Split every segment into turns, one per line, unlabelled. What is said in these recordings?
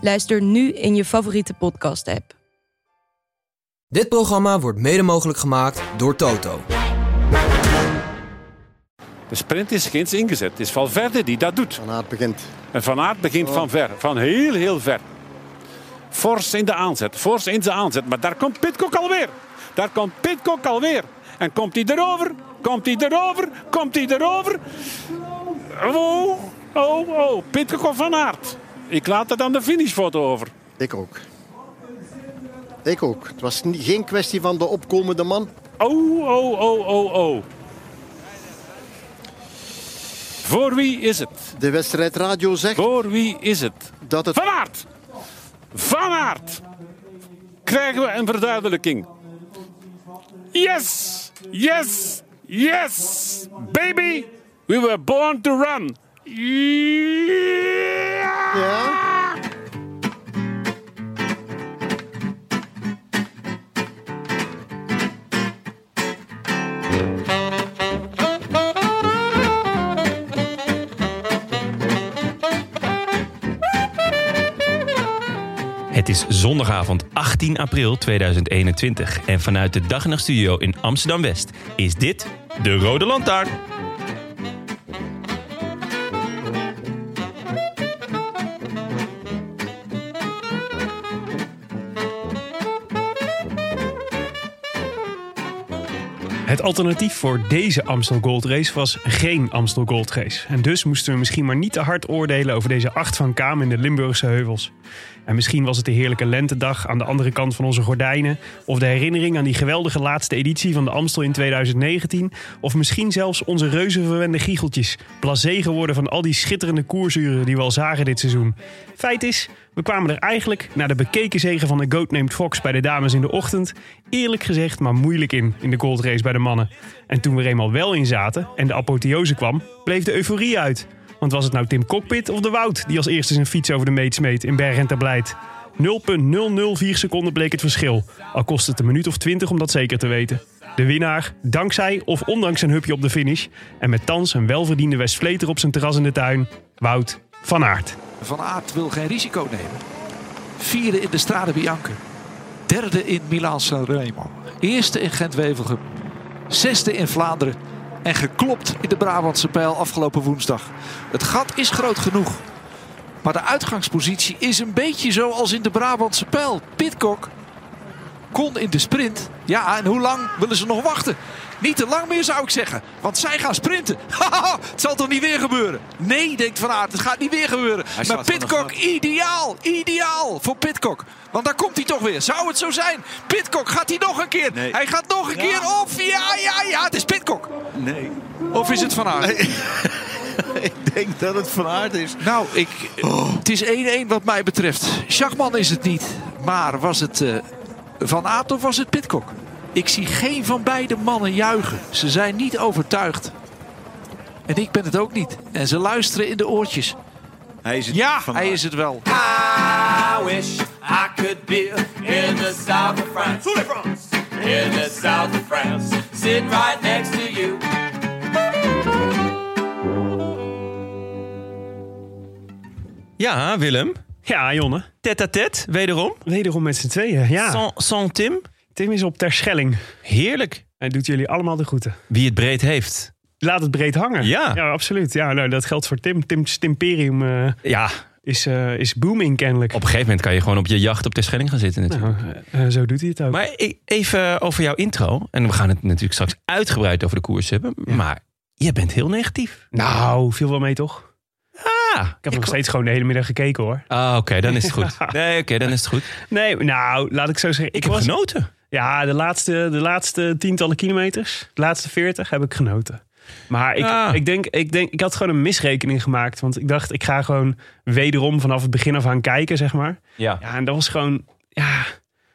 Luister nu in je favoriete podcast-app.
Dit programma wordt mede mogelijk gemaakt door Toto.
De sprint is ginds ingezet. Het is Valverde die dat doet.
Van Aert begint.
En Van Aert begint van ver. Van heel, heel ver. Fors in de aanzet. Fors in zijn aanzet. Maar daar komt Pitcock alweer. Daar komt Pitcock alweer. En komt hij erover? Komt hij erover? Komt hij erover? Oh, oh, oh. Pitcock of Van Aert? Ik laat het aan de finishfoto over.
Ik ook. Ik ook. Het was ni- geen kwestie van de opkomende man.
Oh, oh, oh, oh, oh. Voor wie is het?
De wedstrijdradio zegt
Voor wie is het?
dat het...
Van Aert! Van Aert! Krijgen we een verduidelijking? Yes! Yes! Yes! Baby! We were born to run! Ja!
Ja?
Het is zondagavond 18 april 2021 en vanuit de Dag en Nacht Studio in Amsterdam West is dit de Rode Lantaarn.
Het alternatief voor deze Amstel Gold Race was geen Amstel Gold Race. En dus moesten we misschien maar niet te hard oordelen over deze acht van Kaam in de Limburgse heuvels. En misschien was het de heerlijke lentedag aan de andere kant van onze gordijnen. Of de herinnering aan die geweldige laatste editie van de Amstel in 2019. Of misschien zelfs onze reuzenverwende giecheltjes. Blasé geworden van al die schitterende koersuren die we al zagen dit seizoen. Feit is, we kwamen er eigenlijk na de bekeken zegen van de Goat Named Fox bij de dames in de ochtend. Eerlijk gezegd, maar moeilijk in, in de cold race bij de mannen. En toen we er eenmaal wel in zaten en de apotheose kwam, bleef de euforie uit. Want was het nou Tim Cockpit of de Wout die als eerste zijn fiets over de meet smeet in Berg en Terblijd? 0,004 seconden bleek het verschil. Al kost het een minuut of 20 om dat zeker te weten. De winnaar, dankzij of ondanks een hupje op de finish. En met thans een welverdiende Westvleter op zijn terras in de tuin. Wout van Aert.
Van Aert wil geen risico nemen. Vierde in de Strade Bianca. Derde in Milaan-San Remo. Eerste in Gent-Wevelgem. Zesde in Vlaanderen. En geklopt in de Brabantse pijl afgelopen woensdag. Het gat is groot genoeg. Maar de uitgangspositie is een beetje zoals in de Brabantse pijl. Pitcock kon in de sprint. Ja, en hoe lang willen ze nog wachten? Niet te lang meer zou ik zeggen, want zij gaan sprinten. Haha, het zal toch niet weer gebeuren? Nee, denkt Van Aert, het gaat niet weer gebeuren. maar Pitcock, ideaal, ideaal voor Pitcock. Want daar komt hij toch weer. Zou het zo zijn? Pitcock, gaat hij nog een keer? Hij gaat nog een keer of ja, ja, ja, het is Pitcock. Nee. Of is het Van Aert?
Ik denk dat het van aard is.
Nou, ik, het is 1-1 wat mij betreft. Schachman is het niet. Maar was het eh, Van Aert of was het Pitcock? Ik zie geen van beide mannen juichen. Ze zijn niet overtuigd. En ik ben het ook niet. En ze luisteren in de oortjes.
Hij is het
Ja,
van
hij
Aert.
is het wel.
I wish I could be in the south of France. In the south of France. Sitting right next to you.
Ja, Willem.
Ja, Jonne.
Tet à tet, wederom.
Wederom met z'n tweeën. Ja,
Sans, sans Tim.
Tim is op Terschelling.
Heerlijk.
Hij doet jullie allemaal de groeten.
Wie het breed heeft.
Laat het breed hangen.
Ja.
Ja, absoluut. Ja, nou, dat geldt voor Tim. Tim's Timperium eh,
Ja,
is, eh, is booming kennelijk.
op een gegeven moment kan je gewoon op je jacht op de Schelling gaan zitten natuurlijk.
Nou, eh, zo doet hij het ook.
Maar ik- even over jouw intro. En we gaan het natuurlijk straks uitgebreid over de koers hebben. Maar je bent heel negatief.
nou, viel wel mee toch?
Ah,
Ik heb nog steeds gewoon de hele middag gekeken hoor.
Ah, oké, dan is het goed. Nee, oké, dan is het goed.
Nee, nou, laat ik zo zeggen. Ik,
Ik heb
was,
genoten.
Ja, de laatste, de laatste tientallen kilometers, de laatste veertig, heb ik genoten. Maar ik,
Ja.
ik, denk, ik denk, ik had gewoon een misrekening gemaakt. Want ik dacht, ik ga gewoon wederom vanaf het begin af aan kijken, zeg maar.
Ja.
Ja, en dat was gewoon, ja,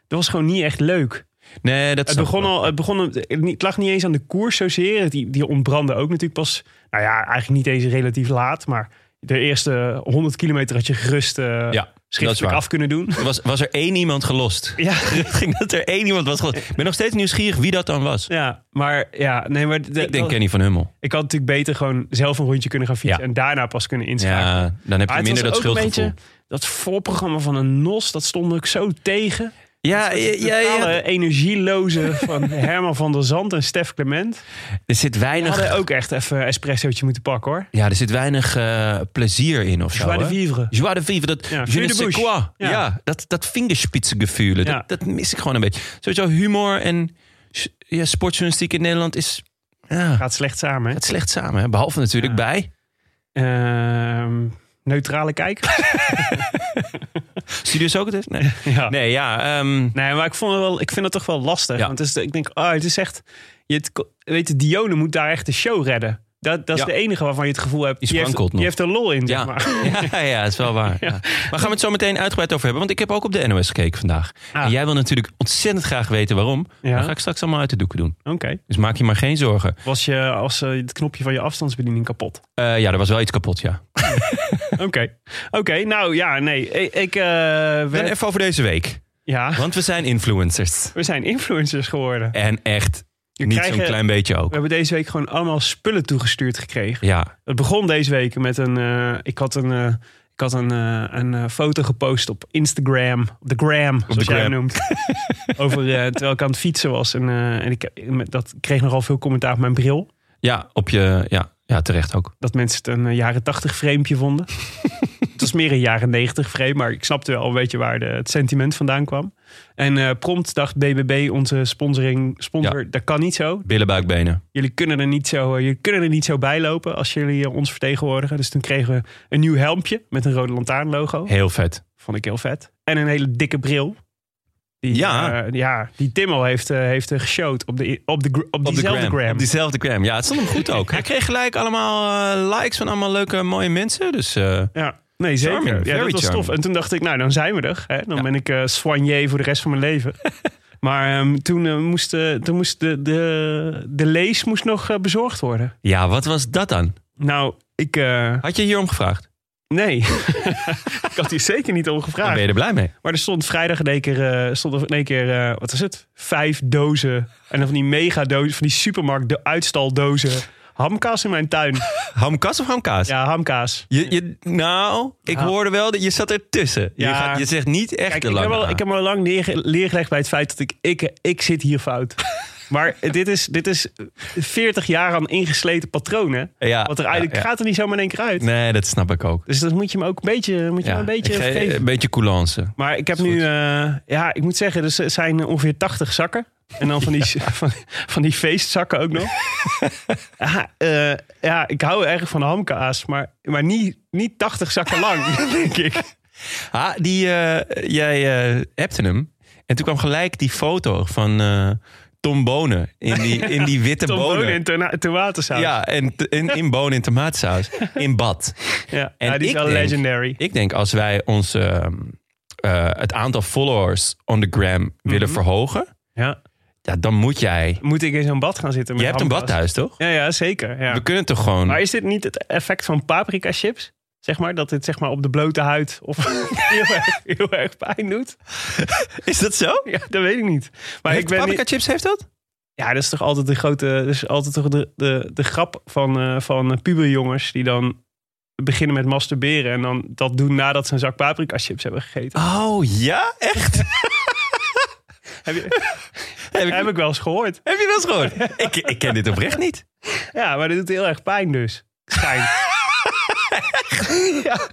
dat was gewoon niet echt leuk.
Nee, dat
Het
snap
begon
ik wel.
al, het begon, het lag niet eens aan de koers zozeer. Die, die ontbrandde ook natuurlijk pas, nou ja, eigenlijk niet eens relatief laat. Maar de eerste 100 kilometer had je gerust eh,
Ja, dat is
schriftelijk
waar.
af kunnen doen.
Er was, was er één iemand gelost.
Ja,
Ging dat er één iemand was gelost. Ik ben nog steeds nieuwsgierig wie dat dan was.
ja, maar ja, nee, maar de-
Ik denk Kenny van Hummel.
ik had natuurlijk beter gewoon zelf een rondje kunnen gaan fietsen
Ja.
en daarna pas kunnen inschakelen.
Ja, dan heb je
Maar Ah, het
minder
was
dat
ook een
schuldgevoel.
beetje dat voorprogramma van een NOS, dat stond ik zo tegen.
ja,
Dat
ja,
totale
ja,
energieloze van Herman van der Zand en Stef Clement.
Er zit
Die
weinig,
hadden ook echt even een espressootje moeten pakken hoor.
ja, er zit weinig eh, plezier in of zo.
Joie de
hè?
vivre.
Joie de vivre, dat
Ja,
je
vuur
ne
de
sais
bouche.
quoi. Ja.
Ja.
dat, dat vingerspitsengevoel,
Ja.
dat, dat mis ik gewoon een beetje. Sowieso humor en s- ja, sportjournalistiek in Nederland is... Ja,
Gaat slecht samen hè?
het slecht samen, hè? behalve natuurlijk bij
Ehm, neutrale kijker.
Studio Socrates. Nee,
ja.
nee ja, ehm,
Nee, maar ik, vond het wel, ik vind het toch wel lastig.
Ja.
Want het is, ik denk, ah, het is echt... Je het, ko- weet je, Dione moet daar echt de show redden. Dat, dat is
Ja.
de enige waarvan je het gevoel hebt...
Die
heeft,
sprankelt nog.
die heeft er lol in,
Ja.
zeg maar.
Ja, ja, dat is wel waar. Ja. Maar gaan we het zo meteen uitgebreid over hebben? Want ik heb ook op de NOS gekeken vandaag.
Ah.
En jij wil natuurlijk ontzettend graag weten waarom.
Ja.
Dat ga ik straks allemaal uit de doeken doen.
Oké.
Dus maak je maar geen zorgen.
Was je als eh, het knopje van je afstandsbediening kapot?
Eh, ja, er was wel iets kapot, ja.
Oké. Oké, nou ja, nee. Ik, ik, eh,
Dan
werd-
even over deze week.
ja,
Want we zijn influencers.
we zijn influencers geworden.
En echt niet
krijgen-
zo'n klein beetje
We
ook.
hebben deze week gewoon allemaal spullen toegestuurd gekregen.
Ja,
Het begon deze week met een. eh, ik had een. eh, ik had een, eh, een eh, foto gepost op Instagram. Op de gram, zoals jij
gram.
hem noemt. Over, eh, terwijl ik aan het fietsen was. En, eh, en ik, met- dat kreeg nogal veel commentaar op mijn bril.
ja op je... Ja, ja terecht ook.
Dat mensen het een eh, jaren 80 framepje vonden. het was meer een jaren 90 frame. Maar ik snapte wel een beetje waar de, het sentiment vandaan kwam. En eh, prompt dacht BBB, onze sponsoring, sponsor, dat kan niet zo.
Billen, buik, benen.
Jullie kunnen, er niet zo, eh, jullie kunnen er niet zo bij lopen als jullie eh, ons vertegenwoordigen. Dus toen kregen we een nieuw helmpje met een rode lantaarn logo.
Heel vet.
Vond ik heel vet. En een hele dikke bril. Die,
Ja.
eh, ja, die Tim al heeft, eh, heeft eh, geshowt op, de, op, de, gr- op
Op de
diezelfde gram.
Op diezelfde gram. Ja, het stond hem goed ook. Hij kreeg gelijk allemaal eh, likes van allemaal leuke, mooie mensen. Dus eh,
Ja, nee, zeker.
Charming,
ja,
very
dat was
charming.
tof. En toen dacht ik, nou, dan zijn we er. Hè? Dan
Ja.
ben ik eh soigné voor de rest van mijn leven. maar ehm, toen, eh, moest, eh, toen moest de, de, de lees moest nog eh, bezorgd worden.
ja, wat was dat dan?
Nou, ik... eh,
Had je hierom gevraagd?
nee. ik had hier zeker niet om
Dan
gevraagd.
ben je er blij mee.
Maar er stond vrijdag in één keer, eh, stond er in één keer eh, wat is het? Vijf dozen. En dan van die mega dozen, van die supermarkt, de uitstaldozen. Hamkaas in mijn tuin.
Hamkas of hamkaas?
Ja, hamkaas.
Je, je, nou, ik
Ja.
hoorde wel dat je zat ertussen. Je,
Ja.
gaat, je zegt niet echt
Kijk,
de
ik heb,
lange
al,
A.
ik heb me al lang neerge- leergelegd bij het feit dat ik, ik, ik zit hier fout. Maar dit is, dit is 40 jaar aan ingesleten patronen.
Ja,
Want er eigenlijk
ja, ja.
gaat er niet zomaar in één keer uit.
Nee, dat snap ik ook.
Dus dat moet je hem ook een beetje, moet je hem
Ja,
een beetje
ik ge-
geven.
een beetje coulance.
Maar ik heb
Is
nu,
goed.
eh, ja, ik moet zeggen, er z- zijn ongeveer 80 zakken. En dan van die, van, van die feestzakken ook nog. ja, eh, ja, ik hou erg van de hamkaas, maar, maar niet, niet 80 zakken lang, denk ik.
Ah, die, eh, jij eh appte hem. En toen kwam gelijk die foto van eh, Tom Bonen. In die, in die witte
Tom
bonen.
Bonen en tona- tomatensaus.
ja, en t- in, in bonen in tomatensaus. In bad.
ja.
en
ja, die is
ik
wel
denk-
legendary.
Ik denk als wij ons, ehm, eh, het aantal followers on the gram willen
Mhm.
verhogen.
Ja.
Ja, dan moet jij...
Moet ik in zo'n bad gaan zitten? Met
Je hebt een bad
hamkaas?
thuis, toch?
Ja, ja, zeker. Ja.
We kunnen toch gewoon...
Maar is dit niet het effect van paprika chips? Zeg maar, dat dit zeg maar op de blote huid of heel, erg, heel erg pijn doet?
Is dat zo?
Ja, dat weet ik niet. Maar
Heeft
ik ben niet-
Paprika Chips heeft dat?
Ja, dat is toch altijd de grote, dat is altijd toch de, de, de grap van, eh, van eh, puberjongens die dan beginnen met masturberen en dan dat doen nadat ze een zak paprika chips hebben gegeten.
Oh ja, echt?
Heb, je,
heb, ik,
heb ik wel eens gehoord.
heb je wel eens gehoord? ik, ik ken dit oprecht niet.
Ja, maar dat doet heel erg pijn dus. Schijnt. ja.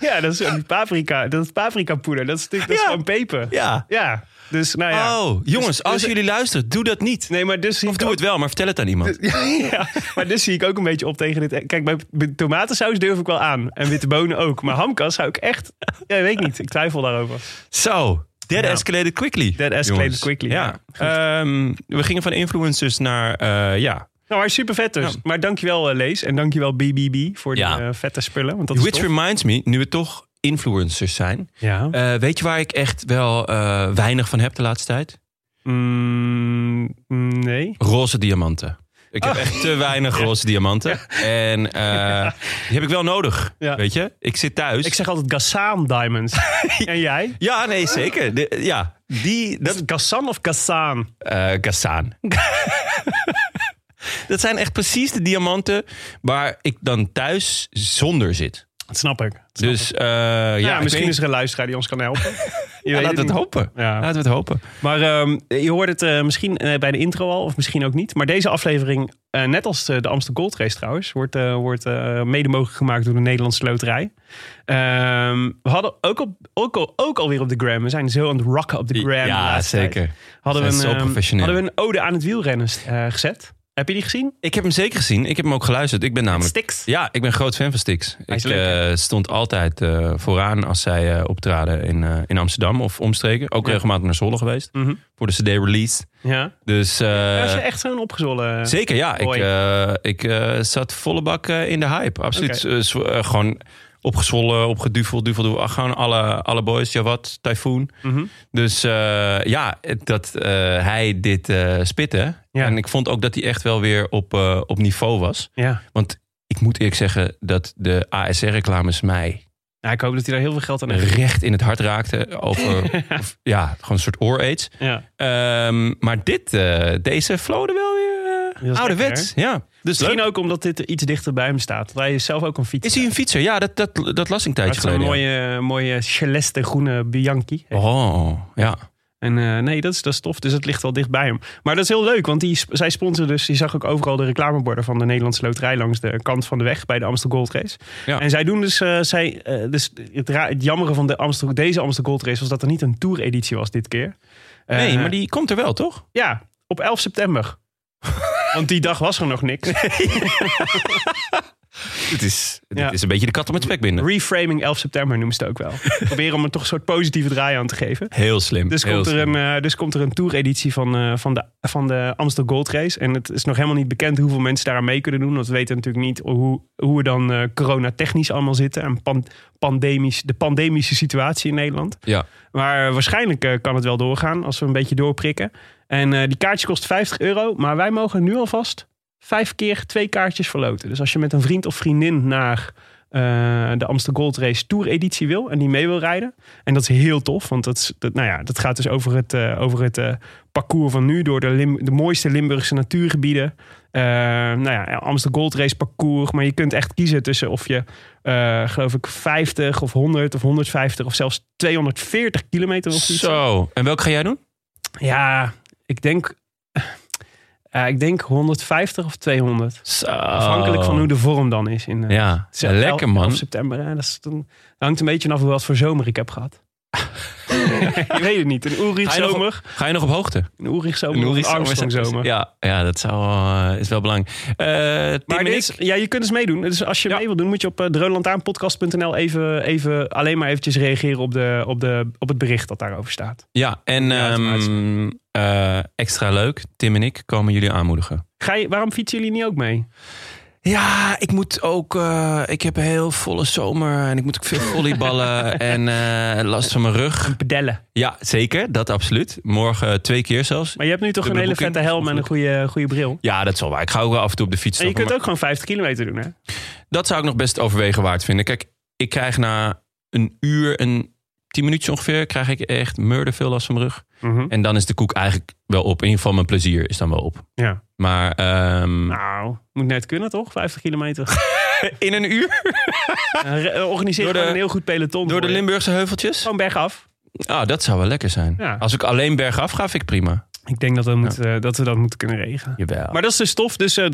ja, dat is die paprika, dat is paprika poeder, dat is natuurlijk dat is
Ja.
gewoon peper. Ja.
Ja.
dus nou ja.
Oh, jongens,
Dus-
als
dus-
jullie luisteren, doe dat niet.
Nee, maar dus zie
Of
ik
doe
ook-
het wel, maar vertel het aan iemand.
Ja, maar dus zie ik ook een beetje op tegen dit. Kijk, bij bij tomatensaus durf ik wel aan. En witte bonen ook. Maar hamkas zou ik echt... Ja, weet ik niet. Ik twijfel daarover.
Zo, that
Ja.
Dus- escalated quickly.
That escalated quickly, ja.
Ja. Ehm, we gingen van influencers naar, eh, ja,
Nou, hij is super vet dus. Maar dankjewel eh, Lees en dankjewel BBB voor
Ja.
die eh, vette spullen. Want dat is
Which
tof.
reminds me, nu we toch influencers zijn.
Ja.
eh, weet je waar ik echt wel eh, weinig van heb de laatste tijd?
Mm, nee.
Roze diamanten. Ik
Ah.
heb echt te weinig roze diamanten. En eh, die heb ik wel nodig,
Ja.
weet je? Ik zit thuis.
Ik zeg altijd Gassaan Diamonds. en jij?
Ja, nee, zeker. De- ja, die...
Dat is Gassan of Gassaan?
eh Gassaan. dat zijn echt precies de diamanten waar ik dan thuis zonder zit.
Dat snap ik. Dat snap ik.
Dus eh,
ja,
ja, ik
misschien
weet
is er een luisteraar die ons kan helpen. Je weet
niet. Ja,
het
laten we het
niet.
hopen.
Ja.
Laten we het hopen.
Maar ehm, je hoort het eh, misschien eh, bij de intro al, of misschien ook niet. Maar deze aflevering, eh, net als de, de Amsterdam Gold Race trouwens, wordt, eh, wordt eh, mede mogelijk gemaakt door de Nederlandse Loterij. Ehm, we hadden ook, op, ook, al, ook alweer op de gram, we zijn zo aan het rocken op de gram. de
ja,
laatste tijd.
zeker.
Hadden we,
Zijn
een,
zo
ehm,
professioneel.
hadden we een ode aan het wielrennen eh, gezet. Heb je die gezien?
Ik heb hem zeker gezien. Ik heb hem ook geluisterd. Ik ben namelijk...
Stix.
Ja, ik ben groot fan van Stix. Ik
is leuk, hè?
eh, stond altijd eh, vooraan als zij eh, optraden in, eh, in Amsterdam of omstreken. Ook regelmatig naar Zwolle geweest
Mhm.
voor de CD-release.
Ja.
Dus eh,
Was je echt zo'n opgezwollen?
zeker, ja. Ik,
Mooi.
eh, ik eh, zat volle bak eh, in de hype. Absoluut.
Oké.
Eh, zw- eh, gewoon opgezwollen, opgeduveld, duvel, duvel. Ach, Gewoon alle, alle boys, Jawad, Typhoon.
Mhm.
Dus eh, ja, het- dat eh, hij dit eh, spitte.
Ja.
En ik vond ook dat hij echt wel weer op, eh, op niveau was.
Ja.
Want ik moet eerlijk zeggen dat de ASR-reclames mij
Nou, ik hoop dat hij daar heel veel geld aan heeft.
recht in het hart raakten. Over, of, ja, gewoon een soort oor-aids.
Ja.
Ehm, maar dit, eh, deze flowde wel weer
Dat is
eh ouderwets.
lekker,
ja. Dus
Misschien
leuk.
ook omdat dit iets dichter bij hem staat. Want hij is zelf ook een fiets.
Is hij een fietser? Ja, dat, dat, dat las ik een
Hij
tijdje
heeft een
geleden. ja.
mooie, mooie celeste groene Bianchi.
Oh, ja.
En eh, nee, dat is, dat is tof. Dus het ligt wel dicht bij hem. Maar dat is heel leuk, want die, sp- zij sponsoren dus... Je zag ook overal de reclameborden van de Nederlandse Loterij... langs de kant van de weg bij de Amstel Gold Race.
Ja.
En zij doen dus... eh, zij, eh, dus het, ra- het jammere van de Amstel, deze Amstel Gold Race... was dat er niet een tour-editie was dit keer. Eh,
Nee, maar die komt er wel, toch?
Ja, op 11 september. want die dag was er nog niks.
Het is,
Ja.
dit is een beetje de kat om het spek binden.
Reframing 11 september noemen ze het ook wel. Proberen om er toch een soort positieve draai aan te geven.
Heel slim.
Dus
heel
komt, er
slim.
een, eh, dus komt er een tour-editie van, eh, van, de, van de Amstel Gold Race. En het is nog helemaal niet bekend hoeveel mensen daar aan mee kunnen doen. Want we weten natuurlijk niet hoe, hoe we dan eh coronatechnisch allemaal zitten. En pan- pandemisch, de pandemische situatie in Nederland.
Ja.
Maar eh, waarschijnlijk eh, kan het wel doorgaan als we een beetje doorprikken. En eh, die kaartje kost 50 euro. Maar wij mogen nu alvast vijf keer twee kaartjes verloten. Dus als je met een vriend of vriendin naar eh, de Amsterdam Gold Race Tour editie wil en die mee wil rijden. En dat is heel tof, want dat, is, dat, nou ja, dat gaat dus over het, eh, over het eh, parcours van nu door de, Lim- de mooiste Limburgse natuurgebieden. Eh, nou ja, Amsterdam Gold Race parcours. Maar je kunt echt kiezen tussen of je, eh, geloof ik, 50 of 100 of 150 of zelfs 240 kilometer of zoiets.
Zo. En welk ga jij doen?
Ja, ik denk, eh, ik denk 150 of 200.
Zo.
Afhankelijk van hoe de vorm dan is. In, eh,
Ja,
ze-
lekker
elf-
man.
elf september. Hè? Dat, is, dan- hangt een beetje vanaf wat voor zomer ik heb gehad. ik weet het niet. Een oerig
Ga je nog op-
zomer.
Ga je nog op hoogte?
Een oerig zomer. Een
Noerie-
Armstrong zomer.
Ja, ja, dat zou, eh, is wel belangrijk. Eh, Tim
Maar
en
dit
ik-
is- ja, je kunt dus meedoen. Dus als je mee wil doen, moet je op eh, dronelantaarnpodcast.nl even, even alleen maar eventjes reageren op, de, op, de, op het bericht dat daarover staat.
Ja, en
automatisch.
ehm, eh, extra leuk. Tim en ik komen jullie aanmoedigen.
Ga je, waarom fietsen jullie niet ook mee?
Ja, ik moet ook. eh, ik heb een heel volle zomer en ik moet ook veel volleyballen en eh, last van mijn rug.
Pedellen.
Ja, zeker. Dat absoluut. Morgen eh, twee keer zelfs.
Maar je hebt nu toch
De
een hele
boeking.
vette helm en een goede, goede bril.
Ja, dat is wel waar. Ik ga ook wel af en toe op de fiets
En je
stappen,
kunt ook gewoon 50 kilometer doen, hè?
maar Dat zou ik nog best overwegen waard vinden. Kijk, ik krijg na een uur en tien minuutjes ongeveer... krijg ik echt murder veel last van mijn rug. En dan is de koek eigenlijk wel op. In ieder geval mijn plezier is dan wel op.
Ja.
Maar ehm,
Nou, moet net kunnen, toch? 50 kilometer.
in een uur?
Eh, re- Organiseer
Door de-
gewoon een heel goed peloton.
Door de
voor je.
Limburgse heuveltjes?
Gewoon bergaf.
Ah, dat zou wel lekker zijn.
Oh. Ja.
Als ik alleen bergaf ga, vind ik prima.
Ik denk dat we, moeten, eh, dat, we dat moeten kunnen regelen.
Jawel.
Maar dat is dus tof. Dus eh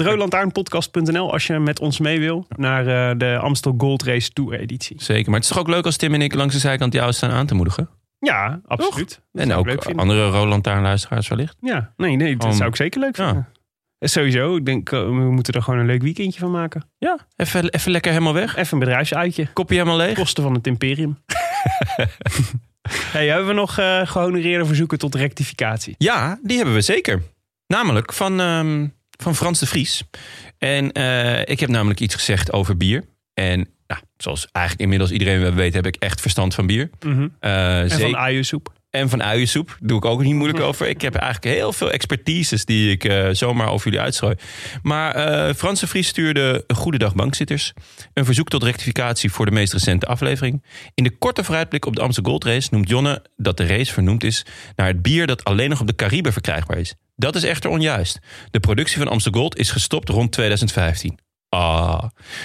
droolantaarnpodcast.nl als je met ons mee wil naar eh, de Amstel Gold Race Tour editie.
Zeker. Maar het is toch ook leuk als Tim en ik langs de zijkant jou staan aan te moedigen?
Ja, absoluut. Dat
en
zou ik
ook
leuk vinden.
andere Roland luisteraars wellicht.
Ja, nee, nee, dat
Om-
zou ik zeker leuk
Ja.
vinden. Eh, Sowieso, ik denk, eh, we moeten er gewoon een leuk weekendje van maken.
Ja, even, even lekker helemaal weg.
Even een bedrijfsuitje.
Kopje helemaal leeg.
Kosten van het imperium. hey, hebben we nog eh, gehonoreerde verzoeken tot rectificatie?
Ja, die hebben we zeker. Namelijk van ehm, van Frans de Vries. En eh, ik heb namelijk iets gezegd over bier. En nou, zoals eigenlijk inmiddels iedereen wel weet, heb ik echt verstand van bier. Eh,
Mhm. En van
zeker-
uiensoep.
en van uiensoep. Doe ik ook niet moeilijk over. Ik heb eigenlijk heel veel expertises die ik eh, zomaar over jullie uitstrooi. Maar eh Frans de Vries stuurde Goedendag Bankzitters. Een verzoek tot rectificatie voor de meest recente aflevering. In de korte vooruitblik op de Amsterdam Gold Race noemt Jonne dat de race vernoemd is naar het bier dat alleen nog op de Cariben verkrijgbaar is. Dat is echter onjuist. De productie van Amsterdam Gold is gestopt rond 2015. Ah,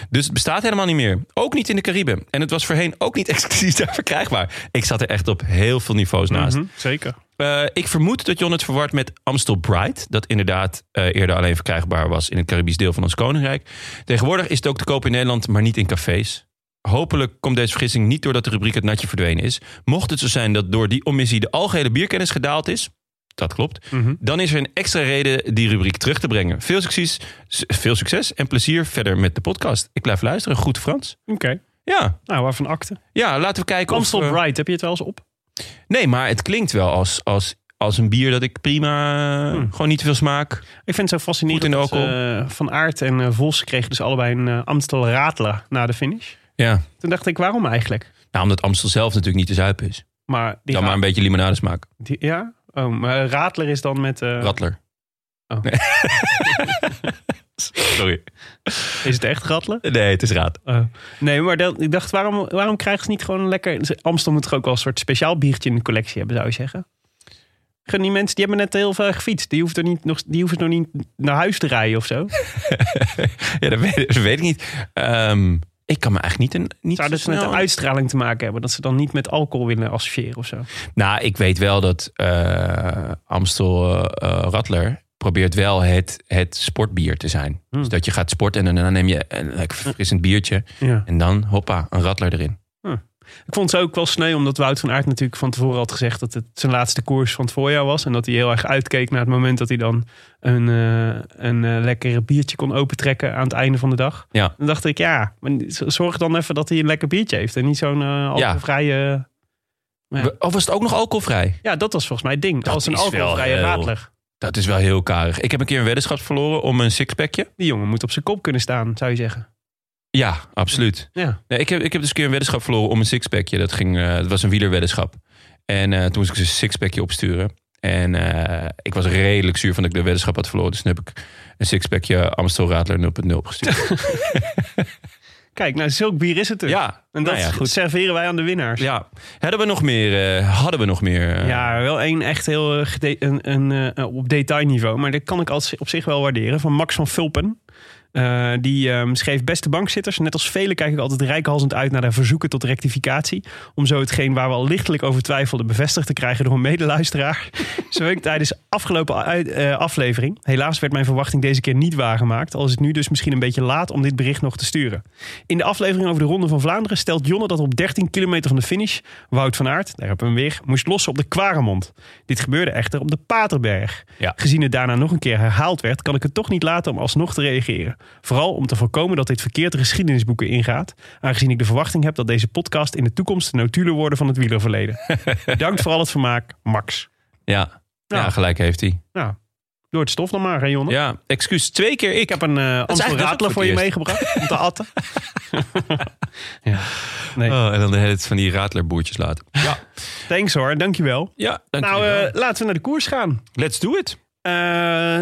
dus het bestaat helemaal niet meer. Ook niet in de Cariben. En het was voorheen ook niet exclusief daar verkrijgbaar. Ik zat er echt op heel veel niveaus naast.
Mhm, Zeker.
Eh, ik vermoed dat Jon het verward met Amstel Bright. Dat inderdaad eh, eerder alleen verkrijgbaar was in het Caribisch deel van ons koninkrijk. Tegenwoordig is het ook te koop in Nederland, maar niet in cafés. Hopelijk komt deze vergissing niet doordat de rubriek het natje verdwenen is. Mocht het zo zijn dat door die omissie de algehele bierkennis gedaald is. Dat klopt. Dan is er een extra reden die rubriek terug te brengen. Veel succes, s- veel succes en plezier verder met de podcast. Ik blijf luisteren. Goed Frans.
Oké.
Ja,
Nou, waarvan akte?
ja laten we kijken
Amstel
of... eh,
Bright, heb je het wel eens op?
Nee, maar het klinkt wel als, als, als een bier dat ik prima... eh, Gewoon niet te veel smaak.
Ik vind het zo fascinerend
Goed in de
dat eh, Van Aert en eh, Vos kregen dus allebei een eh, Amstel Radler na de finish.
Ja.
Toen dacht ik, waarom eigenlijk?
Nou, omdat Amstel zelf natuurlijk niet te zuipen is.
Maar die
Dan
gaan-
maar een beetje limonadesmaak.
die- ja? Oh, maar Radler is dan met... eh,
Rattler.
Oh.
Nee. Sorry.
is het echt Radler?
Nee, het is raad.
Oh. nee, maar dat, ik dacht, waarom, waarom krijgen ze niet gewoon een lekker... Amstel moet toch ook wel een soort speciaal biertje in de collectie hebben, zou je zeggen? Gun die mensen, die hebben net heel veel gefietst. Die hoeven, er niet, nog, die hoeven nog niet naar huis te rijden of zo.
Ja, dat weet, dat weet ik niet. Ehm, ik kan me eigenlijk niet... Een, niet
Zou
zo
dat ze met de
snel-
uitstraling te maken hebben? Dat ze dan niet met alcohol willen associëren of zo?
Nou, ik weet wel dat eh, Amstel eh eh, Rattler probeert wel het, het sportbier te zijn. Dus dat je gaat sporten en daarna neem je een lekker frissend biertje.
Ja.
En dan, hoppa, een Rattler erin.
Ik vond het ook wel sneu, omdat Wout van Aert natuurlijk van tevoren had gezegd dat het zijn laatste koers van het voorjaar was. En dat hij heel erg uitkeek naar het moment dat hij dan een, eh een eh, lekker biertje kon opentrekken aan het einde van de dag.
Ja.
Dan dacht ik, ja, maar zorg dan even dat hij een lekker biertje heeft. En niet zo'n eh alcoholvrije... Ja. Ja.
Of was het ook nog alcoholvrij?
dat was volgens mij het ding.
Dat
Als een
is wel eh,
alcoholvrije
heel-
raadler.
Dat is wel heel karig. Ik heb een keer een weddenschap verloren om een sixpackje.
Die jongen moet op zijn kop kunnen staan, zou je zeggen.
Ja, absoluut.
Ja.
Nee, ik, heb, ik heb dus een keer een weddenschap verloren om een sixpackje. Dat, ging, eh, dat was een wielerweddenschap. En eh, toen moest ik dus een sixpackje opsturen. En eh, ik was redelijk zuur van dat ik de weddenschap had verloren. Dus toen heb ik een sixpackje Amstel Radler 0.0 gestuurd.
Kijk, nou, zulk bier is het er.
ja,
En dat
nou ja, goed.
serveren wij aan de winnaars.
Ja, hadden we nog meer? eh, hadden we nog meer? eh,
Ja, wel één echt heel eh, gede- een, een, eh, op detailniveau. Maar dat kan ik als, op zich wel waarderen. Van Max van Vulpen. Eh, die ehm, schreef beste bankzitters. Net als velen kijk ik altijd reikhalzend uit naar de verzoeken tot rectificatie. Om zo hetgeen waar we al lichtelijk over twijfelden bevestigd te krijgen door een medeluisteraar. zo ik tijdens afgelopen uit- eh, aflevering. Helaas werd mijn verwachting deze keer niet waargemaakt. Al is het nu dus misschien een beetje laat om dit bericht nog te sturen. In de aflevering over de Ronde van Vlaanderen stelt Jonne dat op 13 kilometer van de finish Wout van Aert, daar hebben we hem weer, moest lossen op de Quaremond. Dit gebeurde echter op de Paterberg.
Ja.
Gezien het daarna nog een keer herhaald werd, kan ik het toch niet laten om alsnog te reageren. Vooral om te voorkomen dat dit verkeerd de geschiedenisboeken ingaat, aangezien ik de verwachting heb dat deze podcast in de toekomst de notulen worden van het wielerverleden. Bedankt voor al het vermaak, Max.
Ja. ja,
Nou.
gelijk heeft hij.
Nou, door het stof dan maar, hè Jonne?
Ja, excuus. Twee keer ik.
Ik heb een eh Amstel
eigenlijk- dat is ook
Radler
voor
voor je
het
meegebracht om te atten. ja. Nee,
Oh, en dan de hele tijd van die Radlerboertjes laten. Ja,
thanks hoor, dankjewel.
ja dank
Nou,
jullie wel.
eh, laten we naar de koers gaan.
Let's do it.
Eh,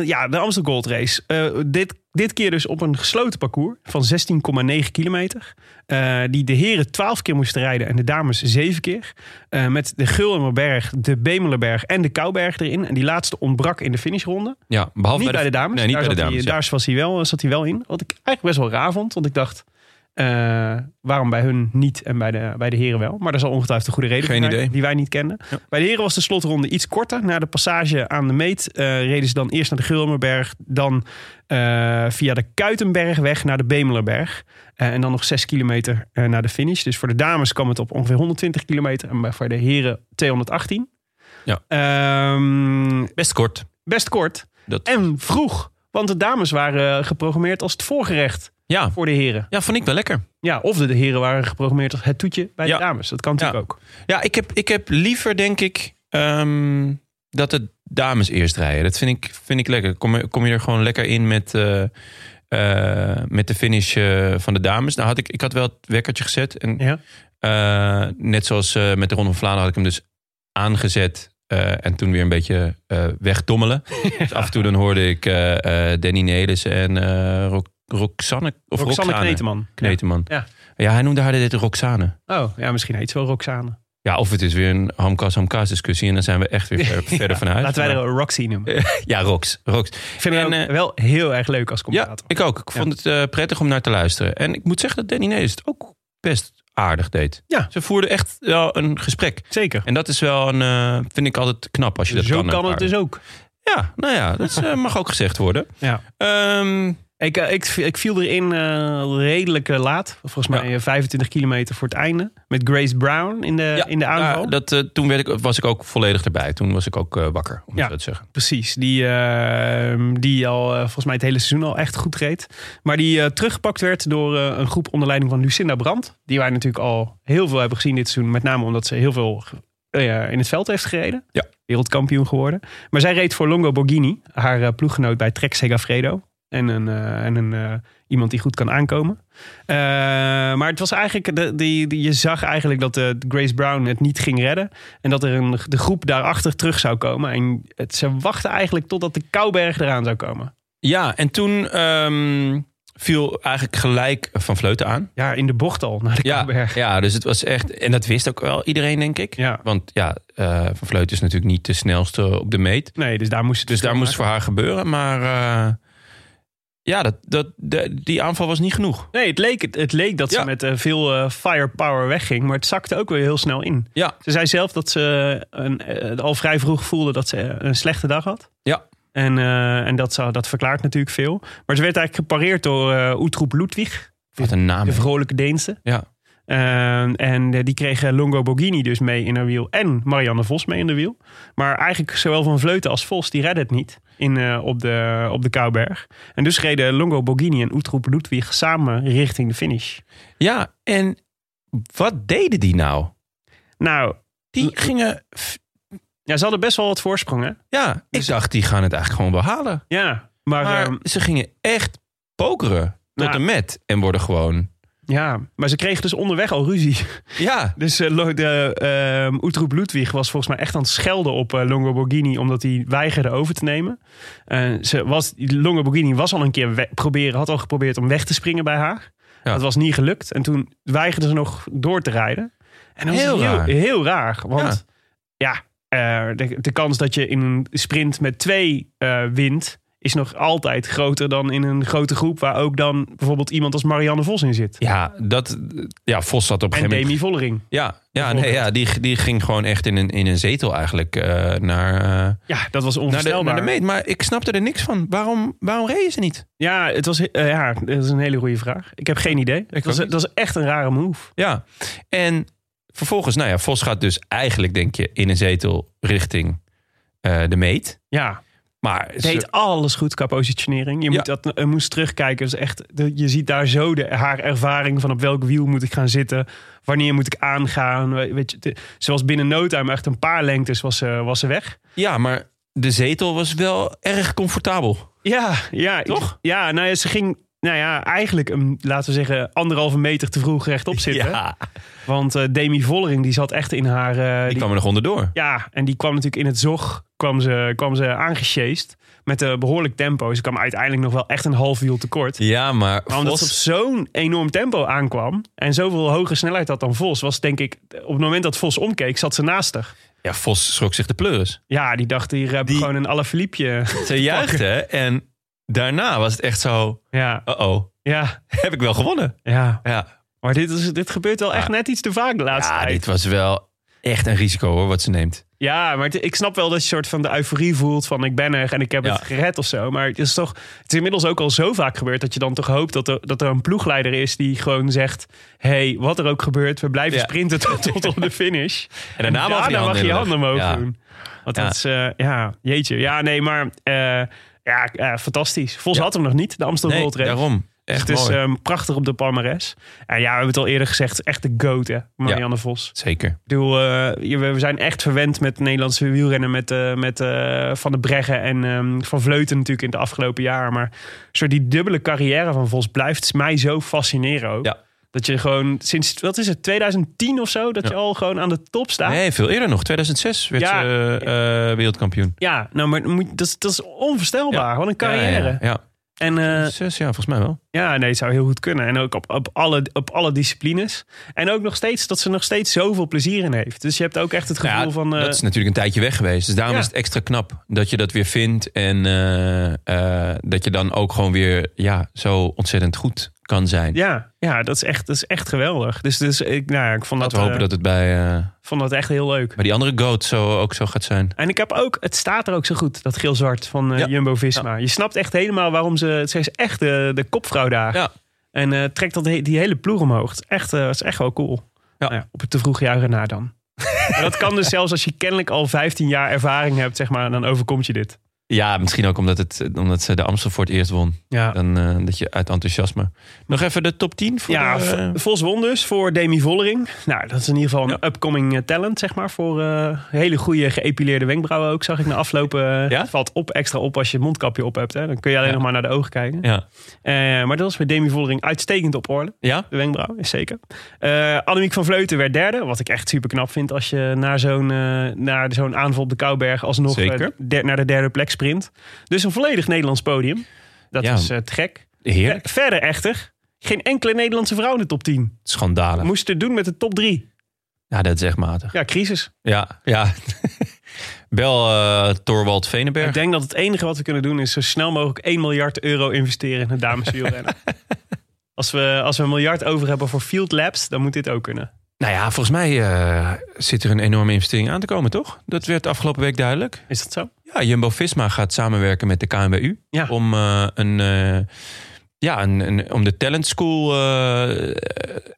ja, de Amstel Gold Race. Eh, dit, dit keer dus op een gesloten parcours van 16,9 kilometer. Eh, die de heren 12 keer moesten rijden en de dames 7 keer. Eh, met de Gulmerberg, de Bemelenberg en de Kouberg erin. En die laatste ontbrak in de finishronde.
Ja, behalve
Niet bij de dames.
Nee, niet
daar
bij de
zat
dames.
Hij,
ja.
Daar was hij wel, eh, zat hij wel in. Wat ik eigenlijk best wel raar vond. Want ik dacht, eh, waarom bij hun niet en bij de, bij de heren wel? Maar daar zal ongetwijfeld een goede reden
Geen
voor zijn,
idee.
die wij niet kennen. Bij de heren was de slotronde iets korter. Na de passage aan de meet eh, reden ze dan eerst naar de Gulmerberg. Dan eh, via de Kuitenberg weg naar de Bemelerberg. Eh, en dan nog 6 kilometer eh, naar de finish. Dus voor de dames kwam het op ongeveer 120 kilometer. En bij- voor de heren 218.
Ja.
Ehm,
Best kort.
best kort.
Dat-
En vroeg. Want de dames waren eh, geprogrammeerd als het voorgerecht
Ja.
voor de heren.
ja, vond ik wel lekker.
Ja, of de heren waren geprogrammeerd als het toetje bij
Ja.
de dames. Dat kan natuurlijk ook.
Ja, ik heb, ik heb liever, denk ik, ehm, dat het dames eerst rijden. Dat vind ik, vind ik lekker. Kom, je- kom je er gewoon lekker in met, eh, eh, met de finish eh, van de dames. Nou had ik, ik had wel het wekkertje gezet. En,
Ja.
eh, net zoals eh, met de Ronde van Vlaanderen had ik hem dus aangezet. eh, en toen weer een beetje eh, wegdommelen. Dus af en toe dan hoorde ik eh, eh, Danny Nelis en eh, Ro- Roxanne... Of
Roxanne
Roxane.
Kneteman.
Kneteman.
Ja.
ja, hij noemde haar dit Roxane.
Oh, ja, misschien heet ze wel Roxane.
Ja, of het is weer een hamkas hamkas discussie en dan zijn we echt weer ver- verder vanuit.
Laten wij er Roxy noemen. Ik
Ja, Rox. Rox.
vind
En,
hem ook
eh,
wel heel erg leuk als
ja,
commentator.
ik ook. Ik vond het eh, prettig om naar te luisteren. En ik moet zeggen dat Danny Nees het ook best aardig deed.
Ja.
Ze voerden echt wel een gesprek.
Zeker.
En dat is wel een, eh, vind ik altijd knap als je dat
Zo
kan.
kan, het dus ook.
Ja, nou ja, dat is, eh, mag ook gezegd worden.
Ja.
Ehm,
Ik, eh, ik, ik viel erin eh, redelijk eh, laat. Volgens mij
Ja.
eh, 25 kilometer voor het einde. Met Grace Brown in de,
ja,
in de aanval.
ja, dat, eh, toen werd ik, was ik ook volledig erbij. Toen was ik ook eh, wakker, om
Ja.
het zo te zeggen.
Precies, die, eh, die al eh, volgens mij het hele seizoen al echt goed reed. Maar die eh, teruggepakt werd door eh, een groep onder leiding van Lucinda Brandt. Die wij natuurlijk al heel veel hebben gezien dit seizoen. Met name omdat ze heel veel eh, in het veld heeft gereden.
Ja.
Wereldkampioen geworden. Maar zij reed voor Longo Borghini, haar eh, ploeggenoot bij Trek Segafredo. En een, eh, en een eh, iemand die goed kan aankomen. Eh, maar het was eigenlijk, de, die, die- je zag eigenlijk dat eh, Grace Brown het niet ging redden. En dat er een, de groep daarachter terug zou komen. En het, ze wachten eigenlijk totdat de Kouberg eraan zou komen.
Ja, en toen ehm, viel eigenlijk gelijk Van Vleuten aan.
Ja, in de bocht al naar de
Ja,
Kouberg.
ja, dus het was echt. En dat wist ook wel iedereen, denk ik.
Ja.
Want ja, eh, Van Vleuten is natuurlijk niet de snelste op de meet.
Nee, dus daar moest het
Dus daar
verschil
moest voor haar gebeuren. Maar eh, ja, dat, dat, de- die aanval was niet genoeg.
maken. Nee, het leek, het, het leek dat
Ja.
ze met eh, veel eh, firepower wegging. Maar het zakte ook weer heel snel in.
Ja.
Ze zei zelf dat ze een, eh, al vrij vroeg voelde dat ze een slechte dag had.
Ja.
En, eh, en dat, zou- dat verklaart natuurlijk veel. Maar ze werd eigenlijk gepareerd door eh Utroep Ludwig.
Wat een naam.
De
hè.
vrolijke Deense.
Ja.
Ehm, en eh, die kregen Longo Borghini dus mee in haar wiel. En Marianne Vos mee in de wiel. Maar eigenlijk zowel Van Vleuten als Vos, die redden het niet in, eh, op, de, op de Kouberg. En dus reden Longo Borghini en Utroep Ludwig samen richting de finish.
Ja, en wat deden die nou?
Nou,
Die gingen. f-
ja, ze hadden best wel wat voorsprong, hè?
Ja, ik dacht, die gaan het eigenlijk gewoon behalen.
Ja, Dus- maar,
Maar
ehm,
ze gingen echt pokeren tot
Nou.
en met. En worden gewoon.
ja, maar ze kregen dus onderweg al ruzie.
Ja,
Dus eh, Lo- de, ehm Utroep Ludwig was volgens mij echt aan het schelden op eh, Longo Borghini... omdat hij weigerde over te nemen. Eh, ze was, Longo Borghini was al een keer we- proberen, had al geprobeerd om weg te springen bij haar.
Ja.
Dat was niet gelukt. En toen weigerde ze nog door te rijden. En dat
Heel
was heel,
raar.
heel raar. Want ja, eh, de, de kans dat je in een sprint met twee eh, wint... is nog altijd groter dan in een grote groep... waar ook dan bijvoorbeeld iemand als Marianne Vos in zit.
ja, dat, ja Vos zat op een
En
gegeven moment
Demi Vollering.
Ja, ja, nee,
Bijvoorbeeld.
ja die, die ging gewoon echt in een, in een zetel eigenlijk eh, naar, eh,
Ja, dat was
naar, de,
onvoorstelbaar.
naar de meet. Maar ik snapte er niks van. Waarom, waarom reden ze niet?
Ja, het was, eh, ja, dat is een hele goede vraag. Ik heb geen idee. Dat was,
ook niet.
dat was echt een rare move.
Ja, en vervolgens, nou ja, Vos gaat dus eigenlijk, denk je, in een zetel richting eh, de meet.
Ja,
Maar
het
ze-
deed alles goed qua positionering. Je
Ja.
moet dat eh, moest terugkijken. Dat is echt, de- je ziet daar zo de, haar ervaring van op welk wiel moet ik gaan zitten. Wanneer moet ik aangaan. We- Weet je, de- ze was binnen no time echt een paar lengtes was, ze- was ze weg.
ja, maar de zetel was wel erg comfortabel.
Ja, ja. ik-
Toch?
Ja, nou ja, ze ging... Nou ja, eigenlijk, een, laten we zeggen, anderhalve meter te vroeg rechtop zitten.
Ja,
Want eh, Demi Vollering, die zat echt in haar... eh,
die
die-
kwam er nog onderdoor.
Ja, en die kwam natuurlijk in het zog, kwam ze, kwam ze aangesjeest met een behoorlijk tempo. Ze kwam uiteindelijk nog wel echt een half wiel tekort.
Ja, maar
Maar omdat ze op
Vos...
zo'n enorm tempo aankwam en zoveel hogere snelheid had dan Vos, was denk ik, op het moment dat Vos omkeek, zat ze naast haar.
Ja, Vos schrok zich de pleuris.
Ja, die dacht, hier heb ik
Die-
gewoon een Alaphilippe.
Ze juichte en daarna was het echt zo...
Ja,
Uh-oh,
ja,
heb ik wel gewonnen.
ja.
Ja,
Maar dit, is, dit gebeurt wel echt net iets te vaak de laatste
Ja,
tijd.
dit was wel echt een risico hoor, wat ze neemt.
Ja, maar het- ik snap wel dat je soort van de euforie voelt van ik ben er en ik heb
Ja.
het gered of zo. Maar het is toch, het is inmiddels ook al zo vaak gebeurd dat je dan toch hoopt dat er, dat er een ploegleider is die gewoon zegt: hé, hey, wat er ook gebeurt, we blijven
Ja.
sprinten tot, tot op de finish.
En daarna mag je handen
mag je
in de
handen omhoog
lucht. Ja.
doen. Want
Ja.
dat is, eh, ja, jeetje. Ja, nee, maar eh, ja, eh, fantastisch. Vos had hem nog niet, de Amsterdam
Nee,
Gold Race.
daarom. Echt
het is
mooi.
ehm, prachtig op de Palmares. En ja, we hebben het al eerder gezegd. Echt de goat, hè? Marianne Vos.
Zeker.
Ik bedoel, eh, je- we we zijn echt verwend met Nederlandse wielrennen. Met, eh, met eh, Van de Breggen en ehm, Van Vleuten natuurlijk in de afgelopen jaren. Maar soort die dubbele carrière van Vos blijft mij zo fascineren ook.
Ja.
Dat je gewoon sinds, wat is het, 2010 of zo? Dat
Ja.
je al gewoon aan de top staat.
Nee, veel eerder nog. 2006 werd
Ja.
ze eh, eh, wereldkampioen.
Ja, nou, maar moet- dat, is- dat is onvoorstelbaar. Wat een carrière.
Ja, ja,
En
ja.
eh,
Zes, ja, volgens mij wel.
ja, nee, het zou heel goed kunnen. En ook op, op, alle, op alle disciplines. En ook nog steeds dat ze nog steeds zoveel plezier in heeft. Dus je hebt ook echt het gevoel
Nou
van... eh,
dat is natuurlijk een tijdje weg geweest. Dus daarom
Ja.
is het extra knap dat je dat weer vindt. En eh, eh, dat je dan ook gewoon weer ja, zo ontzettend goed kan zijn.
Ja, ja dat, is echt, dat is echt geweldig. Dus, dus ik, nou ja, ik vond dat,
Laten we hopen
eh,
dat het bij, eh,
vond dat echt heel leuk.
bij die andere goat zo, ook zo gaat zijn.
En ik heb ook, het staat er ook zo goed, dat geel-zwart van eh,
Ja.
Jumbo-Visma. Je snapt echt helemaal waarom ze... Ze is echt de, de kopvrouw daar.
Ja.
En eh, trekt dat, he- die hele ploeg omhoog. Het is echt, eh, het is echt wel cool.
Ja.
Nou ja, op het te vroeg juichen na dan. Maar dat kan dus zelfs als je kennelijk al 15 jaar ervaring hebt, zeg maar, dan overkomt je dit.
Ja, misschien ook omdat, het, omdat ze de Amstel voor het eerst won.
Ja,
Dan eh, dat je uit enthousiasme. Nog even de top 10 voor
ja
de, eh,
V- Vos won dus voor Demi Vollering. Nou, dat is in ieder geval een upcoming eh, talent, zeg maar. Voor eh, hele goede geëpileerde wenkbrauwen ook, zag ik na aflopen.
Ja?
Het valt op, extra op als je het mondkapje op hebt. Hè. Dan kun je alleen
Ja.
nog maar naar de ogen kijken.
ja.
Eh, maar dat was bij Demi Vollering uitstekend op orde.
ja?
De wenkbrauw, is zeker. Eh Annemiek van Vleuten werd derde. Wat ik echt super knap vind als je naar zo'n, eh, naar zo'n aanval op de Kouberg alsnog eh,
Zeker.
der- naar de derde plek sprint. Dus een volledig Nederlands podium. Dat
Ja.
is eh, te gek.
Heerlijk.
Eh, Verder echter, geen enkele Nederlandse vrouw in de top 10.
Schandalen.
Moest het doen met de top 3.
Ja, dat is echt matig.
Ja, crisis.
Ja, ja. Bel eh Torwald Veneberg.
Ik denk dat het enige wat we kunnen doen is zo snel mogelijk 1 miljard euro investeren in het dameswielrennen. als, we, als we een miljard over hebben voor field labs, dan moet dit ook kunnen.
Nou ja, volgens mij eh, zit er een enorme investering aan te komen, toch? Dat werd afgelopen week duidelijk.
Is dat zo?
Ja, Jumbo-Visma gaat samenwerken met de KNWU.
Ja.
Om, eh, een, eh, ja, een, een- om de talent school eh,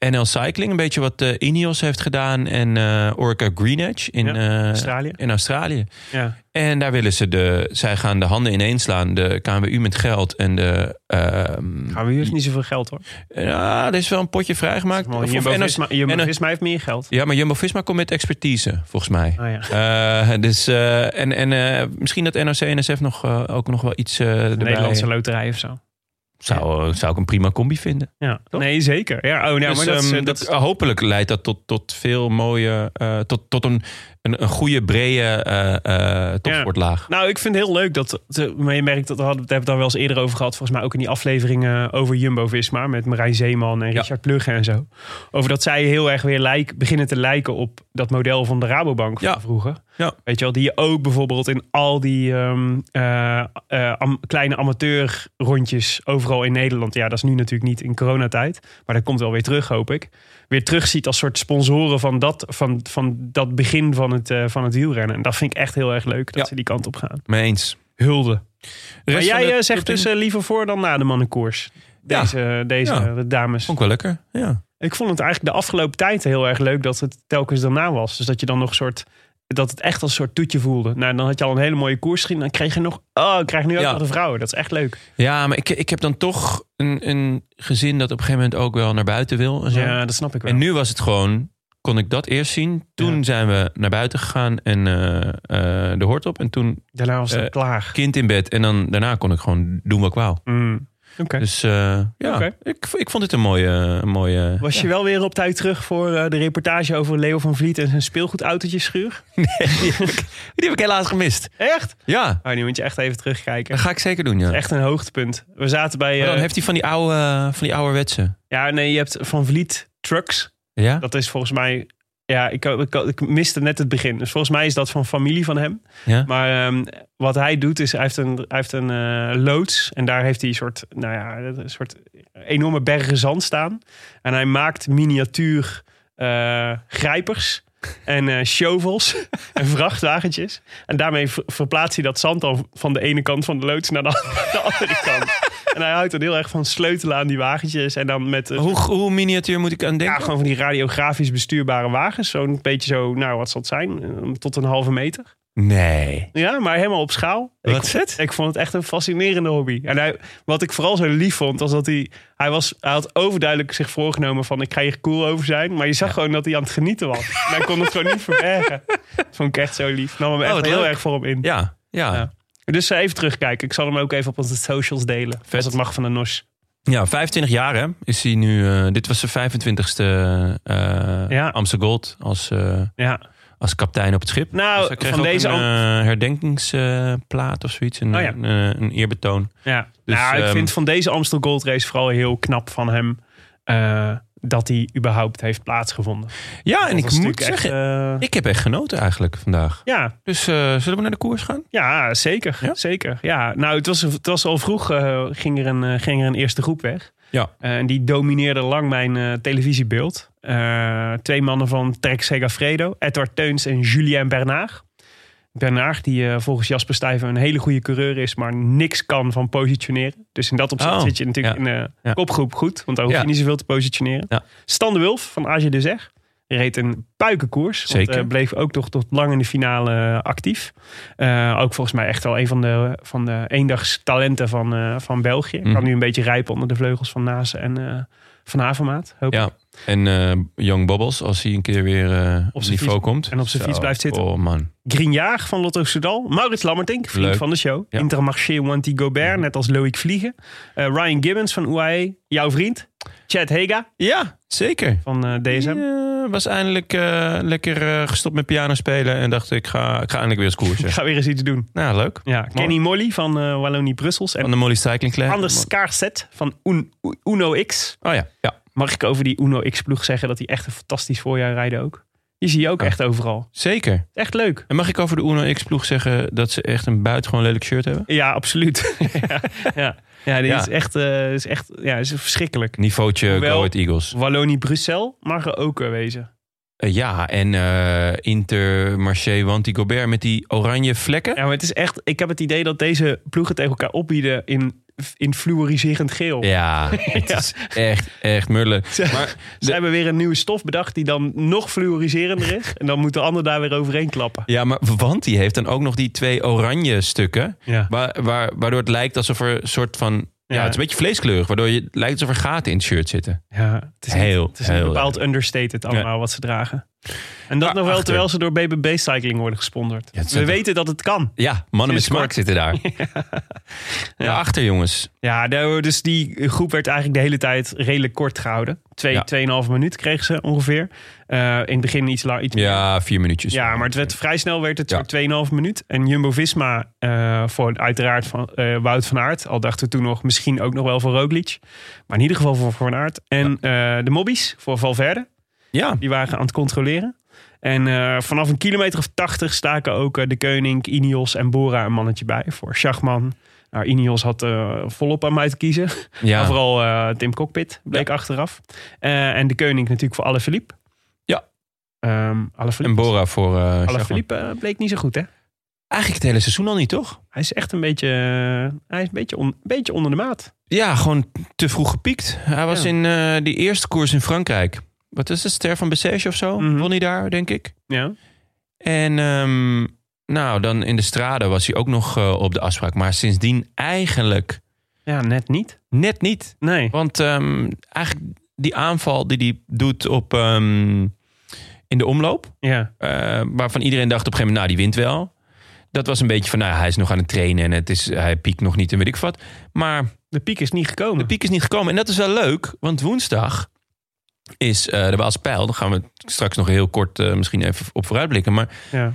NL Cycling... een beetje wat eh Ineos heeft gedaan en eh Orca Green Edge in,
Ja,
eh,
Australië.
in Australië.
Ja.
En daar willen ze de... Zij gaan de handen ineens slaan, de KNWU met geld en de... ehm,
Gaan we hier dus niet zoveel geld hoor.
ja, er is wel een potje vrijgemaakt. Of- of NL
Jumbo-Visma Jumbo
NL
Visma heeft meer geld.
ja, maar Jumbo-Visma komt met expertise, volgens mij.
Ah, ja.
Eh, dus, eh, en en eh, misschien dat NOC en NSF nog, eh, ook nog wel iets eh erbij...
Nederlandse loterij of zo.
Zou, zou ik een prima combi vinden.
Ja. Nee, zeker. Ja, oh, nou,
Dus,
maar dat, is,
ehm,
eh, dat
dat-
is-
hopelijk leidt dat tot, tot veel mooie... eh, tot, tot een, een, een goede, brede eh, eh, topsportlaag.
Nou, ik vind het heel leuk dat. de- Maar je merkt dat we hadden- we hebben het daar wel eens eerder over gehad. Volgens mij ook in die afleveringen over Jumbo Visma. Met Marijn Zeeman en
Ja.
Richard Plugge en zo. Over dat zij heel erg weer lijk, beginnen te lijken op dat model van de Rabobank van
Ja.
vroeger.
Ja.
Weet je wel, die je ook bijvoorbeeld in al die ehm, eh, eh, am- kleine amateurrondjes overal in Nederland. Ja, dat is nu natuurlijk niet in coronatijd. Maar dat komt wel weer terug, hoop ik. Weer terugziet als soort sponsoren van dat, van, van dat begin van het, eh, van het wielrennen. En dat vind ik echt heel erg leuk dat
Ja.
ze die kant op gaan.
Mee eens.
Hulde.
Rest
Maar
van
jij
de
eh,
top
zegt
tien
dus eh, liever voor dan na de mannenkoers.
Ja.
Deze, deze
Ja.
eh, dames.
Vond ik wel lekker, ja.
Ik vond het eigenlijk de afgelopen tijd heel erg leuk dat het telkens daarna was. Dus dat je dan nog een soort. Dat het echt als een soort toetje voelde. Nou, dan had je al een hele mooie koers gezien. Dan kreeg je nog. Oh, ik krijg nu ook
Ja.
nog de vrouwen. Dat is echt leuk.
Ja, maar ik, ik heb dan toch een, een gezin dat op een gegeven moment ook wel naar buiten wil. En zo.
Ja, dat snap ik wel.
En nu was het gewoon, kon ik dat eerst zien. Toen
Ja.
zijn we naar buiten gegaan en eh, eh, de hoort op. En toen
Daarna was het
Eh,
klaar.
kind in bed. En dan, daarna kon ik gewoon doen wat ik wou.
Mm. Oké.
Dus eh, ja,
Oké.
ik, ik vond dit een mooie... Een mooie
Was je wel weer op tijd terug voor eh, de reportage over Leo van Vliet en zijn speelgoedautootjeschuur?
Die heb ik helaas gemist.
Echt?
Ja,
Oh, nu moet je echt even terugkijken.
dat ga ik zeker doen, ja.
Echt een hoogtepunt. We zaten bij.
Maar dan
eh,
heeft hij van die, oude, eh, van die ouderwetse.
Ja, nee, je hebt Van Vliet Trucks.
Ja?
Dat is volgens mij. Ja, ik, ik, ik miste net het begin. Dus volgens mij is dat van familie van hem.
Ja.
Maar ehm, wat hij doet is, hij heeft een, hij heeft een eh, loods. En daar heeft hij een soort, nou ja, een soort enorme bergen zand staan. En hij maakt miniatuur eh, grijpers en eh shovels en vrachtwagentjes. En daarmee ver- verplaatst hij dat zand dan van de ene kant van de loods naar de, an- de andere kant. En hij houdt dan heel erg van sleutelen aan die wagentjes. En dan met... eh,
Hoe, hoe miniatuur moet ik aan
ja,
denken?
gewoon van die radiografisch bestuurbare wagens. Zo'n beetje zo, nou wat zal het zijn? Eh, Tot een halve meter.
Nee.
Ja, maar helemaal op schaal.
Wat
ik,
is het?
Ik vond het echt een fascinerende hobby. En hij, wat ik vooral zo lief vond, was dat hij... Hij, was, hij had overduidelijk zich voorgenomen van... ik ga hier cool over zijn. Maar je zag gewoon dat hij aan het genieten was. en hij kon het gewoon niet verbergen. Dat vond ik echt zo lief. Nam hem echt
Oh, wat
heel
leuk.
erg voor hem in.
Ja, ja.
Ja.
ja.
Dus eh, even terugkijken. Ik zal hem ook even op onze socials delen. Als het mag van de NOS.
25 jaar hè, is hij nu. eh, dit was zijn 25ste eh
Ja.
Amsterdam Gold als, eh,
Ja.
als kaptein op het schip.
Nou,
Dus hij kreeg
van
ook
deze
een eh, herdenkingsplaat of zoiets. Een,
Oh ja.
een, eh, een eerbetoon.
Ja,
Dus,
nou, ik
ehm,
vind van deze Amstel Gold Race vooral heel knap van hem. eh, dat hij überhaupt heeft plaatsgevonden.
Ja, en
Dat
ik moet
was natuurlijk echt,
zeggen,
eh,
ik heb echt genoten eigenlijk vandaag.
ja,
Dus eh, zullen we naar de koers gaan?
ja, zeker.
Ja?
zeker ja. Nou, het was, het was al vroeg, eh, ging, er een, eh, ging er een eerste groep weg.
Ja.
Eh, en die domineerde lang mijn eh, televisiebeeld. Eh, twee mannen van Trek Segafredo, Edward Teuns en Julien Bernard. Bernard, die eh, volgens Jasper Stuyven een hele goede coureur is, maar niks kan van positioneren. Dus in dat opzicht
Oh,
zit je natuurlijk
ja.
in de
Ja.
kopgroep goed, want daar hoef je
Ja.
niet zoveel te positioneren.
Ja.
Stan de Wulf van AG de Zeg reed een puikenkoers. Want,
Zeker.
eh, bleef ook toch tot lang in de finale eh, actief. Eh, ook volgens mij echt wel een van de, van de eendagstalenten van, eh, van België.
Mhm.
Kan nu een beetje rijpen onder de vleugels van Naas en eh, Van Havermaat. Hoop ik.
Ja. En eh Young Bobbles, als hij een keer weer eh, op
zijn
niveau
fiets-
komt.
en op zijn
Zo.
fiets blijft zitten.
Oh man.
Grignard van Lotto Soudal. Maurits Lammertink, vriend
Leuk.
van de show.
Ja. Mhm.
Intermarché Wanty Gobert, net als Loïc Vliegen. Eh, Ryan Gibbons van UAE. Jouw vriend. Chad Hega
Ja, zeker.
van eh, DSM.
Ja, was eindelijk eh, lekker eh, gestopt met piano spelen. En dacht ik ga, ik ga eindelijk weer eens koersen.
Ik ga weer eens iets doen.
nou, leuk.
Ja, Kenny Molly van eh Wallonie Brussels. En
Van de Molly Cycling Club.
Anders Kaarset van Un- U- Uno X.
Oh ja, ja.
Mag ik over die Uno X-ploeg zeggen dat die echt een fantastisch voorjaar rijden ook? Die zie je ook
Ja.
echt overal.
zeker.
Echt leuk.
En mag ik over de Uno X-ploeg zeggen dat ze echt een buitengewoon lelijk shirt hebben?
Ja, absoluut. ja, ja. ja, die
Ja.
Is echt, eh, is echt ja, is verschrikkelijk.
Niveautje
Hoewel-
Go Ahead Eagles.
Wallonie-Brussel mag er ook eh, wezen.
Eh, ja, en eh Intermarché Wanty Gobert met die oranje vlekken.
Ja, maar het is echt, ik heb het idee dat deze ploegen tegen elkaar opbieden in, in fluoriserend geel.
Ja, het
Ja.
is echt, echt murderlijk.
Ze-
Maar
Ze hebben weer een nieuwe stof bedacht die dan nog fluoriserender is. en dan moet de ander daar weer overheen klappen.
Ja, maar want die heeft dan ook nog die twee oranje stukken.
Ja.
Waar, waar, waardoor het lijkt alsof er een soort van. Ja,
Ja.
het is een beetje vleeskleurig. Waardoor je, het lijkt alsof er gaten in het shirt zitten.
Ja, het is, niet-
Heel,
het is een
heel
bepaald understated allemaal wat ze dragen. En dat
Maar
nog wel
achter.
terwijl ze door BBB Cycling worden gesponsord.
Ja, het
We
zijn toch-
weten dat het kan.
Ja, mannen met
Sinds
smaak
kort.
zitten daar. ja. achter jongens.
Ja, nou, dus die groep werd eigenlijk de hele tijd redelijk kort gehouden. Twee,
Ja.
tweeënhalve minuut kregen ze ongeveer. Eh, in het begin iets lang. Iets meer.
Ja, vier minuutjes.
Ja, maar het werd vrij snel werd het
Ja.
voor 2,5 minuut. En Jumbo-Visma eh, voor uiteraard van, eh, Wout van Aert. Al dachten we toen nog misschien ook nog wel voor Roglic. Maar in ieder geval voor voor Van Aert. En eh, de mobbies voor Valverde.
Ja,
Die waren aan het controleren. En eh, vanaf een kilometer of tachtig staken ook eh, de Koning, Ineos en Bora een mannetje bij voor Schachman. Nou, Ineos had eh, volop aan mij te kiezen. Maar
ja.
vooral eh, Tim Cockpit bleek achteraf. Eh, en de Koning natuurlijk voor Alaphilippe.
Ja.
Ehm
en
Alaphilippe,
Bora voor. eh, Schachman.
Alaphilippe eh, bleek niet zo goed, hè?
Eigenlijk het hele seizoen al niet, toch?
Hij is echt een beetje, eh, hij is een beetje, on- een beetje onder de maat.
Ja, gewoon te vroeg gepiekt. Hij was
Ja.
in eh, die eerste koers in Frankrijk. Wat is het? Ster van Bessèges of zo?
Mhm.
Won hij daar, denk ik.
Ja.
En ehm, nou, dan in de straden was hij ook nog eh, op de afspraak. Maar sindsdien eigenlijk
ja, net niet.
net niet.
Nee.
Want ehm, eigenlijk die aanval die hij doet op, ehm, in de omloop...
Ja.
eh, waarvan iedereen dacht op een gegeven moment, nou, die wint wel. Dat was een beetje van, nou, ja, hij is nog aan het trainen... en het is, hij piekt nog niet en weet ik wat. Maar
De piek is niet gekomen.
de piek is niet gekomen. En dat is wel leuk, want woensdag is eh de Waalse Pijl. Daar gaan we straks nog heel kort eh, misschien even op vooruitblikken. Maar
Ja.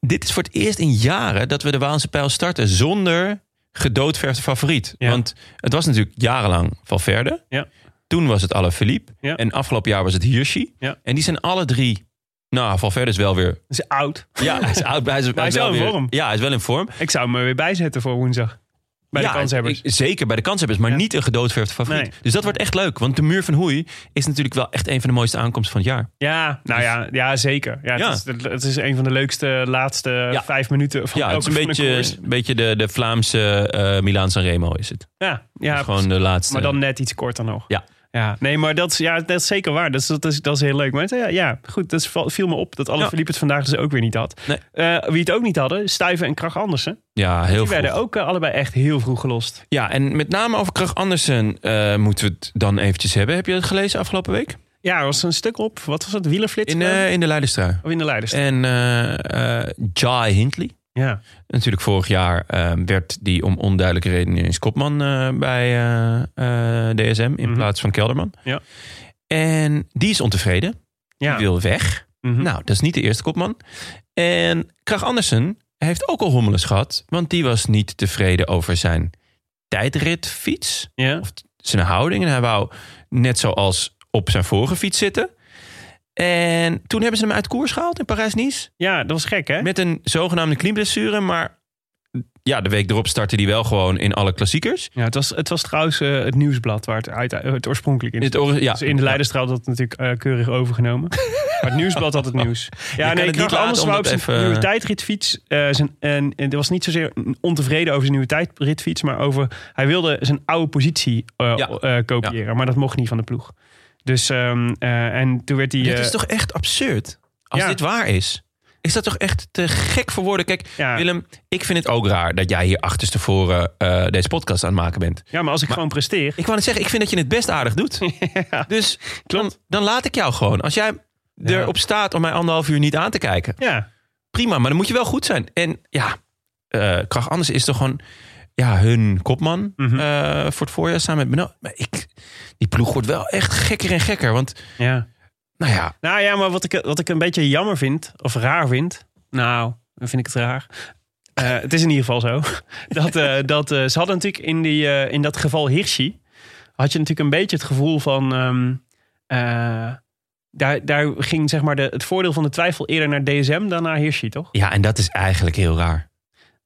dit is voor het eerst in jaren dat we de Waalse pijl starten zonder gedoodverfde favoriet.
Ja.
Want het was natuurlijk jarenlang Valverde.
Ja.
Toen was het Alaphilippe.
Ja.
En afgelopen jaar was het Hirschi.
Ja.
En die zijn alle drie... Nou, Valverde is wel weer...
Dat is oud.
Ja, hij is, oud, maar hij is,
hij is wel in
weer-
vorm.
Ja, hij is wel in vorm.
Ik zou hem er weer bijzetten voor woensdag. Bij
Ja,
de kanshebbers.
ik- zeker bij de kanshebbers, maar
Ja.
niet een gedoodverfde favoriet.
Nee.
Dus dat wordt echt leuk. Want de muur van Hoei is natuurlijk wel echt een van de mooiste aankomsten van het jaar.
Ja, nou ja, ja zeker. Ja,
Ja.
Het, is, het is een van de leukste laatste
Ja.
vijf minuten van
Ja, het
elke
is een
van de
beetje,
koers.
beetje de, de Vlaamse eh Milaan San Remo is het.
Ja,
Ja,
ja
gewoon de laatste.
maar dan net iets korter nog.
Ja.
Ja, nee, maar dat is, ja, dat is zeker waar. Dat is, dat is, dat is heel leuk. Maar het- ja, ja, goed, dat is, val- viel me op dat alle
Ja.
verliep het vandaag dus ook weer niet had.
Nee.
Eh, wie het ook niet hadden, Stuiven en Krach Andersen.
Ja, heel
Die
veel.
werden ook eh, allebei echt heel vroeg gelost.
Ja, en met name over Krach Andersen eh, moeten we het dan eventjes hebben. Heb je het gelezen afgelopen week?
Ja, er was een stuk op, wat was het, wielerflits?
In,
geloof ik?
eh, in de Leidenstrui.
of in de leiders.
En eh, eh, Jai Hindley.
ja.
Natuurlijk, vorig jaar eh, werd die om onduidelijke redenen ineens kopman eh, bij eh, eh, DSM in
Mhm.
plaats van Kelderman.
Ja.
En die is ontevreden.
Ja.
Die wil weg.
Mhm.
Nou, dat is niet de eerste kopman. En Krach Andersen heeft ook al hommeles gehad. Want die was niet tevreden over zijn tijdritfiets.
ja.
Of zijn houding. En hij wou net zoals op zijn vorige fiets zitten. En toen hebben ze hem uit koers gehaald in Parijs-Nice.
ja, dat was gek, hè?
Met een zogenaamde knieblessure, maar ja, de week erop startte hij wel gewoon in alle klassiekers.
Ja, het was, het was trouwens eh, het nieuwsblad waar het, uit, eh, het oorspronkelijk in
In het ori- ja.
Dus in de Leidenstraal had dat natuurlijk eh, keurig overgenomen. maar het nieuwsblad had het nieuws. Ja,
het
nee,
niet
ik dacht
laten
anders
om
wou op
dat
zijn
even-
nieuwe tijdritfiets. eh, zijn, en, en er was niet zozeer ontevreden over zijn nieuwe tijdritfiets, maar over hij wilde zijn oude positie eh,
Ja.
eh, kopiëren. Maar dat mocht niet van de ploeg. Dus ehm, eh, en toen werd hij.
Dit
eh,
is toch echt absurd? Als
Ja.
dit waar is, is dat toch echt te gek voor woorden? Kijk,
Ja.
Willem, ik vind het ook raar dat jij hier achterstevoren eh deze podcast aan het maken bent.
ja, maar als ik gewoon presteer.
Ik wou net zeggen, ik vind dat je het best aardig doet. Dus dan, dan laat ik jou gewoon. Als jij erop staat om mij anderhalf uur niet aan te kijken,
Ja,
prima, maar dan moet je wel goed zijn. En ja, eh Krach Anders is toch gewoon ja, hun kopman
Mhm.
eh, voor het voorjaar samen met Beno. Maar ik, die ploeg wordt wel echt gekker en gekker. Want
ja.
nou ja,
Nou ja, maar wat ik, wat ik een beetje jammer vind, of raar vind. Nou, dan vind ik het raar. Eh, het is in ieder geval zo. Dat, eh, dat, eh, ze hadden natuurlijk in, die, eh, in dat geval Hirschi. had je natuurlijk een beetje het gevoel van. ehm, eh, daar, daar ging zeg maar de, het voordeel van de twijfel eerder naar DSM dan naar Hirschi, toch?
ja, en dat is eigenlijk heel raar.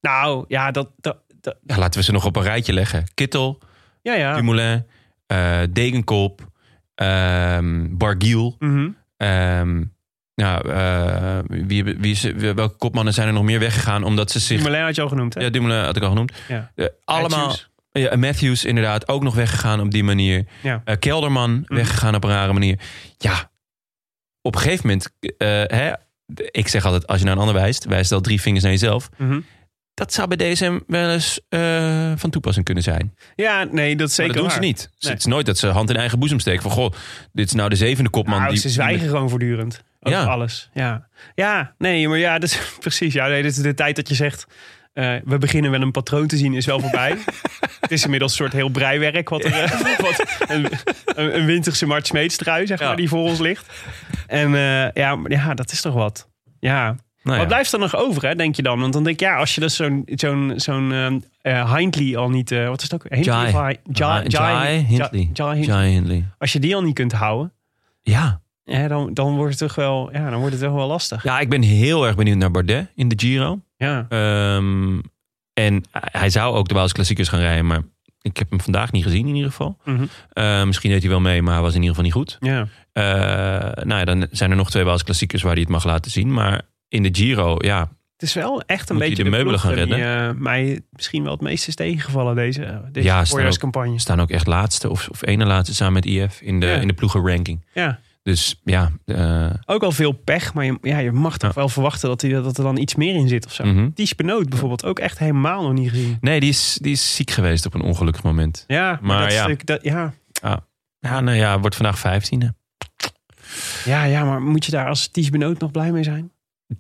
Nou ja, dat. dat, dat-
Ja, laten we ze nog op een rijtje leggen. Kittel,
ja, ja.
Dumoulin, eh, Degenkop, ehm, Bargiel.
Mhm.
ehm, nou, eh, wie, hebben- wie, is- welke kopmannen zijn er nog meer weggegaan omdat ze zich...
Dumoulin had je al genoemd, hè?
Ja, Dumoulin had ik al genoemd.
Ja.
Eh, allemaal,
Matthews.
Ja, en Matthews inderdaad ook nog weggegaan op die manier.
Ja. Mhm.
Eh, Kelderman weggegaan op een rare manier. Ja, op een gegeven moment, eh, hè, ik zeg altijd, als je naar een ander wijst, wijst al drie vingers naar jezelf.
Mhm.
Dat zou bij DSM wel eens eh, van toepassing kunnen zijn.
Ja, nee, dat is
Maar
zeker.
dat doen ze
waar.
niet.
Nee.
Het is nooit dat ze hand in eigen boezem steken. Van goh, dit is nou de zevende kopman.
Nou,
die,
ze zwijgen gewoon voortdurend. Over
Ja.
alles. Ja. ja, nee, maar ja, dat is precies. Ja, nee, dit is de tijd dat je zegt. eh, we beginnen wel een patroon te zien, is wel voorbij. het is inmiddels een soort heel breiwerk. Wat, er, eh, wat een, een, een winterse Mart Smeetstrui, zeg maar,
Ja.
die voor ons ligt. En eh, ja, maar ja, dat is toch wat. Ja.
Nou
Wat
ja.
blijft er nog over, hè, denk je dan? Want dan denk je, ja, als je dus zo'n zo'n zo'n ehm, eh, Hindley al niet... eh, wat is het ook? Hindley
Jai.
of Hi- Jai- Jai-
Jai Hindley.
Jai Hindley.
Jai Hindley.
Als je die al niet kunt houden,
Ja.
ja, dan, dan, wordt het toch wel, ja, dan wordt het toch wel lastig.
ja, ik ben heel erg benieuwd naar Bardet in de Giro.
Ja.
Ehm, en hij zou ook de Waalse klassiekers gaan rijden, maar ik heb hem vandaag niet gezien in ieder geval.
Mhm.
Eh, misschien deed hij wel mee, maar hij was in ieder geval niet goed.
Ja.
Eh, nou ja, dan zijn er nog twee Waalse klassiekers waar hij het mag laten zien. Maar in de Giro, ja,
Het is wel echt een
Moet
beetje
hij de meubelen
ploeg
gaan
die eh, mij misschien wel het meest is tegengevallen deze, eh, deze
Ja, staan
voorjaarscampagne.
staan ook echt laatste of, of ene laatste samen met IF in de,
Ja.
in de ploegenranking.
Ja.
Dus ja, eh,
Ook al veel pech, maar je, ja, je mag toch
Ja.
wel verwachten dat, die, dat er dan iets meer in zit of zo.
mhm.
Die Spinoot bijvoorbeeld ook echt helemaal nog niet gezien.
nee, die is, die is ziek geweest op een ongelukkig moment.
Ja, maar,
Maar
dat
ja.
Stuk, dat, ja.
Ja, nou ja, wordt vandaag vijftiende.
Ja, ja, maar moet je daar als Ties Benoot nog blij mee zijn?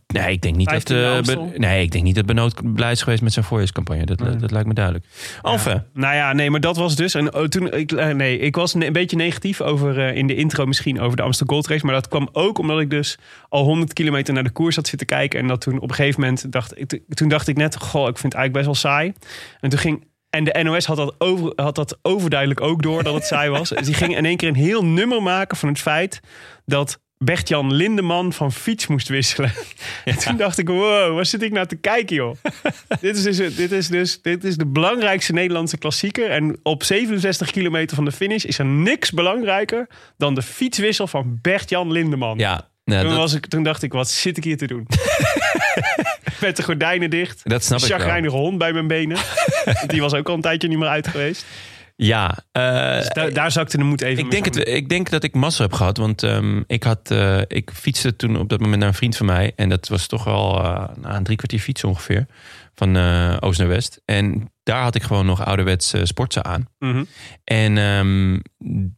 Nee, ik denk niet dat,
Vijftiende
eh,
Amstel?
Ben- nee, ik denk niet dat Benoot blij is geweest met zijn voorjaarscampagne. Dat,
Nee.
dat lijkt me duidelijk. Enfin,
Nou ja, nee, maar dat was dus. En oh, toen, ik, eh, nee, ik was ne- een beetje negatief over eh, in de intro misschien over de Amsterdam Gold Race. Maar dat kwam ook omdat ik dus al 100 kilometer naar de koers had zitten kijken. En dat toen op een gegeven moment dacht ik, toen dacht ik net, goh, ik vind het eigenlijk best wel saai. En toen ging. En de NOS had dat, over, had dat overduidelijk ook door dat het saai was. Dus die ging in één keer een heel nummer maken van het feit dat Bert-Jan Lindeman van fiets moest wisselen. En toen dacht ik, wow, waar zit ik nou te kijken, joh? dit, is dus, dit, is dus, dit is de belangrijkste Nederlandse klassieker. En op 67 kilometer van de finish is er niks belangrijker... dan de fietswissel van Bert-Jan Lindeman.
ja. nou,
toen,
dat-
was ik, toen dacht ik, wat zit ik hier te doen? Met de gordijnen dicht.
Dat snap
Een
ik wel.
chagrijnige hond bij mijn benen. Want die was ook al een tijdje niet meer uit geweest.
Ja, eh,
Dus da- daar zakte de moed even
ik
mee
denk,
samen.
het, ik denk dat ik massa heb gehad. Want ehm, ik, had, eh, ik fietste toen op dat moment naar een vriend van mij. En dat was toch wel eh, nou, een drie kwartier fiets ongeveer. Van eh, oost naar west. En daar had ik gewoon nog ouderwets eh, sportsen aan.
Mhm.
En ehm,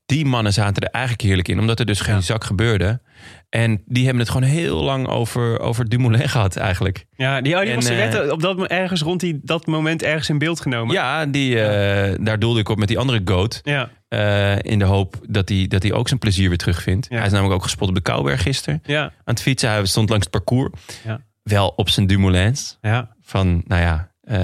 die mannen zaten er eigenlijk heerlijk in. Omdat er dus geen zak gebeurde. En die hebben het gewoon heel lang over, over Dumoulin gehad eigenlijk.
Ja, die, oh, die
En,
was er net
eh,
op dat, mo- ergens rond die, dat moment ergens in beeld genomen.
Ja, die, eh, daar doelde ik op met die andere goat.
Ja,
Eh, in de hoop dat hij dat hij ook zijn plezier weer terugvindt.
Ja.
Hij is namelijk ook gespot op de Kouwberg gisteren.
ja,
aan het fietsen. Hij stond langs het parcours.
Ja.
Wel op zijn Dumoulins.
ja.
Van, nou ja, eh,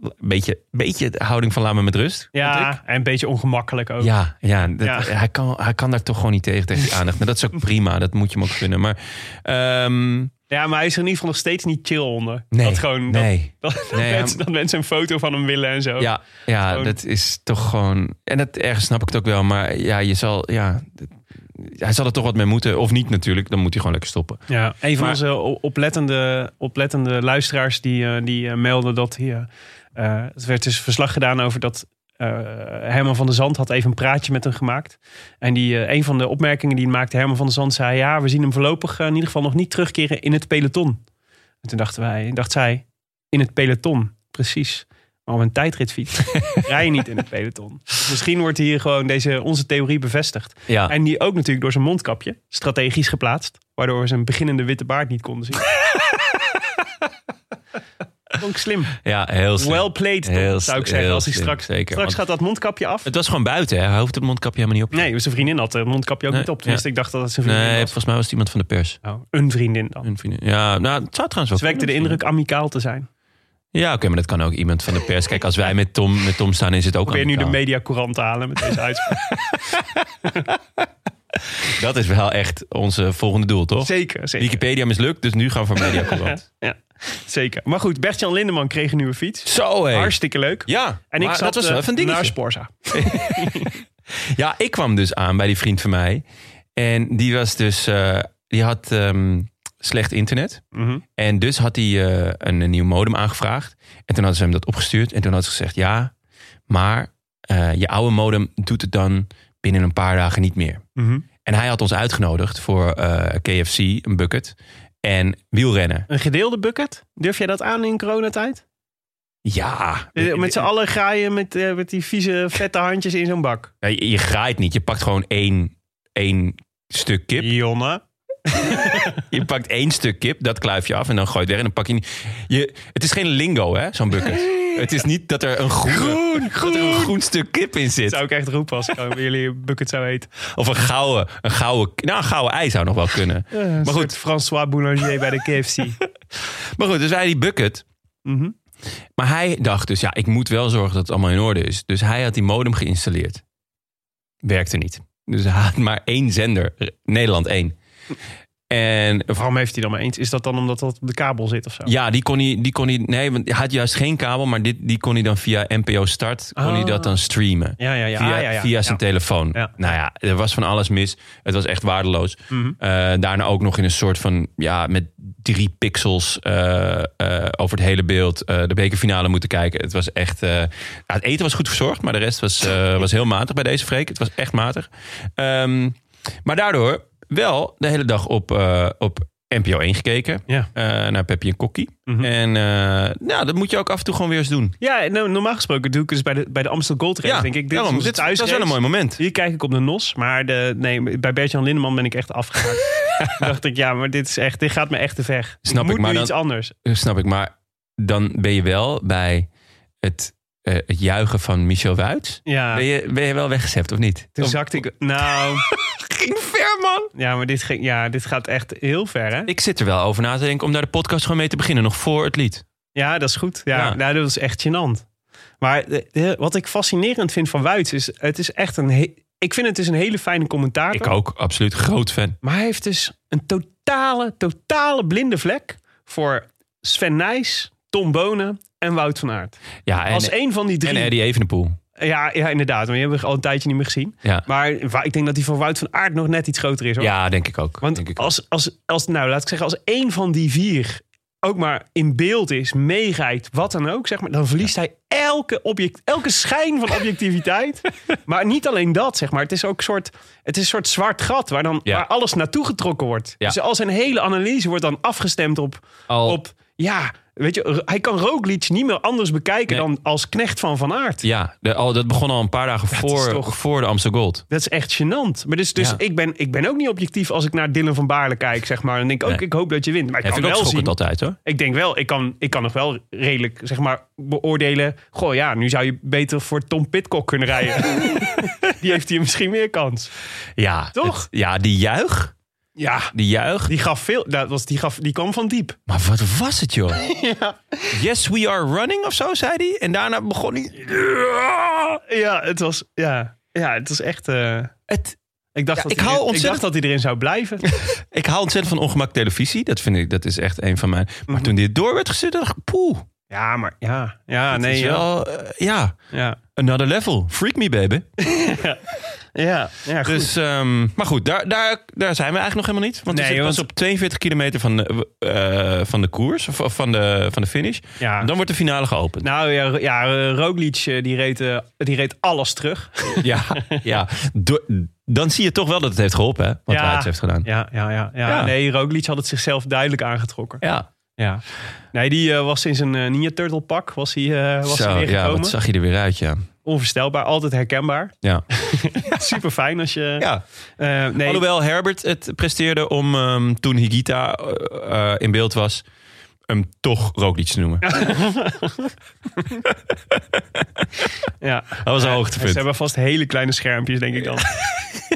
een beetje, beetje de houding van laat me met rust. vond ik.
ja en een beetje ongemakkelijk ook.
Ja, ja, dat-
Ja.
Hij, kan, hij kan daar toch gewoon niet tegen, tegen die aandacht. Maar dat is ook prima, dat moet je hem ook kunnen. Maar ehm,
Ja, maar hij is er in ieder geval nog steeds niet chill onder.
nee,
dat gewoon, dat-
nee.
dat, dat
Nee,
mensen, dat mensen een foto van hem willen en zo.
Ja, ja
Gewoon-
dat is toch gewoon... En dat, ergens snap ik het ook wel, maar ja, je zal... Ja, dat- hij zal er toch wat mee moeten. Of niet natuurlijk, dan moet hij gewoon lekker stoppen.
Ja, een van
Maar-
onze o- oplettende, oplettende luisteraars die, eh, die eh, meldde dat hier. eh, het werd dus verslag gedaan over dat. eh, Herman van der Zand had even een praatje met hem gemaakt. En die, eh, een van de opmerkingen die hij maakte, Herman van der Zand, zei: Ja, we zien hem voorlopig eh, in ieder geval nog niet terugkeren in het peloton. En toen dachten wij, dacht zij: In het peloton, precies. Maar op een tijdritfiets rij je niet in het peloton. Dus misschien wordt hier gewoon deze, onze theorie bevestigd.
Ja.
En die ook natuurlijk door zijn mondkapje, strategisch geplaatst. Waardoor we zijn beginnende witte baard niet konden zien. Ook slim.
Ja, heel slim.
Well played, Tom,
Heel
zou ik
slim,
zeggen.
heel
Als hij
slim,
straks,
zeker.
straks
Want-
gaat dat mondkapje af.
Het was gewoon buiten, hè? Hij hoeft het mondkapje helemaal niet op.
Nee, zijn vriendin had het mondkapje ook
Nee,
niet op. Tenminste,
ja.
ik dacht dat het zijn vriendin
Nee,
was.
volgens mij was het iemand van de pers.
Oh, een vriendin dan.
Hun vriendin. Ja, nou, het zou trouwens wel
Ze wekte de
kunnen
indruk amicaal te zijn.
misschien. Ja, oké, maar dat kan ook iemand van de pers. Kijk, als wij met Tom, met Tom staan, is het ook
Probeer nu de
amicaal.
mediacourant te halen met deze uitspraak.
Dat is wel echt onze volgende doel, toch?
zeker, zeker.
Wikipedia mislukt, dus nu gaan we voor Mediacourant.
Ja, zeker. Maar goed, Bert-Jan Lindeman kreeg een nieuwe fiets.
Zo, hé.
Hartstikke leuk.
Ja,
en ik
maar
zat
dat was
eh,
wel even een dingetje.
naar Sporza.
Ja, ik kwam dus aan bij die vriend van mij. En die was dus... eh, die had ehm, slecht internet.
Mhm.
En dus had hij eh, een, een nieuw modem aangevraagd. En toen hadden ze hem dat opgestuurd. En toen had ze gezegd, ja, maar eh, je oude modem doet het dan binnen een paar dagen niet meer.
Mhm.
En hij had ons uitgenodigd voor eh, KFC, een bucket, en wielrennen.
Een gedeelde bucket? Durf jij dat aan in coronatijd?
Ja,
Eh, Met z'n allen ga je met, eh, met die vieze, vette handjes in zo'n bak.
Ja, je, je graait niet. Je pakt gewoon één, één stuk kip.
Jonne.
Je pakt één stuk kip, dat kluif je af en dan gooi je het weg. En dan pak je niet. Je, het is geen lingo, hè, zo'n bucket. Het is niet dat er een groene- Dat er een groen stuk kip in zit.
Zou ik echt roepen als ik gewoon bij jullie een bucket zou eten.
Of een gouden, een gouden, nou, een gouden ei zou nog wel kunnen.
maar
goed.
goed, François Boulanger bij de KFC.
Maar goed, dus wij die bucket.
Mhm.
Maar hij dacht dus, ja, ik moet wel zorgen dat het allemaal in orde is. Dus hij had die modem geïnstalleerd. Werkte niet. Dus hij had maar één zender, Nederland één. En
Waarom heeft hij dan maar eens? Is dat dan omdat dat op de kabel zit of zo?
ja, die kon hij, die kon hij, nee, want hij had juist geen kabel, maar dit, die kon hij dan via NPO Start, kon hij
Ah.
dat dan streamen.
ja, ja. ja.
Via,
Ah, ja, ja.
via zijn
Ja.
telefoon.
Ja.
Nou ja, er was van alles mis. Het was echt waardeloos.
Mhm.
Eh, daarna ook nog in een soort van, ja, met drie pixels eh, eh, over het hele beeld eh, de bekerfinale moeten kijken. Het was echt, eh, nou, het eten was goed verzorgd, maar de rest was, eh, was heel matig bij deze freak. Het was echt matig. Ehm, maar daardoor wel de hele dag op, eh, op NPO 1 gekeken.
Ja.
Eh, naar Peppi en Kokkie.
Mhm.
En eh, nou, dat moet je ook af en toe gewoon weer eens doen.
Ja, en, nou, normaal gesproken doe ik dus bij de, bij de Amstel Gold Race, denk ik. Dit
daarom,
is onze
dit dat is wel een
thuisrace.
mooi moment.
Hier kijk ik op de nos, maar de, nee, bij Bert-Jan Lindeman ben ik echt afgehaakt. Toen dacht ik, ja, maar dit, is echt, dit gaat me echt te ver.
Snap ik,
moet
maar
nu
dan-
iets anders.
Eh, Snap ik, maar dan ben je wel bij het, eh, het juichen van Michel Wuits.
Ja.
Ben, je, ben je wel weggezept of niet?
Toen
Of-
zakte ik. Nou,
ging ver, man.
ja, maar dit, ging, ja, dit gaat echt heel ver, hè?
Ik zit er wel over na te denken om daar de podcast gewoon mee te beginnen. Nog voor het lied.
Ja, dat is goed. Ja,
Ja.
Nou, dat is echt gênant. Maar eh, eh, wat ik fascinerend vind van Wuits is, het is echt een. he- ik vind het is een hele fijne commentaar.
Ik ook, absoluut. Groot fan.
Maar hij heeft dus een totale, totale blinde vlek voor Sven Nijs, Tom Bonen en Wout van Aert.
Ja, en,
Als één van die drie.
en Eddie Evenepoel.
Ja, ja, inderdaad. Maar die hebben we al een tijdje niet meer gezien.
Ja.
Maar wa- ik denk dat die van Wout van Aert nog net iets groter is. Hoor.
Ja, denk ik ook.
Want
denk ik ook.
als, als, als, nou, laat ik zeggen, als één van die vier ook maar in beeld is, meegrijpt, wat dan ook, zeg maar, dan verliest hij elke, object, elke schijn van objectiviteit. maar niet alleen dat, zeg maar. Het is ook een soort, het is een soort zwart gat waar, dan,
Ja.
waar alles naartoe getrokken wordt.
Ja.
Dus al zijn hele analyse wordt dan afgestemd op,
Al-
op ja, weet je, r- hij kan Roglic niet meer anders bekijken
Nee.
dan als knecht van Van Aert.
Ja, de- al, dat begon al een paar dagen
is
voor,
toch-
voor de Amsterdam Gold.
Dat is echt gênant. Maar dus, dus
Ja.
ik, ben, ik ben ook niet objectief als ik naar Dylan van Baarle kijk, zeg maar. Dan denk ik ook,
Nee.
ik hoop dat je wint. Maar ik
Hij
kan
vind ik ook
wel zien,
schokkend altijd hoor.
ik denk wel, ik kan, ik kan nog wel redelijk, zeg maar, beoordelen. Goh, ja, nu zou je beter voor Tom Pitcock kunnen rijden. die heeft hier misschien meer kans.
Ja,
Toch?
het- ja, die juich.
Ja,
Die juich.
die gaf veel, dat was, die, gaf, die kwam van diep.
Maar wat was het joh? Yes, we are running of zo, zei hij. En daarna begon hij...
Ja, het was, ja, ja, het was echt... eh,
Het,
ik, dacht
Ja,
dat
ik
hij,
hou
erin- ik dacht
ontzettend-
dat hij erin zou blijven.
ik haal ontzettend van ongemak televisie. Dat vind ik, dat is echt een van mijn... Maar toen dit door werd gezet, dacht ik, poeh.
ja, maar ja, ja,
dat
nee,
is
ja,
wel, eh, ja,
ja,
another level. Freak me, baby.
ja, ja, goed.
Dus, ehm, maar goed, daar, daar, daar zijn we eigenlijk nog helemaal niet. Want
Nee,
we zitten pas
want-
op 42 kilometer van de, eh, van de koers, of of van de, van de finish.
Ja.
Dan wordt de finale geopend.
nou ja, ro- ja eh, Roglic eh, die reed, eh, die reed alles terug.
ja, ja. Do- dan zie je toch wel dat het heeft geholpen, hè? Wat
Ja.
Rijts heeft gedaan. Ja.
Ja, ja, ja, ja.
Ja.
Nee, Roglic had het zichzelf duidelijk aangetrokken.
ja.
Ja. Nee, die eh, was in zijn eh, Ninja Turtle pak was hij, eh, was hij
Zo, ja,
neergekomen.
wat zag je er weer uit, ja.
Onvoorstelbaar, altijd herkenbaar.
Ja.
Super fijn als je...
ja.
Eh, nee,
Alhoewel Herbert het presteerde om ehm, toen Higita eh, eh, in beeld was, hem toch Roglic te noemen.
ja.
Dat was een
Ze
hoogtepunt.
hebben vast hele kleine schermpjes, denk ik dan.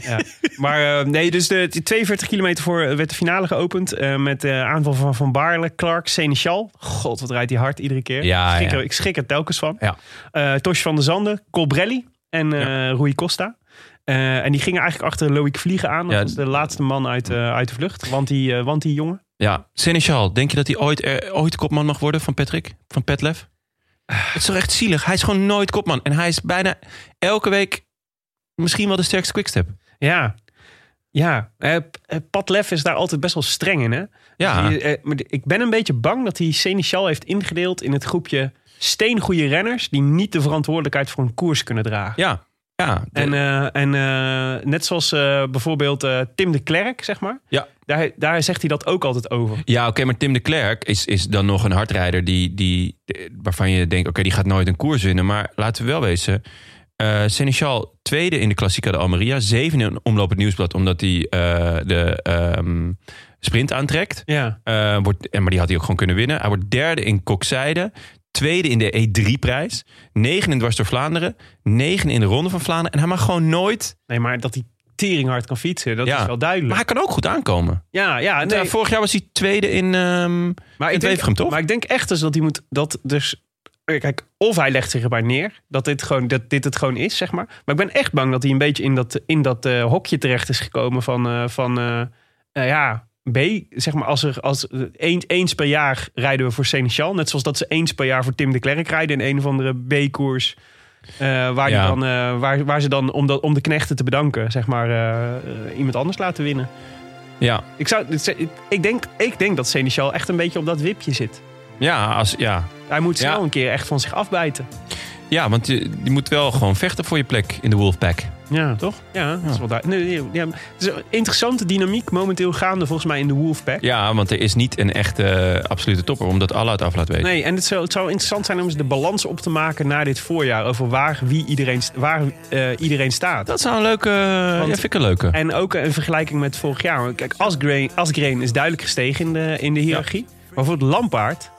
ja. Maar eh, nee, dus de de 42 kilometer voor eh, werd de finale geopend. eh, met de aanval van Van Baarle, Clark, Seneschal. God, wat rijdt hij hard iedere keer.
Ja,
ik, schrik
ja.
Er, ik schrik er telkens van.
Ja.
eh Tosh van der Zanden, Colbrelli en eh Rui Costa. Eh, en die gingen eigenlijk achter Loïc Vliegen aan. Dat
Ja,
was de laatste man uit, eh, uit de vlucht. Want die, eh, want die jongen.
Ja, Seneschal, denk je dat hij ooit, er, ooit kopman mag worden van Patrick? Van Petlef? Het is toch echt zielig? Hij is gewoon nooit kopman. En hij is bijna elke week misschien wel de sterkste quickstep.
Ja. Ja, eh, P- eh, Pat Lef is daar altijd best wel streng in. Hè?
Ja.
Die, eh, maar die- ik ben een beetje bang dat hij Seneschal heeft ingedeeld in het groepje steengoede renners. die niet de verantwoordelijkheid voor een koers kunnen dragen.
Ja, ja. de-
En, eh, en eh, net zoals eh, bijvoorbeeld eh, Tim de Klerk, zeg maar.
Ja.
Daar, daar zegt hij dat ook altijd over.
ja oké, maar Tim de Klerk is, is dan nog een hardrijder die, die, waarvan je denkt, oké, die gaat nooit een koers winnen. Maar laten we wel wezen, eh Seneschal tweede in de Klassica de Almeria, zevende in Omloop het Nieuwsblad, omdat hij eh, de ehm, sprint aantrekt.
Ja.
Eh, wordt, en- maar die had hij ook gewoon kunnen winnen. Hij wordt derde in Kokzijde. Tweede in de E3-prijs. Negen in Dwars door Vlaanderen. Negen in de Ronde van Vlaanderen. En hij mag gewoon nooit...
Nee, maar dat hij teringhard kan fietsen, dat
Ja.
is wel duidelijk.
Maar eh, hij kan ook goed aankomen.
ja, ja,
Ja,
nee.
vorig jaar was hij tweede in, ehm
maar,
in
ik denk,
Wevergem, toch?
maar ik denk echt dus dat hij moet dat dus. Kijk, of hij legt zich erbij neer dat dit, gewoon, dat dit het gewoon is, zeg maar. Maar ik ben echt bang dat hij een beetje in dat, in dat eh, hokje terecht is gekomen van, eh, van eh, eh, ja, B. Zeg maar, als er als, eh, eens, eens per jaar rijden we voor Seneschal. Net zoals dat ze eens per jaar voor Tim de Klerk rijden in een of andere B-koers. eh, waar, die
Ja.
dan, eh, waar, waar ze dan, om, dat, om de knechten te bedanken, zeg maar, eh, eh, iemand anders laten winnen.
Ja,
Ik, zou, het ze- ik, denk, ik denk dat Seneschal echt een beetje op dat wipje zit.
ja, als, ja.
Hij moet snel
Ja.
een keer echt van zich afbijten.
ja want je, je moet wel gewoon vechten voor je plek in de Wolfpack.
Ja, toch? Ja, dat is wel duidelijk. Nee, nee, ja, het is een interessante dynamiek momenteel gaande volgens mij in de Wolfpack.
Ja, want er is niet een echte eh, absolute topper, omdat Allah het af laat weten.
Nee, en het zou, het zou interessant zijn om eens de balans op te maken na dit voorjaar. Over waar, wie iedereen, st- waar eh, iedereen staat.
Dat zou een leuke...
Want-
ja, vind ik een leuke.
En ook een vergelijking met vorig jaar. Want Kijk, Asgreen, Asgreen is duidelijk gestegen in de, in de hiërarchie. Maar voor het Lampaard,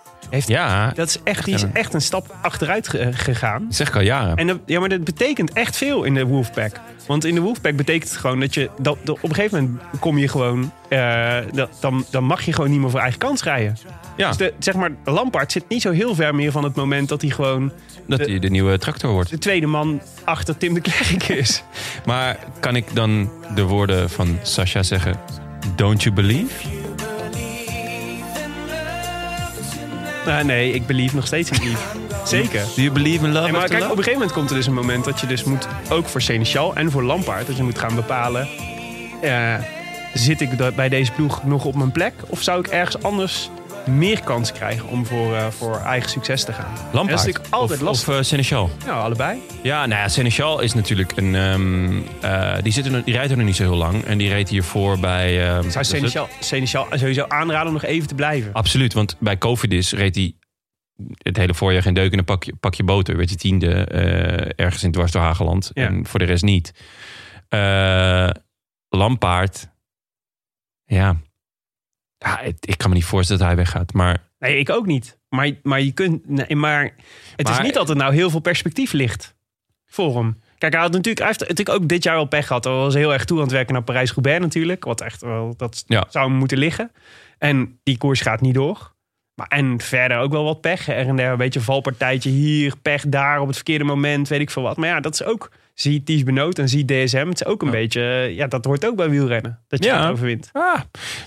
ja,
dat is echt, die is echt een stap achteruit ge- gegaan.
dat zeg ik al jaren.
En dat, ja, maar dat betekent echt veel in de Wolfpack. Want in de Wolfpack betekent het gewoon dat je... Dat, dat- op een gegeven moment kom je gewoon... eh, dat, dan, dan mag je gewoon niet meer voor eigen kans rijden.
ja,
Dus de, zeg maar, Lampaard zit niet zo heel ver meer van het moment... dat hij gewoon
dat hij de nieuwe tractor wordt.
de tweede man achter Tim de Klerk is.
Maar kan ik dan de woorden van Sasha zeggen? Don't you believe?
Nou, nee, ik believe nog steeds in Yves. Zeker.
Do you believe in love?
Nee, maar
after
kijk, op een
love?
gegeven moment komt er dus een moment dat je dus moet... ook voor Seneschal en voor Lampaard... dat je moet gaan bepalen... eh, zit ik da- bij deze ploeg nog op mijn plek? Of zou ik ergens anders meer kans krijgen om voor, eh, voor eigen succes te gaan. En
Lampaard.
Dat is natuurlijk altijd
of,
lastig.
Of eh, Seneschal.
nou, allebei.
Ja, nou ja, Seneschal is natuurlijk een... ehm, eh, die, zit er, nog- die rijdt er nog niet zo heel lang. En die reed hiervoor bij... ehm, wat is
Zou
het?
Seneschal, Seneschal sowieso aanraden om nog even te blijven.
Absoluut, want bij Covidis reed hij het hele voorjaar geen deuk in een pakje, pakje boter. Werd je tiende eh, ergens in dwars door Hageland.
Ja.
En voor de rest niet. Eh, Lampaard. Ja. ja het- ik kan me niet voorstellen dat hij weggaat. Maar
Nee, ik ook niet. Maar, maar je kunt. Nee, maar het is
Maar-
niet dat er nou heel veel perspectief ligt voor hem. Kijk, hij, had natuurlijk, hij heeft natuurlijk ook dit jaar wel pech gehad. Hij was heel erg toe aan het werken naar Parijs-Roubaix natuurlijk. Wat echt wel, dat
Ja.
zou hem moeten liggen. En die koers gaat niet door. Maar, en verder ook wel wat pech. Er en der, een beetje een valpartijtje hier, pech daar op het verkeerde moment, weet ik veel wat. Maar ja, dat is ook, zie Ties Benoot en zie DSM. Het is ook een beetje, eh, ja, dat hoort ook bij wielrennen. Dat je
Ja.
het overwint.
ah,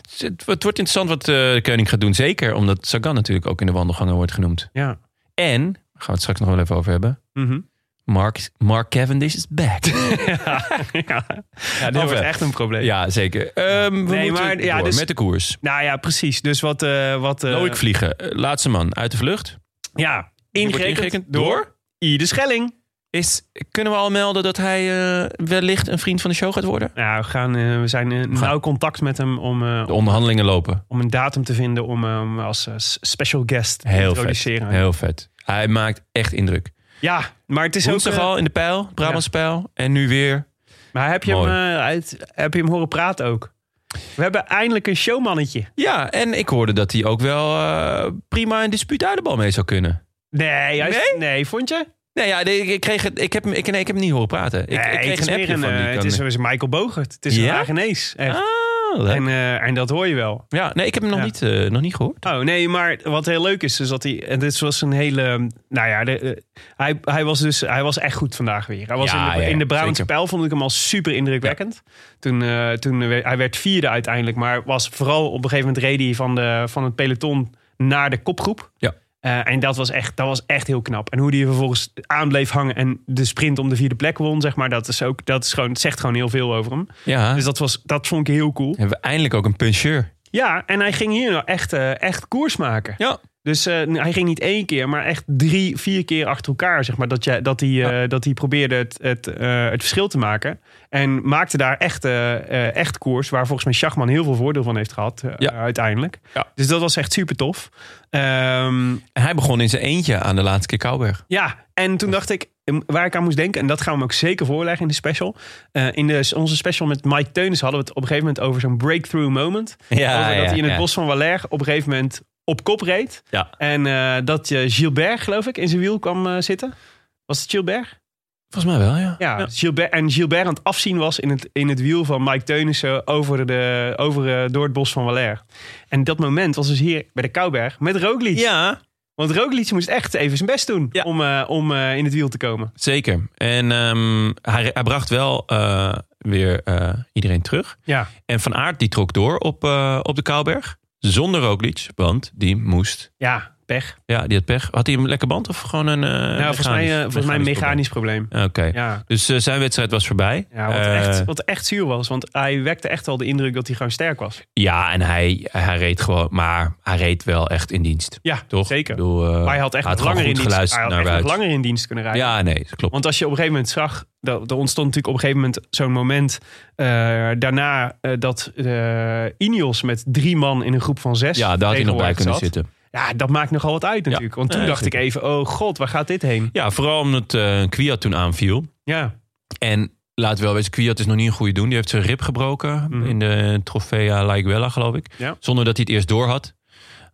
het, het wordt interessant wat eh, de koning gaat doen. Zeker omdat Sagan natuurlijk ook in de wandelgangen wordt genoemd.
Ja.
En, daar gaan we het straks nog wel even over hebben.
Mhm.
Mark, Mark Cavendish is back.
ja. ja, dit
Af,
wordt
hè?
Oh, echt een probleem.
ja, zeker. Ehm, we
Nee,
moeten
maar, ja,
door
dus-
met de koers.
Nou ja, precies. Dus wat... eh wat eh,
Loïc vliegen. Eh, Laatste man uit de vlucht.
Ja,
wordt
ingerekend
ingerekend
door,
door?
Ieder Schelling.
Is, kunnen we al melden dat hij eh, wellicht een vriend van de show gaat worden?
Ja, we, gaan, eh, we zijn in
Gaan-
nauw contact met hem om, eh,
De onderhandelingen lopen.
om een datum te vinden om hem als eh, s- special guest te
Heel vet.
introduceren.
Heel vet. Hij maakt echt indruk.
Ja, maar het is ook...
Woensdag
eh,
al in de pijl, Brabantse pijl. En nu weer.
maar heb je, hem,
Mooi.
eh, uit- heb je hem horen praten ook? We hebben eindelijk een showmannetje.
Ja, en ik hoorde dat hij ook wel eh, prima een dispuut uit de bal mee zou kunnen.
Nee, juist, nee?
Nee?
vond je?
Nee, ja, nee, ik, ik kreeg het, ik, heb, hem- ik, nee, ik heb hem niet horen praten. Ik, ik kreeg
het is
een
meer
appje van
eh,
die.
Het
kan-
is, het is Michael Bogert. Het is een
Ja?
Hagenees. echt.
Ah, leuk.
en, eh, en dat hoor je wel.
ja, nee, ik heb hem nog,
Ja.
niet, eh, nog niet gehoord.
Oh nee, maar wat heel leuk is, is dat hij. En dit was een hele. Nou ja, de, eh, hij, hij was dus. Hij was echt goed vandaag weer. Hij was
Ja,
in de,
ja,
in de Brabantse
zeker.
pijl vond ik hem al super indrukwekkend. Toen, eh, toen eh, hij werd vierde uiteindelijk, maar was vooral op een gegeven moment reed hij van, de, van het peloton naar de kopgroep.
Ja.
Eh, en dat was, echt, dat was echt heel knap. En hoe die er vervolgens aan bleef hangen en de sprint om de vierde plek won, zeg maar, dat, is ook, dat is gewoon, het zegt gewoon heel veel over hem.
Ja,
Dus dat, was, dat vond ik heel cool.
hebben we eindelijk ook een puncheur.
Ja, en hij ging hier nou echt, eh, echt koers maken.
Ja,
Dus eh, hij ging niet één keer, maar echt drie, vier keer achter elkaar. Zeg maar, dat, je, dat, hij, eh, dat hij probeerde het, het, eh, het verschil te maken. En maakte daar echt, eh, eh, echt koers. Waar volgens mij Schachman heel veel voordeel van heeft gehad. eh,
Ja.
Uiteindelijk.
Ja.
Dus dat was echt super tof. Ehm,
En hij begon in zijn eentje aan de laatste keer Kouwberg.
ja, en toen dacht ik, eh, waar ik aan moest denken, en dat gaan we hem ook zeker voorleggen in de special. Eh, in de, onze special met Mike Teunis hadden we het op een gegeven moment over zo'n breakthrough moment.
Ja,
over
ja,
dat hij in het
ja.
bos van Waller op een gegeven moment op kop reed.
Ja.
En eh, dat je Gilbert, geloof ik, in zijn wiel kwam eh, zitten. Was het Gilbert?
Volgens mij wel, ja.
Ja, Gilbert, en Gilbert aan het afzien was in het, in het wiel van Mike Teunissen over de, over, eh, door het bos van Waller. En dat moment was dus hier bij de Kouberg met Roglic.
Ja,
Want Roglic moest echt even zijn best doen
Ja.
om, eh, om eh, in het wiel te komen.
zeker. En ehm, hij, hij bracht wel eh, weer eh, iedereen terug.
Ja.
En Van Aert die trok door op, eh, op de Kouwberg. Zonder Roglic, want die moest...
Ja, pech.
Ja, die had pech. Had hij een lekker band of gewoon een... eh,
nou, volgens mij, eh, volgens mij een
probleem?
mechanisch probleem.
Oké.
Ja.
Dus eh, zijn wedstrijd was voorbij.
Ja, wat,
Eh,
echt, wat echt zuur was. Want hij wekte echt al de indruk dat hij gewoon sterk was.
ja, en hij, hij reed gewoon... Maar hij reed wel echt in dienst.
Ja,
Toch?
zeker.
Ik bedoel, eh,
Maar hij had echt nog
gewoon
langer, in
goed
dienst,
geluisterd
hij had
naar
echt nog
buiten.
langer in dienst kunnen rijden.
Ja, nee, dat klopt.
Want als je op een gegeven moment zag, dat, er ontstond natuurlijk op een gegeven moment zo'n moment eh, daarna eh, dat eh Ineos met drie man in een groep van zes.
ja, daar had hij nog bij
tegenwoordig
kunnen
zat.
zitten.
Ja, dat maakt nogal wat uit natuurlijk. Want toen
Ja,
dacht ik
zeker.
even, oh god, waar gaat dit heen?
Ja, vooral omdat eh Kwiat toen aanviel.
Ja,
En laten we wel wezen, Kwiat is nog niet een goede doen. Die heeft zijn rib gebroken
Mhm.
in de Trofea Laiguela, geloof ik.
Ja.
Zonder dat hij het eerst door had.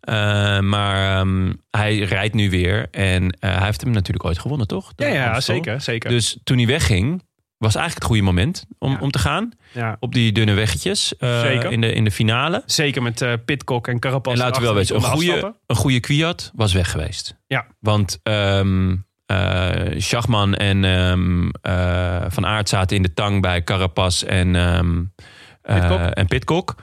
Eh, maar ehm, hij rijdt nu weer. En eh, hij heeft hem natuurlijk ooit gewonnen, toch? De
ja, ja
Amstel.
zeker, zeker.
Dus toen hij wegging, was eigenlijk het goede moment om,
Ja.
om te gaan.
ja.
Op die dunne weggetjes eh,
Zeker.
In, de, in de finale.
Zeker met eh Pitcock en Carapaz.
En laten we wel
erachter
weten, een
die konden
goede,
afstappen.
een goede Kwiat was weg geweest.
Ja.
Want ehm eh, Schachman en ehm, eh, Van Aert zaten in de tang bij Carapaz en, ehm eh,
Pidcock.
en Pitcock.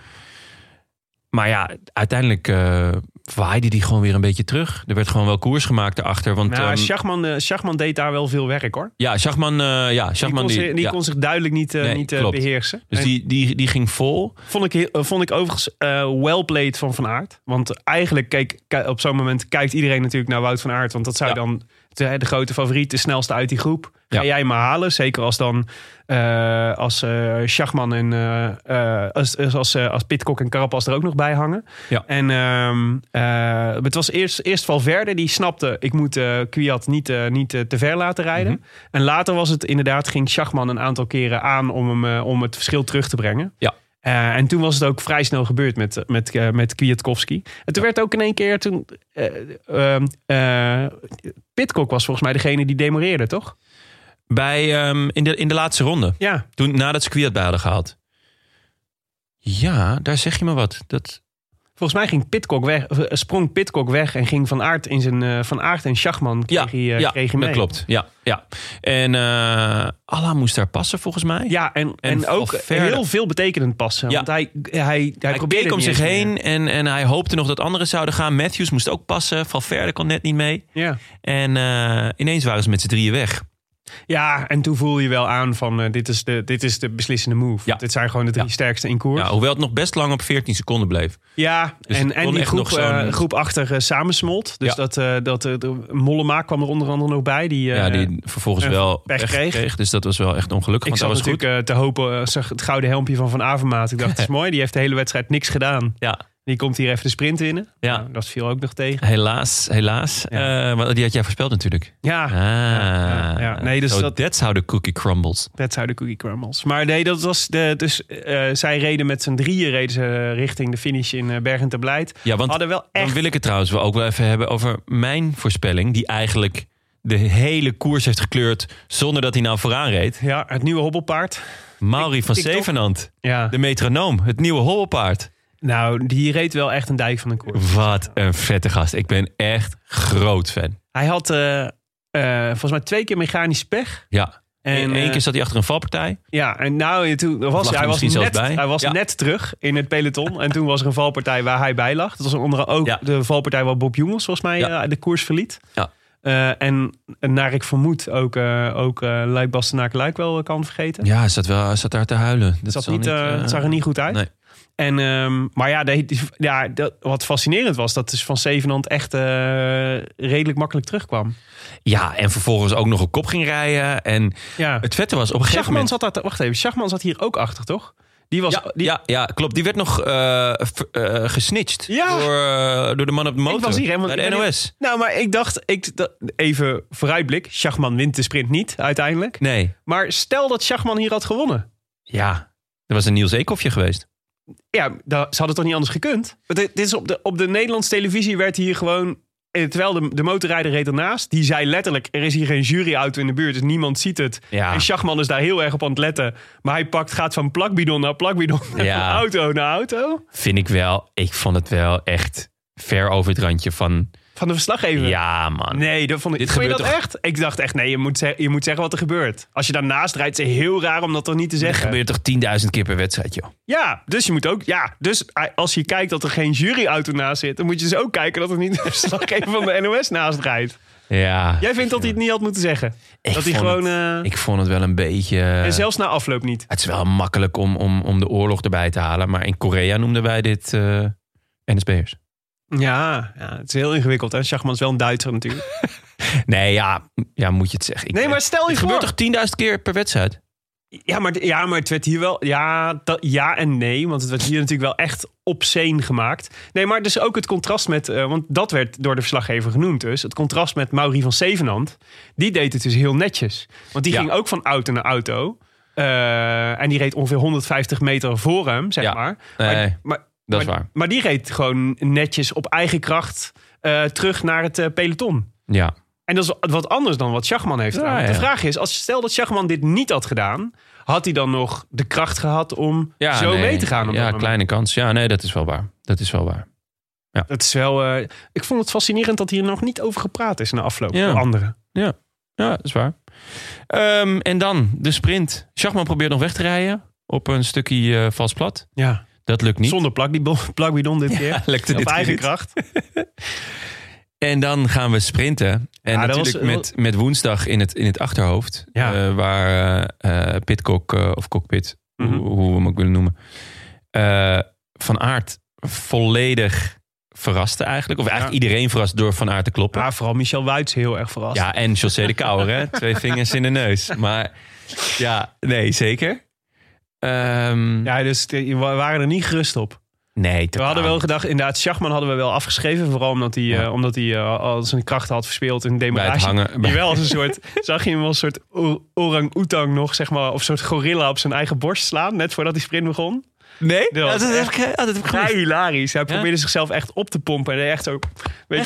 Maar ja, uiteindelijk eh, waaide die gewoon weer een beetje terug. Er werd gewoon wel koers gemaakt erachter. Want,
Nou,
ehm,
Schachman, eh, Schachman deed daar wel veel werk hoor.
ja, Schachman, eh, ja,
Die,
Schachman
kon,
die,
zich, die
ja.
kon zich duidelijk niet, eh,
Nee,
niet eh,
klopt.
beheersen.
Dus
En
die, die, die ging vol.
vond, ik, heel- eh, vond ik overigens eh well played van Van Aert. Want eigenlijk keek, ki- op zo'n moment kijkt iedereen natuurlijk naar Wout van Aert. Want dat zou
Ja.
dan de, de grote favoriet, de snelste uit die groep. Ga
Ja.
jij maar halen. Zeker als dan eh, als eh Schachman en eh, eh, als, als, als, eh, als Pitcock en Carapaz er ook nog bij hangen.
Ja.
En ehm, eh, het was eerst, eerst Valverde die snapte, ik moet eh Kwiat niet, eh, niet eh, te ver laten rijden.
Mhm.
En later was het inderdaad, ging Schachman een aantal keren aan om, hem, eh, om het verschil terug te brengen.
Ja.
Eh, en toen was het ook vrij snel gebeurd met, met, eh, met Kwiatkowski. En toen werd ook in één keer, toen, eh, ehm, eh, Pitcock was volgens mij degene die demoreerde, toch?
Bij, ehm, in, de, in de laatste ronde.
Ja,
Toen, nadat ze Kwiat bij hadden gehaald. Ja, daar zeg je me wat. Dat,
volgens mij ging Pitcock weg, eh, sprong Pitcock weg en ging Van Aert, in zijn, eh, van Aert en Schachman kreeg hij, eh,
ja,
kreeg hij
dat
mee.
klopt. Ja, ja. En eh Allah moest daar passen volgens mij.
Ja, en, en,
En
ook
Valverde.
heel veel betekenend passen.
Ja.
Want hij, hij, hij,
Hij
probeerde
keek om
niet
zich
eens meer.
heen en, en hij hoopte nog dat anderen zouden gaan. Matthews moest ook passen. Valverde kon net niet mee.
Ja.
En eh, ineens waren ze met z'n drieën weg.
ja, en toen voel je wel aan van eh, dit, is de, dit is de beslissende move.
Ja.
Dit zijn gewoon de drie
Ja.
sterkste in koers.
Ja,
Ja,
hoewel het nog best lang op 14 seconden bleef. Dus
en,
het
en
kon
die
echt
groep,
nog zo'n-
eh, groep achter eh, samensmolt. Dus
Ja.
dat, eh dat eh, de- Mollema kwam er onder andere nog bij. Die,
Ja,
eh,
die vervolgens
eh,
wel
pech
echt
kreeg.
kreeg. Dus dat was wel echt ongelukkig. want
Ik zat
dat was goed.
natuurlijk eh, te hopen, eh, zag het gouden helmpje van Van Avermaat. Ik dacht, het is mooi, die heeft de hele wedstrijd niks gedaan.
Ja,
Die komt hier even de sprint winnen.
Ja.
Nou, dat viel ook nog tegen.
helaas, helaas.
Ja.
Eh, want die had jij voorspeld natuurlijk.
Ja,
Ah,
ja, ja. Nee, dus
so
dat-
that's how the cookie crumbles.
Dat zou de cookie crumbles. Maar nee, dat was de, dus eh, zij reden met z'n drieën reden ze richting de finish in eh, Bergen te Blijt.
Ja, want
Hadden wel Oh, echt.
Dan wil ik het trouwens wel ook wel even hebben over mijn voorspelling. Die eigenlijk de hele koers heeft gekleurd zonder dat hij nou vooraan reed.
Ja, het nieuwe hobbelpaard.
Mauri van
TikTok.
Zevenand,
Ja.
de metronoom, het nieuwe hobbelpaard.
Nou, die reed wel echt een dijk van een koers.
Wat een vette gast. Ik ben echt groot fan.
Hij had eh, eh, volgens mij twee keer mechanisch pech.
Ja.
En,
En
eh,
één keer zat hij achter een valpartij.
Ja, en nou, toen was
lag
hij,
er
hij was,
misschien zelfs
net,
bij.
hij was
Ja.
net terug in het peloton. En toen was er een valpartij waar hij bij lag. Dat was onder andere ook
Ja.
de valpartij waar Bob Jongens volgens mij
Ja.
eh, de koers verliet.
Ja.
Eh, en en naar ik vermoed ook, eh ook eh Luik Bastenaak Luik wel eh, kan vergeten.
Ja, hij zat, wel, hij zat daar te huilen. Dat
Het, zat
zal
niet, eh,
eh,
het zag er niet goed uit.
nee.
En, ehm, maar ja, de- die- ja dat, wat fascinerend was, dat is van Zevenhand echt eh, redelijk makkelijk terugkwam.
Ja, en vervolgens ook nog op kop ging rijden. En
Ja.
het vette was, op een gegeven
Schachman
moment...
zat daar, wacht even, Schachman zat hier ook achter, toch? Die was,
Ja,
die,
ja, ja, klopt. Die werd nog eh, ver- eh, gesnitcht
Ja.
door, eh, door de man op de motor.
Ik was hier helemaal
bij
ik
de
ben hier-
NOS.
nou, maar ik dacht, ik, dat- even vooruitblik. Schachman wint de sprint niet uiteindelijk.
Nee.
Maar stel dat Schachman hier had gewonnen.
Ja, er was een Niels Eekhoffje geweest.
Ja, dat, ze hadden toch niet anders gekund? Want Dit, dit is op, de, op de Nederlandse televisie werd hier gewoon. eh, Terwijl de, de motorrijder reed ernaast. Die zei letterlijk: Er is hier geen juryauto in de buurt, dus niemand ziet het.
Ja.
En Schachman is daar heel erg op aan het letten. Maar hij pakt, gaat van plakbidon naar plakbidon. en
Ja.
van auto naar auto.
Vind ik wel. Ik vond het wel echt ver over het randje van...
Van de verslaggever.
Ja, man.
Nee, dat vond ik.
Ah, Dit
vond je dat
gebeurt
echt? Ik dacht echt, nee, je moet, ze- je moet zeggen wat er gebeurt. Als je daarnaast rijdt, is het heel raar om dat toch niet te
Er
zeggen.
gebeurt toch 10.000 keer per wedstrijd, joh.
Ja, dus je moet ook. Ja, dus eh, als je kijkt dat er geen juryauto naast zit, dan moet je dus ook kijken dat er niet een verslaggever van de NOS naast rijdt.
Ja.
Jij vindt dat hij het niet had moeten zeggen.
Ik
dat hij
vond
gewoon.
het-
eh,
Ik eh, vond het wel een beetje...
en zelfs na afloop niet.
Het is wel makkelijk om, om, om de oorlog erbij te halen. Maar in Korea noemden wij dit eh NSB'ers.
Ja, ja, het is heel ingewikkeld. En Schachman is wel een Duitser natuurlijk.
Nee, ja, ja moet je het zeggen. Ik-
Nee, maar stel je
het
voor.
gebeurt toch 10.000 keer per wedstrijd?
Ja maar, ja, maar het werd hier wel. Ja, dat- ja en nee. Want het werd hier natuurlijk wel echt obscene gemaakt. Nee, maar dus ook het contrast met. eh, want dat werd door de verslaggever genoemd. Dus het contrast met Mauri van Zevenhand. Die deed het dus heel netjes. Want die
Ja.
ging ook van auto naar auto. eh, en die reed ongeveer 150 meter voor hem, zeg
Ja.
maar.
Nee,
maar, maar-
dat is
maar-
waar.
Maar die reed gewoon netjes op eigen kracht eh, terug naar het eh, peloton.
Ja.
En dat is wat anders dan wat Schachman heeft
Ja,
gedaan. Want
ja.
De vraag is, als stel dat Schachman dit niet had gedaan... had hij dan nog de kracht gehad om
ja
zo
nee.
mee te gaan? Op dat
Ja,
moment?
kleine kans. Ja, nee, dat is wel waar. Dat is wel waar.
Dat is wel, eh, ik vond het fascinerend dat hier nog niet over gepraat is... na afloop
Ja.
door anderen.
Ja, dat is waar. Ehm, en dan de sprint. Schachman probeert nog weg te rijden op een stukje eh vast plat.
Ja.
Dat lukt niet.
Zonder plakbidon, plakbidon dit keer.
lukte
Op
dit keer
eigen
niet.
kracht.
En dan gaan we sprinten. En
Ja, dat
natuurlijk
was-
met, met woensdag in het, in het achterhoofd.
Ja.
eh, waar eh eh, Pitcock eh, of Cockpit, hoe-
Mhm.
hoe, we hem ook willen noemen. eh, van Aert volledig verraste eigenlijk. Of eigenlijk iedereen verrast door Van Aert te kloppen.
Maar vooral Michel Wuits heel erg verrast.
Ja, en José de Kouwer, hè? Twee vingers in de neus. Maar ja, nee, zeker. Ehm,
Ja, dus eh, we waren er niet gerust op.
Nee,
We hadden wel gedacht, inderdaad, Schachman hadden we wel afgeschreven. Vooral omdat hij, eh, omdat hij eh, al zijn krachten had verspeeld in de
bij het
demarage.
hangen. bij-
Jawel, als een soort, zag je hem als een soort o- orang-oetang nog, zeg maar, of een soort gorilla op zijn eigen borst slaan, net voordat die sprint begon.
Nee?
Dat was
Ja, dat heb
echt-
ik, ja, dat heb ik
Vrij
gemist.
hilarisch. Hij probeerde zichzelf echt op te pompen en hij echt ook, weet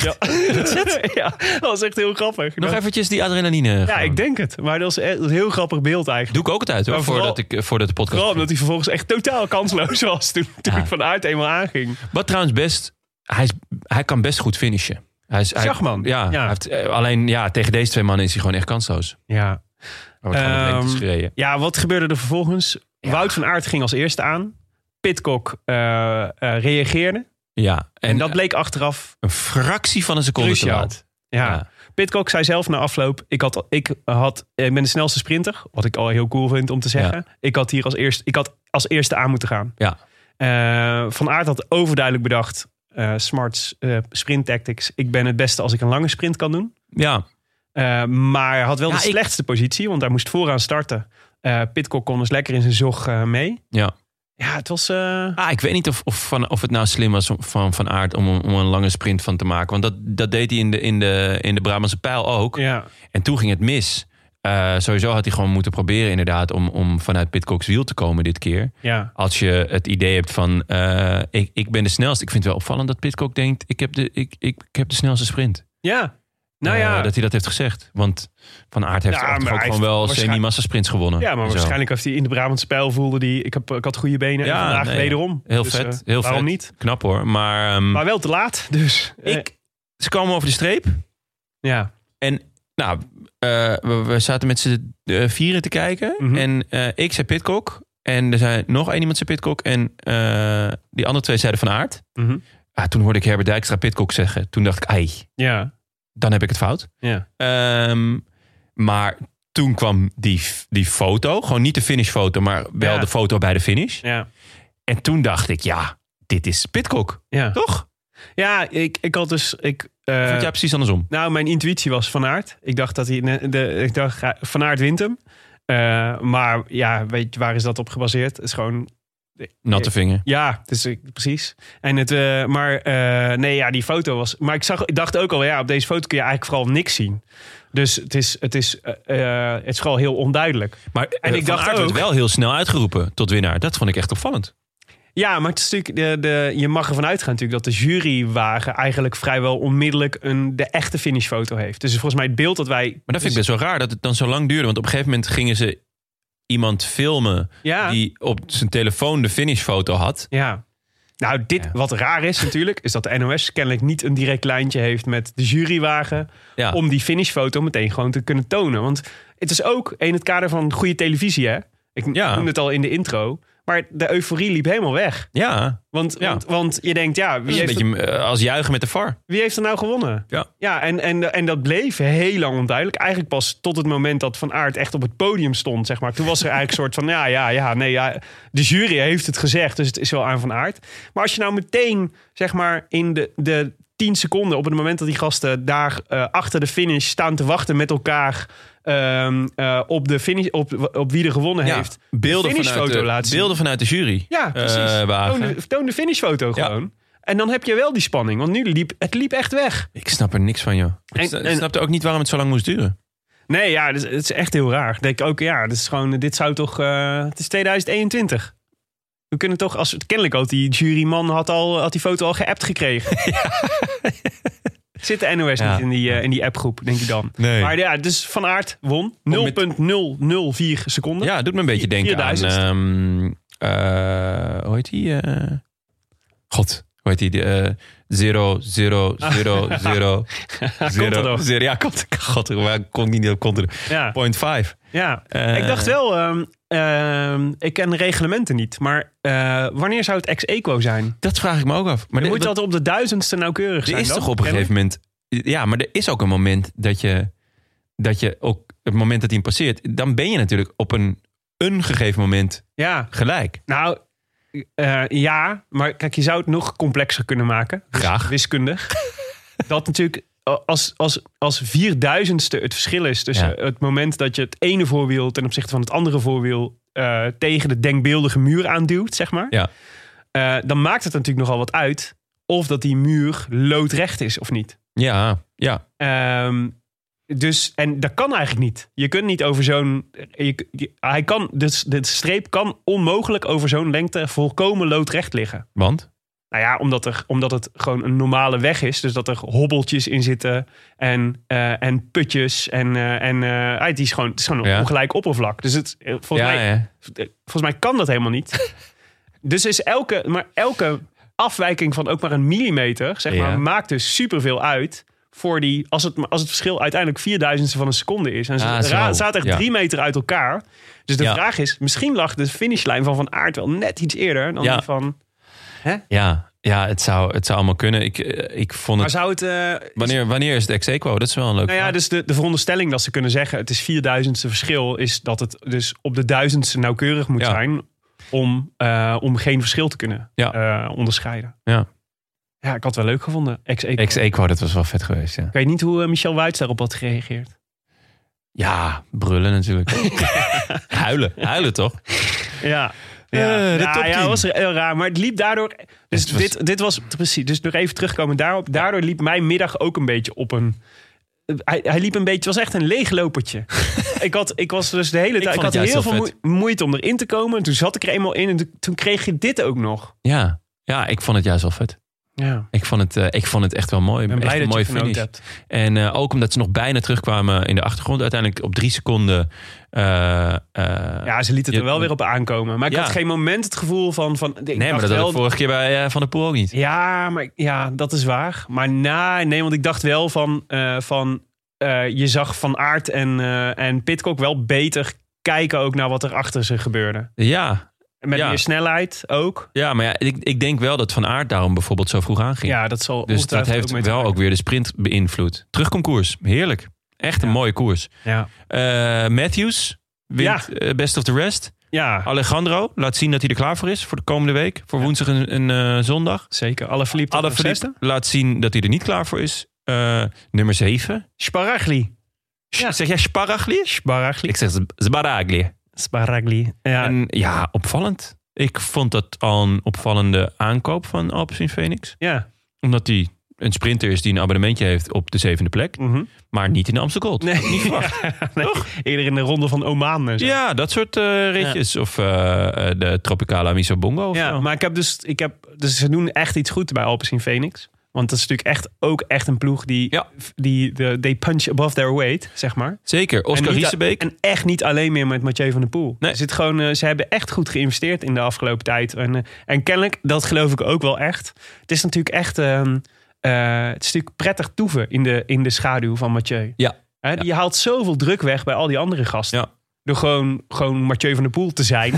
je wel. ja, dat was echt heel grappig.
Nog
Dat-
eventjes die adrenaline.
ja,
gewoon.
ik denk het. Maar dat was echt een heel grappig beeld eigenlijk.
Doe ik ook het uit hoor,
Maar vooral-
voordat, ik, eh, voordat de podcast...
Vooral omdat hij vervolgens echt totaal kansloos was toen, toen
Ja.
ik vanuit eenmaal aanging.
Wat trouwens best... Hij, is, hij kan best goed finishen. Hij is, hij-
Schachman.
Ja,
Ja.
hij heeft, eh, alleen ja, tegen deze twee mannen is hij gewoon echt kansloos.
Ja,
Hij wordt gewoon op
Ehm,
lengtes gereden.
Ja, wat gebeurde er vervolgens? Wout van Aert ging als eerste aan. Pitcock eh, eh, reageerde.
Ja, en, eh,
En, dat bleek achteraf
een fractie van een seconde te
cruciaal.
laat.
Ja.
Ja.
Pitcock zei zelf na afloop: ik, had, ik, had, ik ben de snelste sprinter. Wat ik al heel cool vind om te zeggen. Ik, had hier als eerste, ik had als eerste aan moeten gaan.
Ja.
Eh, van Aert had overduidelijk bedacht: eh, smarts, eh, sprint tactics. Ik ben het beste als ik een lange sprint kan doen.
Ja,
Eh, maar hij had wel
Ja,
de
ik-
slechtste positie, want hij moest vooraan starten. Eh Pitcock kon dus lekker in zijn zog eh, mee.
ja.
Ja, het was. eh,
Ah, ik weet niet of, of, van, of het nou slim was om- van, van Aert om, om een lange sprint van te maken. Want dat, dat deed hij in de, in, de, in de Brabantse pijl ook.
ja.
En toen ging het mis. Eh, sowieso had hij gewoon moeten proberen inderdaad om, om vanuit Pitcock's wiel te komen dit keer.
Ja.
Als je het idee hebt van eh, ik, ik ben de snelste. Ik vind het wel opvallend dat Pitcock denkt ik heb de, ik, ik, ik heb de snelste sprint.
Ja. Nou ja.
Eh, dat hij dat heeft gezegd. Want Van Aert heeft
Ja,
achteraf
maar
ook
hij
gewoon wel
heeft waarschijn-
semi-massa sprints gewonnen.
ja,
en
maar
zo.
waarschijnlijk heeft hij in de Brabantse pijl voelde die ik, heb, ik had goede benen en
Ja,
vandaag
nee.
wederom.
Heel
Dus,
vet.
eh,
heel
waarom
vet.
niet?
Knap hoor. Maar, ehm,
Maar wel te laat, dus. eh,
ik, ze kwamen over de streep.
ja.
En nou, eh, we, we zaten met z'n eh, vieren te kijken.
Mhm.
En eh, ik zei Pitcock. En er zei nog één iemand zei Pitcock. En eh, die andere twee zeiden Van Aert.
Mhm.
Ah, toen hoorde ik Herbert Dijkstra Pitcock zeggen. Toen dacht ik, ai,
Ja.
dan heb ik het fout.
Ja.
Ehm, maar toen kwam die, f- die foto. Gewoon niet de finishfoto, maar wel
Ja.
de foto bij de finish.
Ja.
En toen dacht ik, ja, dit is Pitcock.
Ja.
Toch?
Ja, ik, ik had dus. Ik, eh,
Vond jij precies andersom?
Nou, mijn intuïtie was Van Aert. Ik dacht dat hij. ne- De, ik dacht, hij- Van Aert wint hem. Eh, maar ja, weet je, waar is dat op gebaseerd? Het is gewoon
Natte vinger.
Ja, dus ik, precies. En het, eh, maar eh, nee, ja, die foto was. Maar ik, zag, ik dacht ook al, ja, op deze foto kun je eigenlijk vooral niks zien. Dus het is, het is, eh, eh, het is vooral heel onduidelijk.
Maar en ik dacht
ik dacht
Eh, Aert werd
ook-
wel heel snel uitgeroepen tot winnaar. Dat vond ik echt opvallend.
Ja, maar het is natuurlijk, de, de, je mag ervan uitgaan natuurlijk dat de jurywagen eigenlijk vrijwel onmiddellijk een, de echte finishfoto heeft. Dus volgens mij het beeld dat wij.
Maar dat vind ik best wel raar dat het dan zo lang duurde. Want op een gegeven moment gingen ze iemand filmen
Ja.
die op zijn telefoon de finishfoto had.
Ja. Nou, dit
Ja.
wat raar is natuurlijk, is dat de NOS kennelijk niet een direct lijntje heeft met de jurywagen.
Ja.
Om die finishfoto meteen gewoon te kunnen tonen. Want het is ook in het kader van goede televisie, hè? Ik
Ja.
noemde het al in de intro. Maar de euforie liep helemaal weg.
Ja,
Want,
Ja.
want, want je denkt, ja,
dat
wie
is een
heeft,
beetje eh, als juichen met de VAR.
wie heeft er nou gewonnen?
Ja.
Ja, en, en, en dat bleef heel lang onduidelijk. Eigenlijk pas tot het moment dat Van Aert echt op het podium stond, zeg maar. Toen was er eigenlijk een soort van, ja, ja, ja, nee, ja. De jury heeft het gezegd, dus het is wel aan Van Aert. Maar als je nou meteen, zeg maar, in de, de tien seconden... op het moment dat die gasten daar eh, achter de finish staan te wachten met elkaar... ehm, eh, op, de finish, op, op wie er gewonnen
Ja,
heeft.
beelden
de
vanuit
finishfoto
de,
laten zien.
beelden vanuit de jury.
Ja, precies.
eh, wagen.
toon, de, toon de finishfoto
Ja.
gewoon. En dan heb je wel die spanning, want nu liep het liep echt weg.
Ik snap er niks van, joh.
En-
ik sna-
en-
snapte ook niet waarom het zo lang moest duren.
Nee, ja, dus het is, het is echt heel raar. Ik Denk ook, ja, dit is gewoon, dit zou toch, eh, het is 2021. We kunnen toch, als kennelijk had die juryman had al, had die foto al geappt gekregen. Zit de NOS
Ja.
niet in die, eh, in die appgroep, denk je dan?
Nee.
Maar ja, dus Van Aert won 0,004 seconden.
Ja, het doet me een beetje denken aan...
4000ste.
ehm, eh, hoe heet die? eh, God, hoe heet die? De, eh, Zero, zero, zero, zero,
er
zero,
nog.
zero. Ja, komt er. God, maar ik kon niet op komt er.
Ja.
Point five.
Ja,
Eh.
ik dacht wel, ehm, ehm, ik ken de reglementen niet, maar eh, wanneer zou het ex-equo zijn? Dan
Dat vraag ik me ook af. Maar
moet
dat-
dat op de duizendste nauwkeurig
Er
zijn.
is
dan?
toch op een gegeven moment. Ja, maar er is ook een moment dat je. Dat je ook. Het moment dat hij hem passeert. Dan ben je natuurlijk op een. Een gegeven moment
Ja,
gelijk.
nou eh, ja, maar kijk, je zou het nog complexer kunnen maken. Dus
Graag.
Wiskundig. dat natuurlijk eh, als, als, als vierduizendste het verschil is tussen
Ja.
het moment dat je het ene voorwiel ten opzichte van het andere voorwiel eh, tegen de denkbeeldige muur aanduwt, zeg maar.
Ja.
Eh, dan maakt het natuurlijk nogal wat uit of dat die muur loodrecht is of niet.
Ja, ja.
Ehm, dus, en dat kan eigenlijk niet. Je kunt niet over zo'n. je- je- Hij kan, dus de streep kan onmogelijk over zo'n lengte volkomen loodrecht liggen.
Want.
Nou ja, omdat, er, omdat het gewoon een normale weg is. Dus dat er hobbeltjes in zitten en, eh, en putjes. En, eh, en eh, het, is gewoon, het is gewoon een
Ja.
ongelijk oppervlak. Dus het, eh, volgens,
ja,
mij,
ja.
volgens mij kan dat helemaal niet. dus is elke, maar elke afwijking van ook maar een millimeter, zeg
Ja.
maar, maakt dus superveel uit. Voor die, als, het, als het verschil uiteindelijk vierduizendste van een seconde is. En ze
Ah, zo.
ra- zaten echt
Ja.
drie meter uit elkaar. Dus de
Ja.
vraag is, misschien lag de finishlijn van Van Aert wel net iets eerder dan
Ja.
die van...
ja, ja het, zou, het zou allemaal kunnen. Ik, eh, ik vond
Maar
het.
zou het... eh,
Wanneer, wanneer is het ex aequo? Dat is wel een leuk.
Nou ja,
vraag.
dus de, de veronderstelling dat ze kunnen zeggen... het is vierduizendste verschil... is dat het dus op de duizendste nauwkeurig moet
Ja.
zijn... Om, eh, om geen verschil te kunnen
Ja.
eh, onderscheiden.
Ja. E
Ja, ik had het wel leuk gevonden. Ex ik
Ex aequo, dat was wel vet geweest. Ja,
weet niet hoe eh, Michel Wuits daarop had gereageerd.
ja brullen natuurlijk. huilen, huilen toch? Eh,
Ja. Ja,
de
Ja,
top
ja,
10.
dat was heel raar. Maar het liep daardoor... Dus
Het was-
dit, dit was precies... Dus nog even terugkomen daarop. Daardoor liep mijn middag ook een beetje op een... Hij, hij liep een beetje... Het was echt een leeglopertje. ik, had, ik was dus de hele tijd... Ik,
vond het
had
juist
heel veel
heel
moe- moeite om erin te komen. Toen zat ik er eenmaal in. En toen- toen kreeg je dit ook nog.
Ja. ja, ik vond het juist wel vet.
Ja.
Ik vond het, eh, ik vond het echt wel mooi.
Ik ben blij
echt
dat
een
je
mooie
genoten
finish.
hebt.
En eh, ook omdat ze nog bijna terugkwamen in de achtergrond. Uiteindelijk op drie seconden. eh, eh,
Ja, ze liet het er
Je-
wel weer op aankomen. Maar ik
Ja.
had geen moment het gevoel van... van ik
nee, maar
dacht
dat had
wel,
ik vorige keer bij eh, Van der Poel ook niet.
Ja, maar, ik- ja, dat is waar. Maar na, nee, want ik dacht wel van... eh, van eh, je zag Van Aert en, eh en Pitcock wel beter kijken ook naar wat er achter ze gebeurde.
Ja,
Met
Ja.
meer snelheid ook.
ja maar ja, ik, ik denk wel dat Van Aert daarom bijvoorbeeld zo vroeg aanging.
Ja, dat
dus
zal
dat
ongetwijfeld
heeft
mee te
wel
maken.
ook weer de sprint beïnvloed. Terugkomkoers, heerlijk. Echt een mooie koers.
Ja.
Eh, Matthews wint
Ja.
eh, Best of the Rest.
ja,
Alejandro laat zien dat hij er klaar voor is voor de komende week. Voor woensdag en, en, eh, zondag.
zeker. Alle Philippe
Alaphilippe laat zien dat hij er niet klaar voor is. Eh, nummer 7.
Sparagli. Ja.
Zeg jij Sparagli?
Sparagli.
Ik zeg Sparagli.
Sparagli. Ja,
En ja, opvallend. Ik vond dat al een opvallende aankoop van Alpecin Phoenix.
ja.
Omdat hij een sprinter is die een abonnementje heeft op de zevende plek.
Mhm.
Maar niet in de Amstel Gold.
Nee.
Niet verwacht.
Nee, Eerder in de ronde van Oman en zo.
Ja, dat soort eh, ritjes. Of eh, eh, de Tropicala Misobongo. Of
Ja,
zo.
maar ik heb dus, ik heb, dus ze doen echt iets goed bij Alpecin Phoenix. Want dat is natuurlijk echt ook echt een ploeg die,
Ja.
die de, they punch above their weight, zeg maar.
Zeker.
En
Oscar
niet-
Riesebeek.
En echt niet alleen meer met Mathieu van der Poel.
Nee.
Er Zit gewoon, eh, ze hebben echt goed geïnvesteerd in de afgelopen tijd. En, eh, en kennelijk, dat geloof ik ook wel echt. Het is natuurlijk echt ehm, eh, het is natuurlijk prettig toeven in de, in de schaduw van Mathieu.
Ja.
Hè, Je haalt zoveel druk weg bij al die andere gasten.
Ja.
Door gewoon, gewoon Mathieu van der Poel te zijn.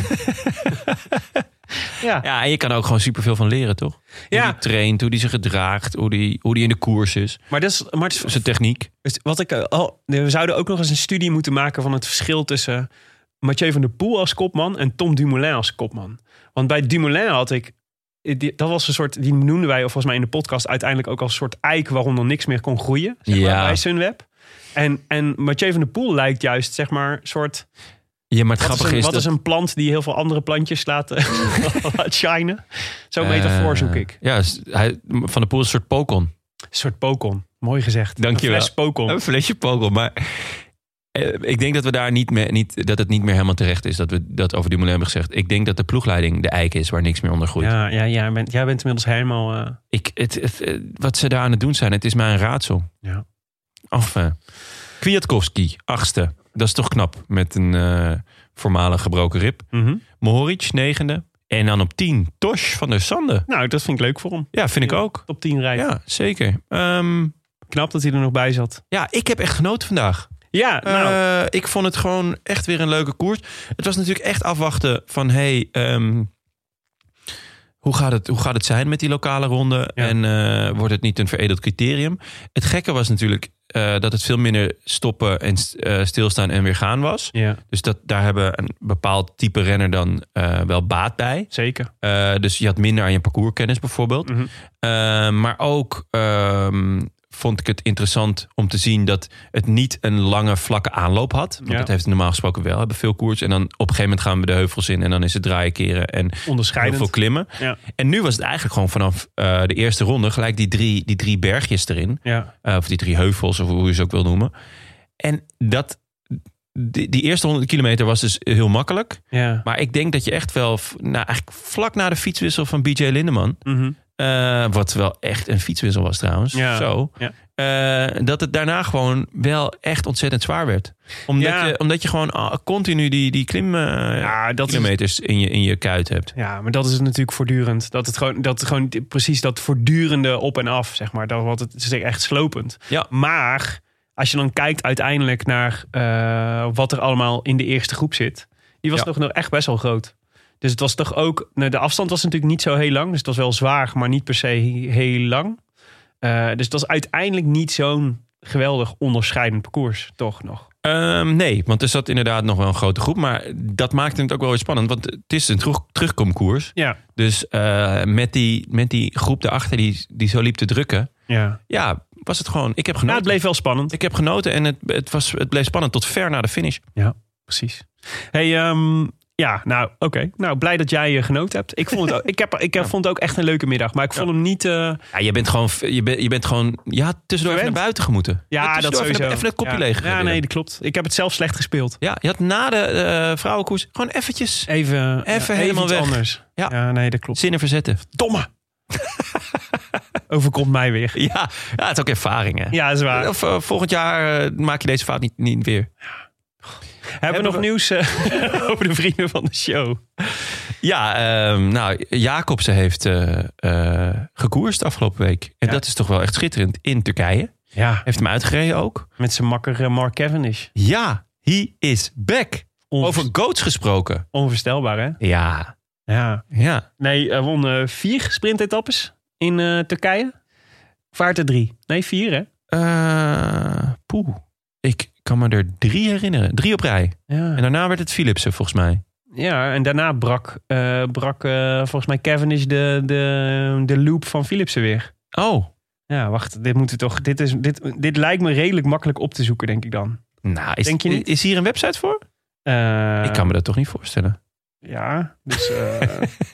ja.
Ja, en je kan er ook gewoon superveel van leren, toch? Hoe
Ja.
die traint, hoe die zich gedraagt, hoe die, hoe die in de koers is.
Maar, dat is, maar het is-
Zijn techniek.
dus wat ik, eh, al- we zouden ook nog eens een studie moeten maken van het verschil tussen Mathieu van der Poel als kopman en Tom Dumoulin als kopman. Want bij Dumoulin had ik, eh, die- dat was een soort, die noemden wij volgens mij in de podcast uiteindelijk ook als een soort eik waaronder niks meer kon groeien. Zeg maar,
Ja.
bij Sunweb. En, en Mathieu van der Poel lijkt juist, zeg maar, soort.
Ja, maar het
Wat, is
grappige
een,
is,
wat
dat-
is een plant die heel veel andere plantjes laat, eh, laat shinen? Zo'n
Eh,
metafoor zoek ik.
Ja, is- hij, Van de Poel is een soort pokon.
Een soort pokon. Mooi gezegd.
Dankjewel.
Een fles pokon.
Een flesje pokon, maar... eh, Ik denk dat we daar niet meer, niet, dat het niet meer helemaal terecht is dat we dat over Dumoulin hebben gezegd. Ik denk dat de ploegleiding de eik is waar niks meer onder groeit.
Ja, ja, ja, jij bent- jij bent inmiddels helemaal. eh,
Ik, het, het- eh, wat ze daar aan het doen zijn, het is mij een raadsel.
Ja.
Enfin. Kwiatkowski, achtste. Mhm. Dat is toch knap met een eh voormalig gebroken rib. Mohoric, negende. En dan op 10, Tosh van der Sande.
Nou, dat vind ik leuk voor hem.
Ja, vind ik ook.
Top 10 rijden.
Ja, zeker. Ehm,
Knap dat hij er nog bij zat.
ja, ik heb echt genoten vandaag.
Ja, nou.
Eh, ik vond het gewoon echt weer een leuke koers. Het was natuurlijk echt afwachten van... Hey, ehm, hoe, gaat het, hoe gaat het zijn met die lokale ronde?
Ja.
En eh, wordt het niet een veredeld criterium? Het gekke was natuurlijk eh, dat het veel minder stoppen en st- eh, stilstaan en weer gaan was.
ja,
Dus dat, daar hebben een bepaald type renner dan eh, wel baat bij.
zeker.
Eh, dus je had minder aan je parcourskennis bijvoorbeeld.
Mhm.
Eh, maar ook ehm, vond ik het interessant om te zien dat het niet een lange vlakke aanloop had. Want
Ja.
dat heeft het normaal gesproken wel. Hebben veel koers en dan op een gegeven moment gaan we de heuvels in en dan is het draaien keren en heel
Onderscheidend.
veel klimmen.
Ja.
En nu was het eigenlijk gewoon vanaf eh, de eerste ronde gelijk die drie, die drie bergjes erin.
Ja,
Eh, of die drie heuvels, of hoe je ze ook wil noemen. En dat, die, die eerste 100 kilometer was dus heel makkelijk.
ja.
Maar ik denk dat je echt wel, v- nou, eigenlijk vlak na de fietswissel van BJ Lindeman.
Mhm.
eh, wat wel echt een fietswissel was trouwens.
Ja.
Zo.
Ja.
eh, dat het daarna gewoon wel echt ontzettend zwaar werd. Omdat,
Ja.
je, omdat je gewoon ah, continu die, die klim, eh,
Ja, dat is-
kilometers in, je, in je kuit hebt.
Ja, maar dat is het natuurlijk voortdurend. Dat het gewoon, dat gewoon di- precies dat voortdurende op en af, zeg maar. Dat, wat het het is echt slopend.
Ja.
Maar als je dan kijkt uiteindelijk naar eh, wat er allemaal in de eerste groep zit. Die was
Ja.
nog, nog echt best wel groot. Dus het was toch ook... nou, de afstand was natuurlijk niet zo heel lang. Dus het was wel zwaar, maar niet per se he- heel lang. Eh, dus dat is uiteindelijk niet zo'n geweldig onderscheidend parcours, toch nog.
Ehm, nee, want er zat inderdaad nog wel een grote groep. Maar dat maakte het ook wel weer spannend. Want het is een terug, terugkomkoers.
Ja,
Dus eh, met, die, met die groep daarachter die, die zo liep te drukken.
ja.
Ja, was het gewoon. Ik heb
Nou,
genoten.
het bleef wel spannend.
Ik heb genoten en het, het, was, het bleef spannend tot ver na de finish.
precies. Hey, ehm, ja, nou, oké. Nou, blij dat jij eh, genoten hebt. Ik vond het ook, ik heb, ik heb, vond het ook echt een leuke middag. Maar ik vond hem niet... eh,
Ja, je bent gewoon. Je, bent je bent gewoon. Je had tussendoor even
Verwend.
naar buiten gemoeten. Je
ja,
had
dat
tussendoor
sowieso.
Even, even het kopje
ja.
leeg.
Ja, nee, dat klopt. Ik heb het zelf slecht gespeeld.
ja, je had na de eh, vrouwenkoers gewoon eventjes
Even, ja, even
helemaal
iets
weg.
anders.
Ja.
nee, dat klopt.
zinnen verzetten.
Domme! Overkomt mij weer.
Ja, ja het is ook ervaring. Hè?
Ja, dat is waar.
Of eh, volgend jaar eh, maak je deze fout niet, niet weer.
Hebben we nog nieuws eh, over de vrienden van de show?
Ja, ehm, nou, Jacobsen heeft eh, eh, gekoerst afgelopen week. En
Ja.
dat is toch wel echt schitterend. In Turkije.
Ja.
Heeft hem uitgereden ook.
Met zijn makker eh, Mark Cavendish.
Ja, he is back.
Onver-
Over goats gesproken.
Onvoorstelbaar, hè?
Ja,
Ja.
ja.
Nee, hij won eh, vier sprintetappes in eh, Turkije. Of waren het er drie? Nee, vier hè?
Eh, poeh. Ik kan me er drie herinneren. Drie op rij.
Ja,
En
en,
daarna werd het Philipsen volgens mij.
ja, en daarna brak, eh, brak eh, volgens mij Cavendish de, de, de loop van Philipsen weer.
Oh,
Ja, wacht, dit moeten we toch. Dit, is, dit, dit lijkt me redelijk makkelijk op te zoeken, denk ik dan.
nou, is,
Denk je niet?
is hier een website voor?
Eh,
ik kan me dat toch niet voorstellen.
Ja, dus. eh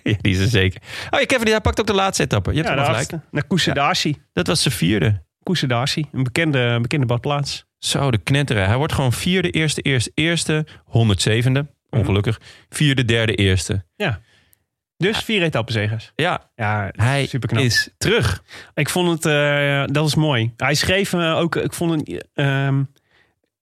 Ja, die is er zeker. Oh, ja, Kevin, hij pakt ook de laatste etappe. Je hebt
ja,
wel
de
gelijk.
achtste. Naar Kusadasi.
Dat was zijn vierde.
Kusadasi, een bekende, bekende badplaats.
Zo, de knetteren. Hij wordt gewoon vierde, eerste, eerste, eerste. 107e, ongelukkig. Vierde, derde, eerste.
Dus vier etappenzegers.
Ja,
Ja,
hij
superknap.
is terug.
Ik vond het, eh, dat is mooi. Hij schreef eh, ook, ik vond het, ehm,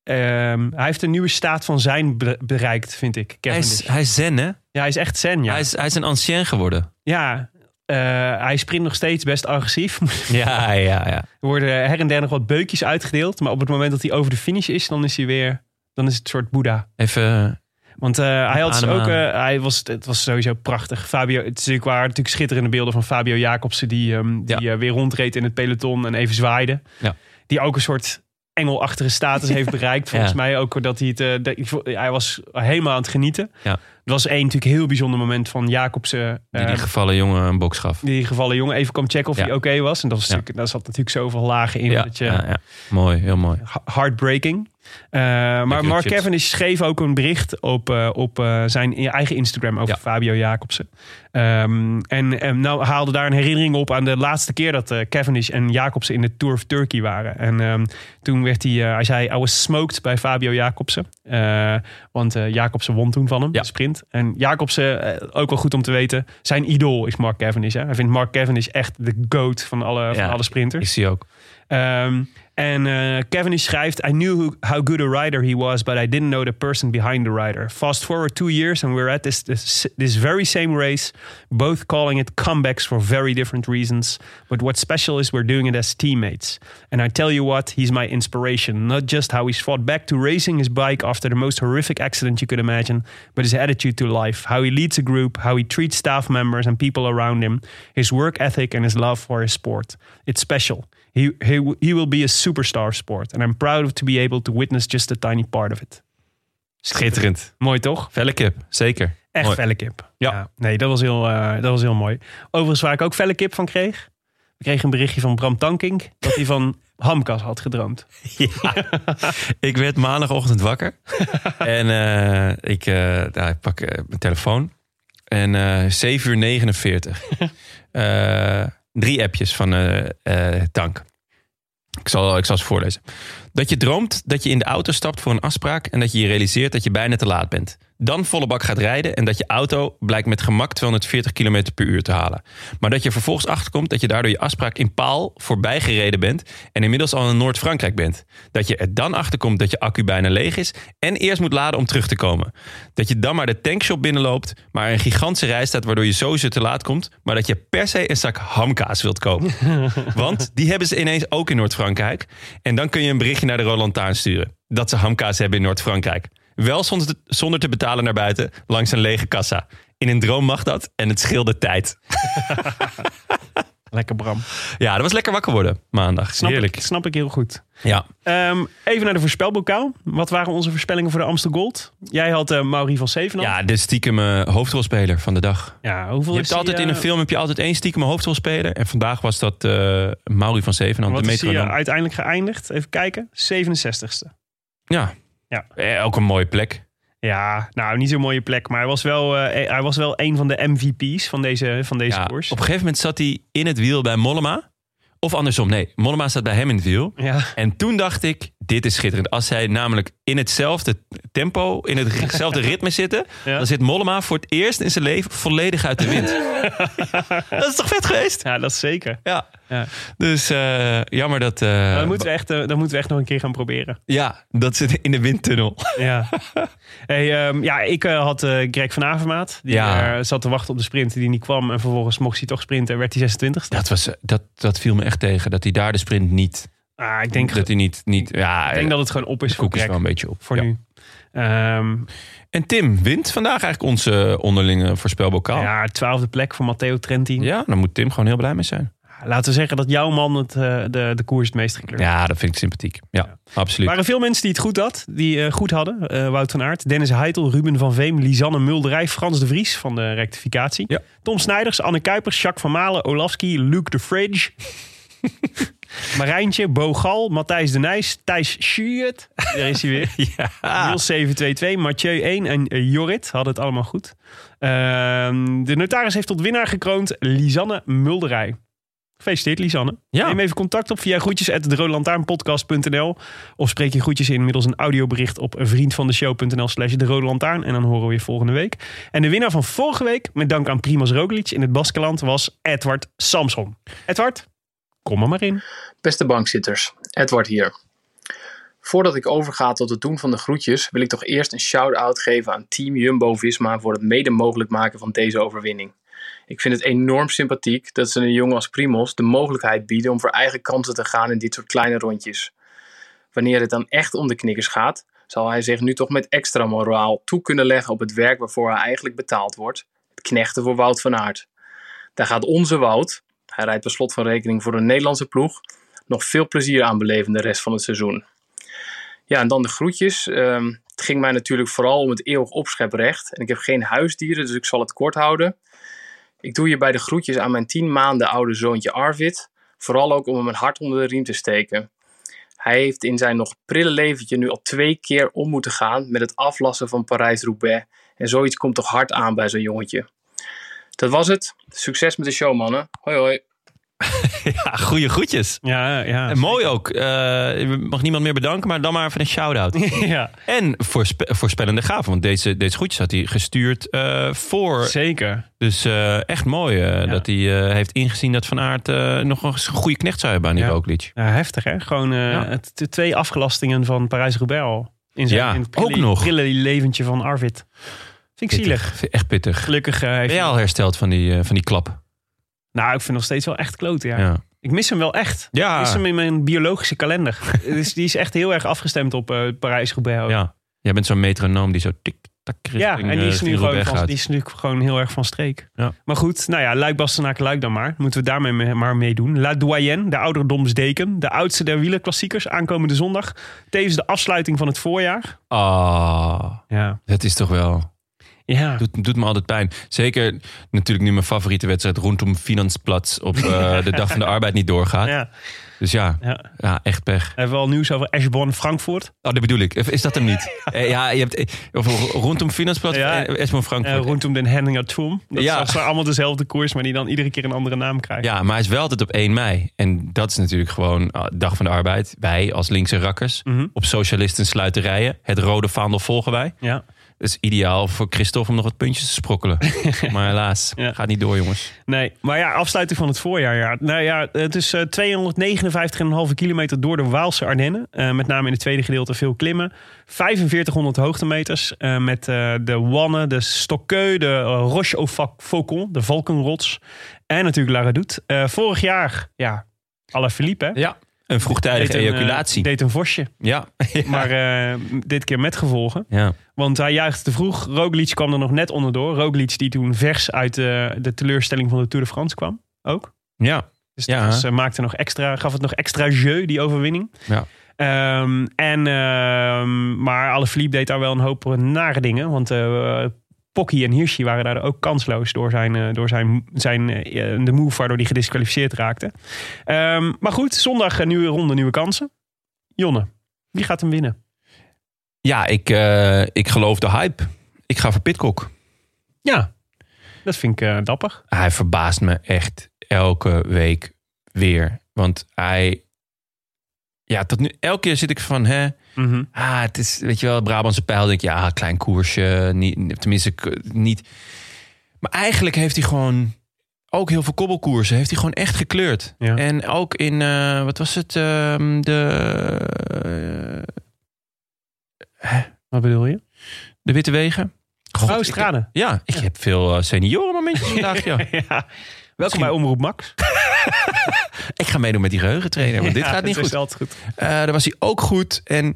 ehm, hij heeft een nieuwe staat van zijn be- bereikt, vind ik.
Hij
Kevin
is, hij is zen, hè?
ja, hij is echt zen, ja.
Hij, is, hij is een ancien geworden.
ja. eh, hij sprint nog steeds best agressief.
Ja, ja, ja.
er worden her en der nog wat beukjes uitgedeeld. Maar op het moment dat hij over de finish is, dan is hij weer... Dan is het een soort Boeddha.
Even,
Want eh, hij had dus ook,
Ademhalen.
eh, hij was, het was sowieso prachtig. Fabio, het is natuurlijk waar, natuurlijk schitterende beelden van Fabio Jacobsen die, ehm, die eh, weer rondreed in het peloton en even zwaaide.
Ja.
Die ook een soort engelachtige status heeft bereikt. Volgens
Ja.
mij ook dat hij het, eh, dat- ik vo- hij was helemaal aan het genieten.
Ja.
Er was één natuurlijk heel bijzonder moment van Jacobsen.
die,
eh,
die gevallen jongen een box gaf.
die gevallen jongen even kwam checken of
Ja.
hij oké was. En dat was
Ja.
natuurlijk, daar zat natuurlijk zoveel lagen in.
Ja,
dat je,
ja, ja. Mooi, heel mooi.
Ha- heartbreaking. Eh, maar Mark
chips.
Cavendish schreef ook een bericht op, eh, op eh, zijn i- eigen Instagram over
Ja.
Fabio Jacobsen. Ehm, en en nou haalde daar een herinnering op aan de laatste keer dat eh Cavendish en Jacobsen in de Tour of Turkey waren. En ehm, toen werd hij, eh, hij zei, I was smoked bij Fabio Jacobsen. Eh, want eh, Jacobsen won toen van hem,
Ja.
de sprint. En Jacobsen, eh, ook wel goed om te weten, zijn idool is Mark Cavendish. Hè? Hij vindt Mark Cavendish echt de goat van alle,
Ja.
van alle sprinters.
Ik zie ook.
Ehm, En eh Cavendish schrijft: I knew who- how good a rider he was, but I didn't know the person behind the rider. Fast forward two years, and we're at this this, this very same race, both calling it comebacks for very different reasons. But what's special is we're doing it as teammates. And I tell you what, he's my inspiration. Not just how he's fought back to racing his bike after the most horrific accident you could imagine, but his attitude to life, how he leads a group, how he treats staff members and people around him, his work ethic, and his love for his sport. It's special. He, he, w- he will be a superstar sport. And I'm proud of to be able to witness just a tiny part of it.
Schitterend.
Mooi toch?
Felle kip, zeker.
Echt
Mooi.
felle kip.
Ja.
Nee, dat was, heel, eh, dat was heel mooi. Overigens waar ik ook felle kip van kreeg. We kregen een berichtje van Bram Tankink. Dat hij van hamkas had gedroomd.
Ik werd maandagochtend wakker. en eh, ik, eh, nou, ik pak eh, mijn telefoon. En eh 7 uur 49. Eh, drie appjes van eh, eh, Tank. Ik zal, ik zal ze voorlezen. Dat je droomt dat je in de auto stapt voor een afspraak... en dat je je realiseert dat je bijna te laat bent. Dan volle bak gaat rijden en dat je auto blijkt met gemak 240 km per uur te halen. Maar dat je vervolgens achterkomt dat je daardoor je afspraak in paal voorbij gereden bent... en inmiddels al in Noord-Frankrijk bent. Dat je er dan achterkomt dat je accu bijna leeg is... en eerst moet laden om terug te komen. Dat je dan maar de tankshop binnenloopt, maar er een gigantische rij staat... waardoor je sowieso te laat komt, maar dat je per se een zak hamkaas wilt kopen. Want die hebben ze ineens ook in Noord-Frankrijk. En dan kun je een berichtje naar de Roland Taan sturen. Dat ze hamkaas hebben in Noord-Frankrijk. Wel zonder te, zonder te betalen naar buiten, langs een lege kassa. In een droom mag dat en het scheelde tijd.
Lekker Bram.
Ja, dat was lekker wakker worden maandag.
Snap
Heerlijk.
Ik, snap ik heel goed.
Ja.
Ehm, even naar de voorspelbokaal. Wat waren onze voorspellingen voor de Amstel Gold? Jij had eh Mauri van Zevenand.
ja, de stiekem eh, hoofdrolspeler van de dag.
Ja, hoeveel
Je hebt
is die,
altijd
eh,
in een film heb je altijd één stiekem hoofdrolspeler. En vandaag was dat eh Mauri van Zevenhand, de
Wat is die eh,
metronoom.
uiteindelijk geëindigd? Even kijken. 67ste.
Ja.
Ja.
Eh, ook een mooie plek.
Ja, nou, niet zo'n mooie plek. Maar hij was wel, eh, hij was wel een van de MVP's van deze, van deze
Ja, op een
koers.
gegeven moment zat hij in het wiel bij Mollema. Of andersom, nee. Mollema staat bij hem in het wiel.
Ja,
En toen dacht ik, dit is schitterend. Als zij namelijk in hetzelfde tempo, in hetzelfde ritme zitten...
Ja.
dan zit Mollema voor het eerst in zijn leven volledig uit de wind. dat is toch vet geweest?
ja dat is zeker.
Ja.
Ja.
Dus eh, jammer dat... eh,
Dan moeten, we echt, eh, dan moeten we echt nog een keer gaan proberen.
Ja, dat zit in de windtunnel.
Ja, hey, ehm, ja ik eh, had eh, Greg van Avermaat. Die
Ja.
eh, zat te wachten op de sprint die niet kwam. En vervolgens mocht hij toch sprinten en werd hij 26
Dat, was, eh, dat, dat viel me echt tegen, dat hij daar de sprint niet...
Ah, ik denk,
dat hij niet... niet ja, eh,
ik denk dat het gewoon op is voor
koek is
Greg.
wel een beetje op.
Voor
Ja.
nu. Ehm,
En Tim wint vandaag eigenlijk onze eh, onderlinge voorspelbokaal.
Ja, twaalfde plek voor Matteo Trentin.
Ja, dan moet Tim gewoon heel blij mee zijn.
Laten we zeggen dat jouw man het, eh, de, de koers het meest gekleurd
Ja, dat vind ik sympathiek. Ja, absoluut.
Er waren veel mensen die het goed, had, die, eh, goed hadden. Eh, Wout van Aert, Dennis Heitel, Ruben van Veem, Lisanne Mulderij, Frans de Vries van de rectificatie.
Ja.
Tom Snijders, Anne Kuipers, Jacques van Malen, Olafski, Luc de Fridge. Marijntje, Bo Gal, Matthijs de Nijs, Thijs Schuurt. Daar is hij weer. Niels 722, Mathieu 1 en eh, Jorrit hadden het allemaal goed. Ehm, de notaris heeft tot winnaar gekroond Lisanne Mulderij. Gefeliciteerd, Lisanne.
Ja.
Neem even contact op via groetjes of spreek je groetjes in middels een audiobericht op vriendvandeshow.nl slash de Rode Lantaarn. En dan horen we je volgende week. En de winnaar van vorige week, met dank aan Primoz Roglic in het Baskeland, was Edward Samson. Edward, kom er maar in.
Beste bankzitters, Edward hier. Voordat ik overga tot het doen van de groetjes, wil ik toch eerst een shout-out geven aan Team Jumbo-Visma voor het mede mogelijk maken van deze overwinning. Ik vind het enorm sympathiek dat ze een jongen als Primos de mogelijkheid bieden om voor eigen kansen te gaan in dit soort kleine rondjes. Wanneer het dan echt om de knikkers gaat, zal hij zich nu toch met extra moraal toe kunnen leggen op het werk waarvoor hij eigenlijk betaald wordt: het knechten voor Wout van Aert. Daar gaat onze Wout, hij rijdt per slot van rekening voor een Nederlandse ploeg, nog veel plezier aan beleven de rest van het seizoen. Ja, en dan de groetjes. Ehm, het ging mij natuurlijk vooral om het eeuwig opscheprecht. En ik heb geen huisdieren, dus ik zal het kort houden. Ik doe hierbij de groetjes aan mijn 10 maanden oude zoontje Arvid. Vooral ook om hem een hart onder de riem te steken. Hij heeft in zijn nog prille leventje nu al twee keer om moeten gaan met het aflassen van Parijs-Roubaix. En zoiets komt toch hard aan bij zo'n jongetje. Dat was het. Succes met de show, mannen. Hoi, hoi.
ja, goede Ah, groetjes.
Ja, ja.
En mooi ook. Eh, je mag niemand meer bedanken, maar dan maar even een shout-out.
ja,
en voorspe- voorspellende gaven, want deze, deze groetjes had hij gestuurd eh, voor.
zeker.
Dus eh, echt mooi eh, dat hij eh, heeft ingezien dat Van Aert eh, nog eens een goede knecht zou hebben aan die
Ja.
Roglic.
Ja, heftig hè? Gewoon eh,
Ja.
het, de twee afgelastingen van Parijs-Roubaix al. In zijn
Ja,
in het
ook
prille-
nog.
prille leventje van Arvid. Vind ik zielig.
Pittig. Echt pittig.
Gelukkig eh, heeft
Ben je al hersteld van die, eh, van die klap?
Nou, ik vind het nog steeds wel echt kloten, ja.
Ja.
Ik mis hem wel echt. Ik mis
Ja.
hem in mijn biologische kalender. dus die is echt heel erg afgestemd op eh, Parijs-Roubaix. ook.
ja. Jij bent zo'n metronoom die zo tik-tak richting
Ja,
eh,
en die is,
richting
nu gewoon
Roubaix
van,
gaat.
die is nu gewoon heel erg van streek.
Ja.
Maar goed, nou ja, Luik Bastenaken Luik dan maar. Moeten we daarmee me- maar mee doen. La Doyenne, de ouderdomsdeken. De oudste der wielerklassiekers, aankomende zondag. Tevens de afsluiting van het voorjaar.
Ah,
Ja.
dat is toch wel...
Ja.
Doet, doet me altijd pijn. Zeker natuurlijk nu mijn favoriete wedstrijd rondom Finansplatz op eh, de dag van de arbeid niet doorgaat.
ja.
Dus ja,
ja. We
ja, echt pech.
hebben wel nieuws over Eschborn Frankfurt.
Oh, dat bedoel ik. Is dat hem niet? Eh, ja, je hebt eh, of rondom Finansplatz
Ja.
eh, Esmond
Eh
Frankfurt.
rondom den Henninger Trom. Dat
Ja.
ja. is allemaal dezelfde koers, maar die dan iedere keer een andere naam krijgt.
Ja, maar hij is wel altijd op 1 mei. En dat is natuurlijk gewoon ah, dag van de arbeid. Wij als linkse rakkers
Mhm.
op socialisten sluiterijen. Het rode vaandel volgen wij.
Ja.
Dat is ideaal voor Christophe om nog wat puntjes te sprokkelen. maar helaas,
Ja.
gaat niet door jongens.
Nee, maar ja, afsluiting van het voorjaar. Ja. Nou ja, het is eh, 259,5 kilometer door de Waalse Ardennen. Eh, met name in het tweede gedeelte veel klimmen. 4500 hoogtemeters eh, met eh, de Wanne, de Stokkeu, de eh, Roche au Fac- Faucon, de Valkenrots. En natuurlijk Laradoet. Eh vorig jaar, ja, Alaphilippe hè?
Ja, een vroegtijdige
Deed een, eh,
ejaculatie.
deed een vosje,
ja.
maar eh, dit keer met gevolgen.
ja.
Want hij juichte te vroeg. Roglic kwam er nog net onderdoor. Roglic die toen vers uit eh, de teleurstelling van de Tour de France kwam. Ook.
ja.
Dus
Ja.
dat was, eh, maakte nog extra, gaf het nog extra jeu, die overwinning.
Ja.
Ehm, en, ehm maar Alaphilippe deed daar wel een hoop eh, nare dingen. Want eh Pocky en Hirschi waren daar ook kansloos door, zijn, eh, door zijn, zijn, eh, de move waardoor hij gedisqualificeerd raakte. Ehm, maar goed, zondag een nieuwe ronde, nieuwe kansen. Jonne, wie gaat hem winnen?
Ja, ik, eh, ik geloof de hype. Ik ga voor Pitcock.
Ja, dat vind ik eh, dapper.
Hij verbaast me echt elke week weer. Want hij... Ja, tot nu... Elke keer zit ik van... Hè, Ah, het is, weet je wel, Brabantse pijl. Denk ik, ja, klein koersje. Niet, tenminste, k- niet. Maar eigenlijk heeft hij gewoon ook heel veel kobbelkoersen. Heeft hij gewoon echt gekleurd.
Ja.
En ook in, eh, wat was het? ehm, de,
Wat bedoel je?
eh, de Witte Wegen. God,
oh,
ik-
Strade.
ja, ik heb veel eh, seniorenmomentjes vandaag. Ja.
ja. Welkom
Misschien-
bij Omroep Max.
Ik ga meedoen met die geheugentrainer, want dit
Ja,
gaat niet
het is
goed.
altijd goed.
Eh, daar was hij ook goed. En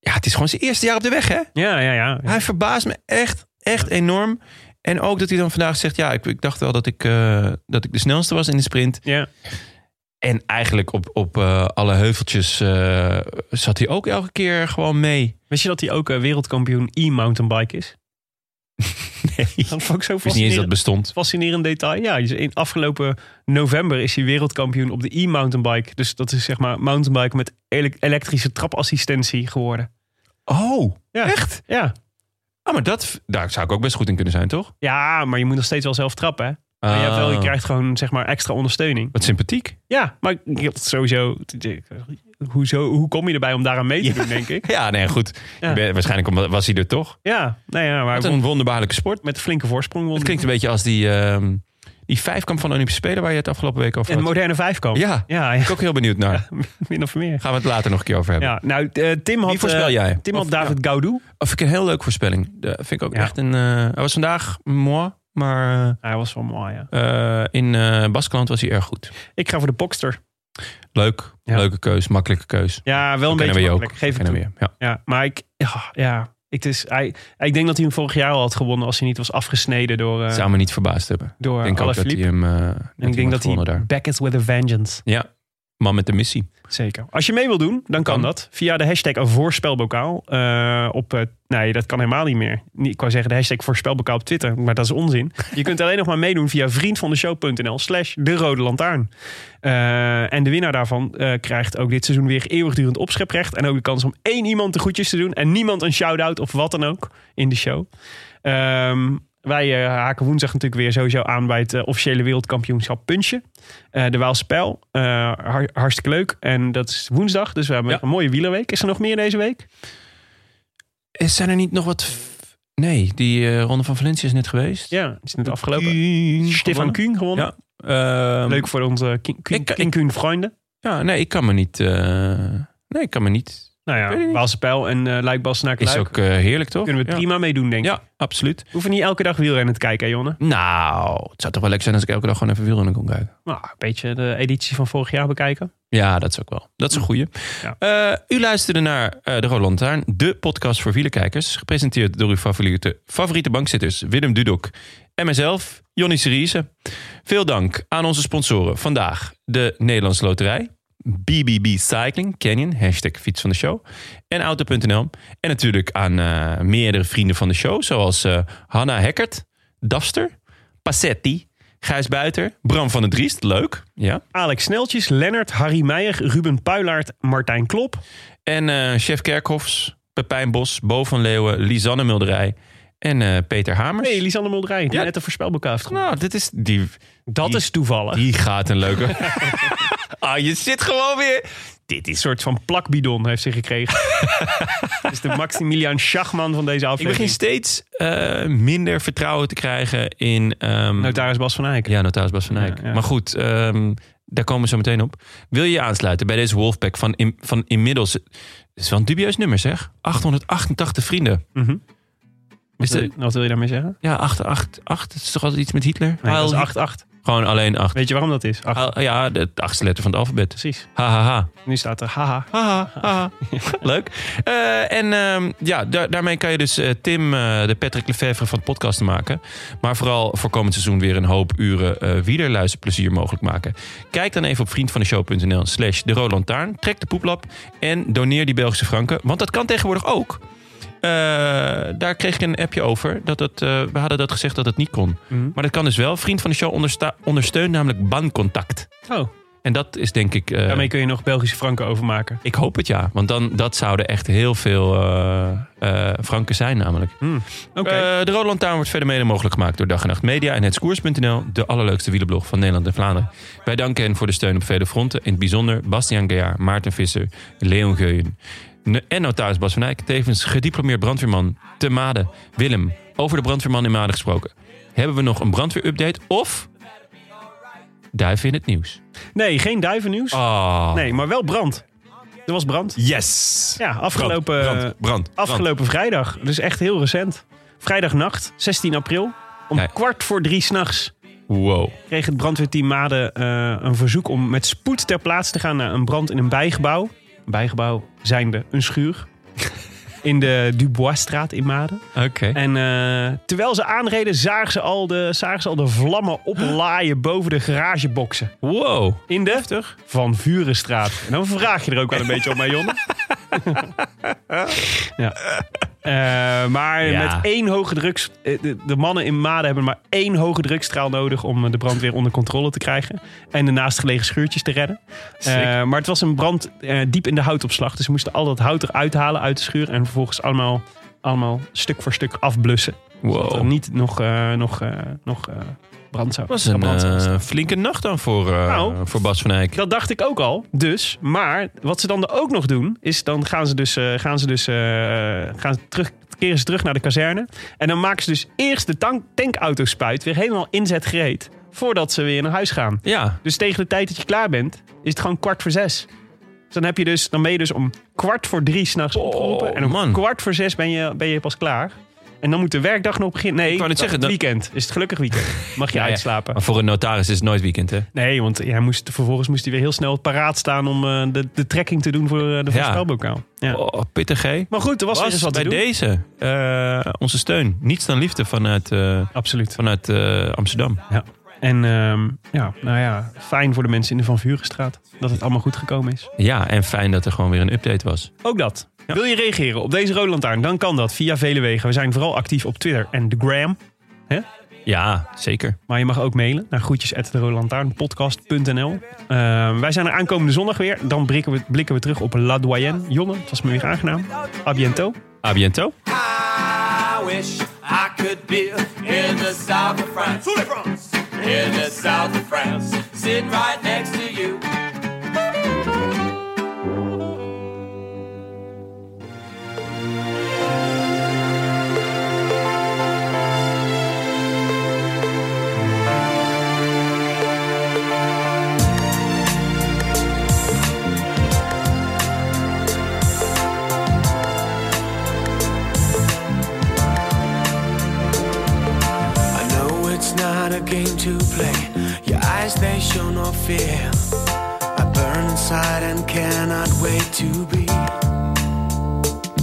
ja, het is gewoon zijn eerste jaar op de weg, hè?
Ja, ja, ja.
Hij verbaast me echt, echt enorm. En ook dat hij dan vandaag zegt: Ja, ik, ik dacht wel dat ik, eh, dat ik de snelste was in de sprint.
ja.
En eigenlijk op, op eh, alle heuveltjes eh, zat hij ook elke keer gewoon mee.
Wist je dat hij ook eh, wereldkampioen e-mountainbike is?
Nee.
Dat vond ik zo
Ik wist niet eens dat het
fascinerend,
bestond.
fascinerend detail. Ja, hij is in afgelopen november is hij wereldkampioen op de e-mountainbike. Dus dat is zeg maar mountainbike met ele- elektrische trapassistentie geworden.
Oh,
Ja.
echt?
Ja.
Ah, maar dat, daar zou ik ook best goed in kunnen zijn, toch?
ja, maar je moet nog steeds wel zelf trappen. Hè? Maar je, hebt wel, je
Ah,
krijgt gewoon zeg maar extra ondersteuning.
Wat sympathiek.
Ja, maar ik- ik- sowieso... Hoezo, hoe kom je erbij om daaraan mee te
Ja.
doen, denk ik?
Ja, nee, goed.
Ja.
Ik ben- Waarschijnlijk omdat- was hij er toch.
Ja, nou ja, maar
Wat een wonderbaarlijke sport.
met een flinke voorsprong won
Het klinkt een beetje als die, ehm, die vijfkamp van de Olympische Spelen waar je het afgelopen week over
Een
had.
moderne vijfkamp.
Ja,
Ja,
ben
ja,
ik ook heel benieuwd naar.
min of meer.
Gaan we het later nog een keer over hebben.
Ja, nou, eh, Tim had,
Wie voorspel
eh,
jij?
Tim had
Of-
David Gaudu.
Oh, vind ik een heel leuke voorspelling. Dat vind ik ook
Ja.
echt een... eh, hij was vandaag mooi, maar
Ah, Hij was wel mooi, ja.
eh, in eh Baskeland was hij erg goed.
Ik ga voor de Boxster.
Leuk,
Ja.
leuke keus, makkelijke keus.
Ja, wel
kennen
een beetje
we je ook.
makkelijk. Geef het
Kennen
toe.
we je, ja.
Ja, maar ik... Ja, ja het is, hij, ik denk dat hij hem vorig jaar al had gewonnen... als hij niet was afgesneden door, eh
Zou me niet verbaasd hebben.
door
ik denk ook dat hij
Alaphilippe.
hem... eh, dat
En ik
hem
denk
had
dat hij
gewonnen daar.
back is with a vengeance.
Ja, man met de missie.
Zeker. Als je mee wil doen, dan kan
Kan.
dat. Via de hashtag een voorspelbokaal. eh, op, eh, nee, dat kan helemaal niet meer. Niet- Ik wou zeggen de hashtag voorspelbokaal op Twitter. Maar dat is onzin. Je kunt alleen nog maar meedoen via vriendvandeshow.nl slash de rode lantaarn. Eh, en de winnaar daarvan eh, krijgt ook dit seizoen weer eeuwigdurend opscheprecht. En ook de kans om één iemand de goedjes te doen. En niemand een shout-out of wat dan ook in de show. Ehm, Wij eh, haken woensdag natuurlijk weer sowieso aan bij het eh, officiële wereldkampioenschap Puntje. Eh, de Waalse Pijl. Eh, har- hartstikke leuk. En dat is woensdag, dus we hebben
Ja.
een mooie wielerweek. Is er nog meer deze week?
Is- Eh, Zijn er niet nog wat... f- Nee, die eh, Ronde van Valencia is net geweest.
Ja, is net afgelopen.
Kuhn
Stefan
gewonnen.
Kuhn gewonnen.
Ja. Ehm,
Leuk voor onze Kuhn- Kuhn-
Ik- ik-
Kuhn- Kuhn-vrienden.
Ja, nee, ik kan me niet... eh, nee, ik kan me niet...
Nou
Weet ik
ja,
niet.
Waalse Pijl en eh Luikbas naar
Is
Luik.
ook eh, heerlijk, toch?
Kunnen we
ja.
prima meedoen, denk ik.
Ja, absoluut.
We hoeven niet elke dag wielrennen te kijken, hè, Jonne.
Nou, het zou toch wel lekker zijn als ik elke dag gewoon even wielrennen kon kijken.
Nou, een beetje de editie van vorig jaar bekijken.
Ja, dat is ook wel. Dat is een goeie. Eh, u luisterde naar eh, De Rode Lantaarn, de podcast voor wielerkijkers. Gepresenteerd door uw favoriete, favoriete bankzitters Willem Dudok en mijzelf, Jonny Seriese. Veel dank aan onze sponsoren vandaag. De Nederlandse Loterij, BBB Cycling, Canyon, hashtag fiets van de show. En Auto.nl. En natuurlijk aan eh, meerdere vrienden van de show. Zoals eh, Hanna Hekkert, Dafster, Passetti, Gijs Buiter, Bram van der Driest. Leuk, ja.
Alex Sneltjes, Lennart, Harry Meijer, Ruben Puilaert, Martijn Klop.
En eh, chef Kerkhofs, Pepijn Bos, Bo van Leeuwen, Lisanne Mulderij en eh, Peter Hamers.
Nee, Lisanne Mulderij, die
Ja.
net een voorspelbokaal heeft gewonnen.
nou, dit is, die,
Dat
die-
is toevallig.
die gaat een leuke. ah, je zit gewoon weer. Dit
Een
is...
soort van plakbidon heeft ze gekregen. Dat is de Maximilian Schachman van deze
Ik
aflevering.
begin steeds eh, minder vertrouwen te krijgen in... ehm,
Notaris Bas van Eyck.
ja, notaris Bas van Eyck.
Ja, ja.
Maar goed, ehm, daar komen we zo meteen op. Wil je je aansluiten bij deze Wolfpack van, in- van inmiddels... Het is wel een dubieus nummer, zeg. 888 vrienden.
Mhm.
Is
Wat wil-
de,
Wat wil je daarmee zeggen?
ja, 888. Het is toch altijd iets met Hitler?
Nee, dat is
Heil-
8-8.
Gewoon alleen acht.
Weet je waarom dat is? 8.
Ah, ja, de het achtste letter van het alfabet.
Precies.
Ha, ha, ha.
Nu staat er haha.
Ha, ha, ha. Leuk. Eh, en ehm, ja, da- daarmee kan je dus eh, Tim, eh, de Patrick Lefevre van het podcast maken. Maar vooral voor komend seizoen weer een hoop uren eh wielerluisterplezier mogelijk maken. Kijk dan even op vriendvandeshow.nl slash de Rode Lantaarn. Trek de poeplap en doneer die Belgische franken. Want dat kan tegenwoordig ook. Eh, daar kreeg ik een appje over. Dat het, eh, we hadden dat gezegd dat het niet kon.
Mhm.
Maar dat kan dus wel. Vriend van de show ondersta- ondersteunt namelijk bancontact.
Oh,
En dat is denk ik... eh,
daarmee kun je nog Belgische franken overmaken.
ik hoop het ja, want dan dat zouden echt heel veel eh, eh, franken zijn namelijk.
Oké.
Eh, de Rode Lantaarn wordt verder mede mogelijk gemaakt door Dag en Nacht Media en hetskoers.nl, de allerleukste wielenblog van Nederland en Vlaanderen. Wij danken hen voor de steun op vele fronten, in het bijzonder Bastiaan Gejaar, Maarten Visser, Leon Geuyen ne- en notaris Bas van Eyck, tevens gediplomeerd brandweerman te Made, Willem. Over de brandweerman in Made gesproken. Hebben we nog een brandweerupdate of duiven in het nieuws?
Nee, geen duivennieuws.
Oh,
Nee, maar wel brand. Er was brand.
yes!
Ja,
Brand,
afgelopen, eh,
brand, brand, brand.
afgelopen vrijdag. Dus echt heel recent. Vrijdagnacht, 16 april. Om
Nee.
kwart voor drie s'nachts
Wow.
kreeg het brandweerteam Maden eh, een verzoek om met spoed ter plaatse te gaan naar een brand in een bijgebouw. Een bijgebouw zijnde een schuur. In de Duboisstraat in Maden.
Oké.
En eh, terwijl ze aanreden, zagen ze, al de, zagen ze al de vlammen oplaaien boven de garageboxen.
Wow.
In de Van Vurenstraat. En dan vraag je er ook wel een beetje om, hè, Jonne? ja. Eh, maar
Ja.
met één hoge druks... eh, De, de mannen in Maden hebben maar één hoge drukstraal nodig... om eh, de brand weer onder controle te krijgen. En de naastgelegen schuurtjes te redden. Eh,
Sick.
maar het was een brand eh, diep in de houtopslag. Dus ze moesten al dat hout eruit halen uit de schuur... en vervolgens allemaal, allemaal stuk voor stuk afblussen. Dat er
Wow.
niet nog, eh, nog, eh, nog eh, brand zou
Oh. was een
brand zou
eh, flinke nacht dan voor, eh,
Nou.
voor Bas van Eyck.
Dat dacht ik ook al. Dus, maar wat ze dan ook nog doen, is dan gaan ze dus, eh, gaan ze dus eh, gaan ze terug, keren ze terug naar de kazerne. En dan maken ze dus eerst de tank, tankauto-spuit weer helemaal inzet gereed. Voordat ze weer naar huis gaan.
Ja.
Dus tegen de tijd dat je klaar bent, is het gewoon kwart voor zes. Dus dan, heb je dus, dan ben je dus om kwart voor drie s'nachts
Oh,
opgeroepen. En om
man.
kwart voor zes ben je, ben je pas klaar. En dan moet de werkdag nog beginnen. Nee,
wou net
dat-
zeggen, dan-
weekend. Is het gelukkig weekend. Mag je
Ja, ja.
uitslapen.
Maar voor een notaris is het nooit weekend, hè?
Nee, want hij moest, vervolgens moest hij weer heel snel paraat staan om eh, de, de trekking te doen voor eh, de
Ja.
voorspelbokaal. Ja.
Oh, pittig, hè?
Maar goed, er was, weer eens wat
bij
te doen.
deze eh, onze steun. Niets dan liefde vanuit, eh,
Absoluut.
vanuit eh, Amsterdam.
En ehm, ja, nou ja, fijn voor de mensen in de Van Vurenstraat dat het allemaal goed gekomen is.
Ja, en fijn dat er gewoon weer een update was.
Ook dat. Wil je reageren op deze Rode Lantaarn? Dan kan dat via vele wegen. We zijn vooral actief op Twitter en de Gram.
Ja, zeker.
Maar je mag ook mailen naar groetjes Ehm, wij zijn er aankomende zondag weer. Dan blikken we, blikken we terug op La Doyenne. Jonne, het was me weer aangenaam. A bientôt.
A biento.
I wish I could. good beer in the south of France. France. In the south of France, sitting right next to you.
I know it's not a game to play. Your eyes, they show no fear. I burn inside and cannot wait to be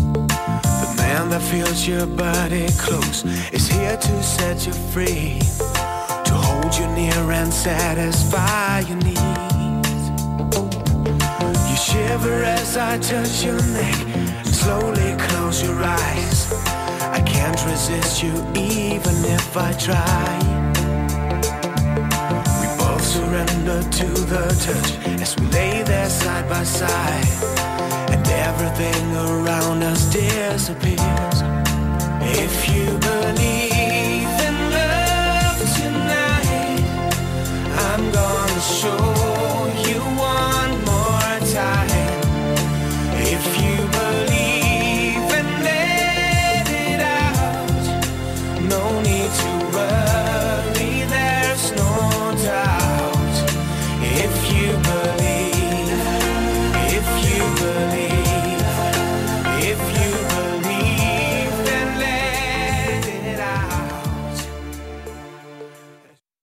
the man that feels your body close. Is here to set you free, to hold you near and satisfy your needs. You shiver as I touch your neck and slowly close your eyes. I can't resist you even if I try. We both surrender to the touch as we lay there side by side. And everything around us disappears. If you believe.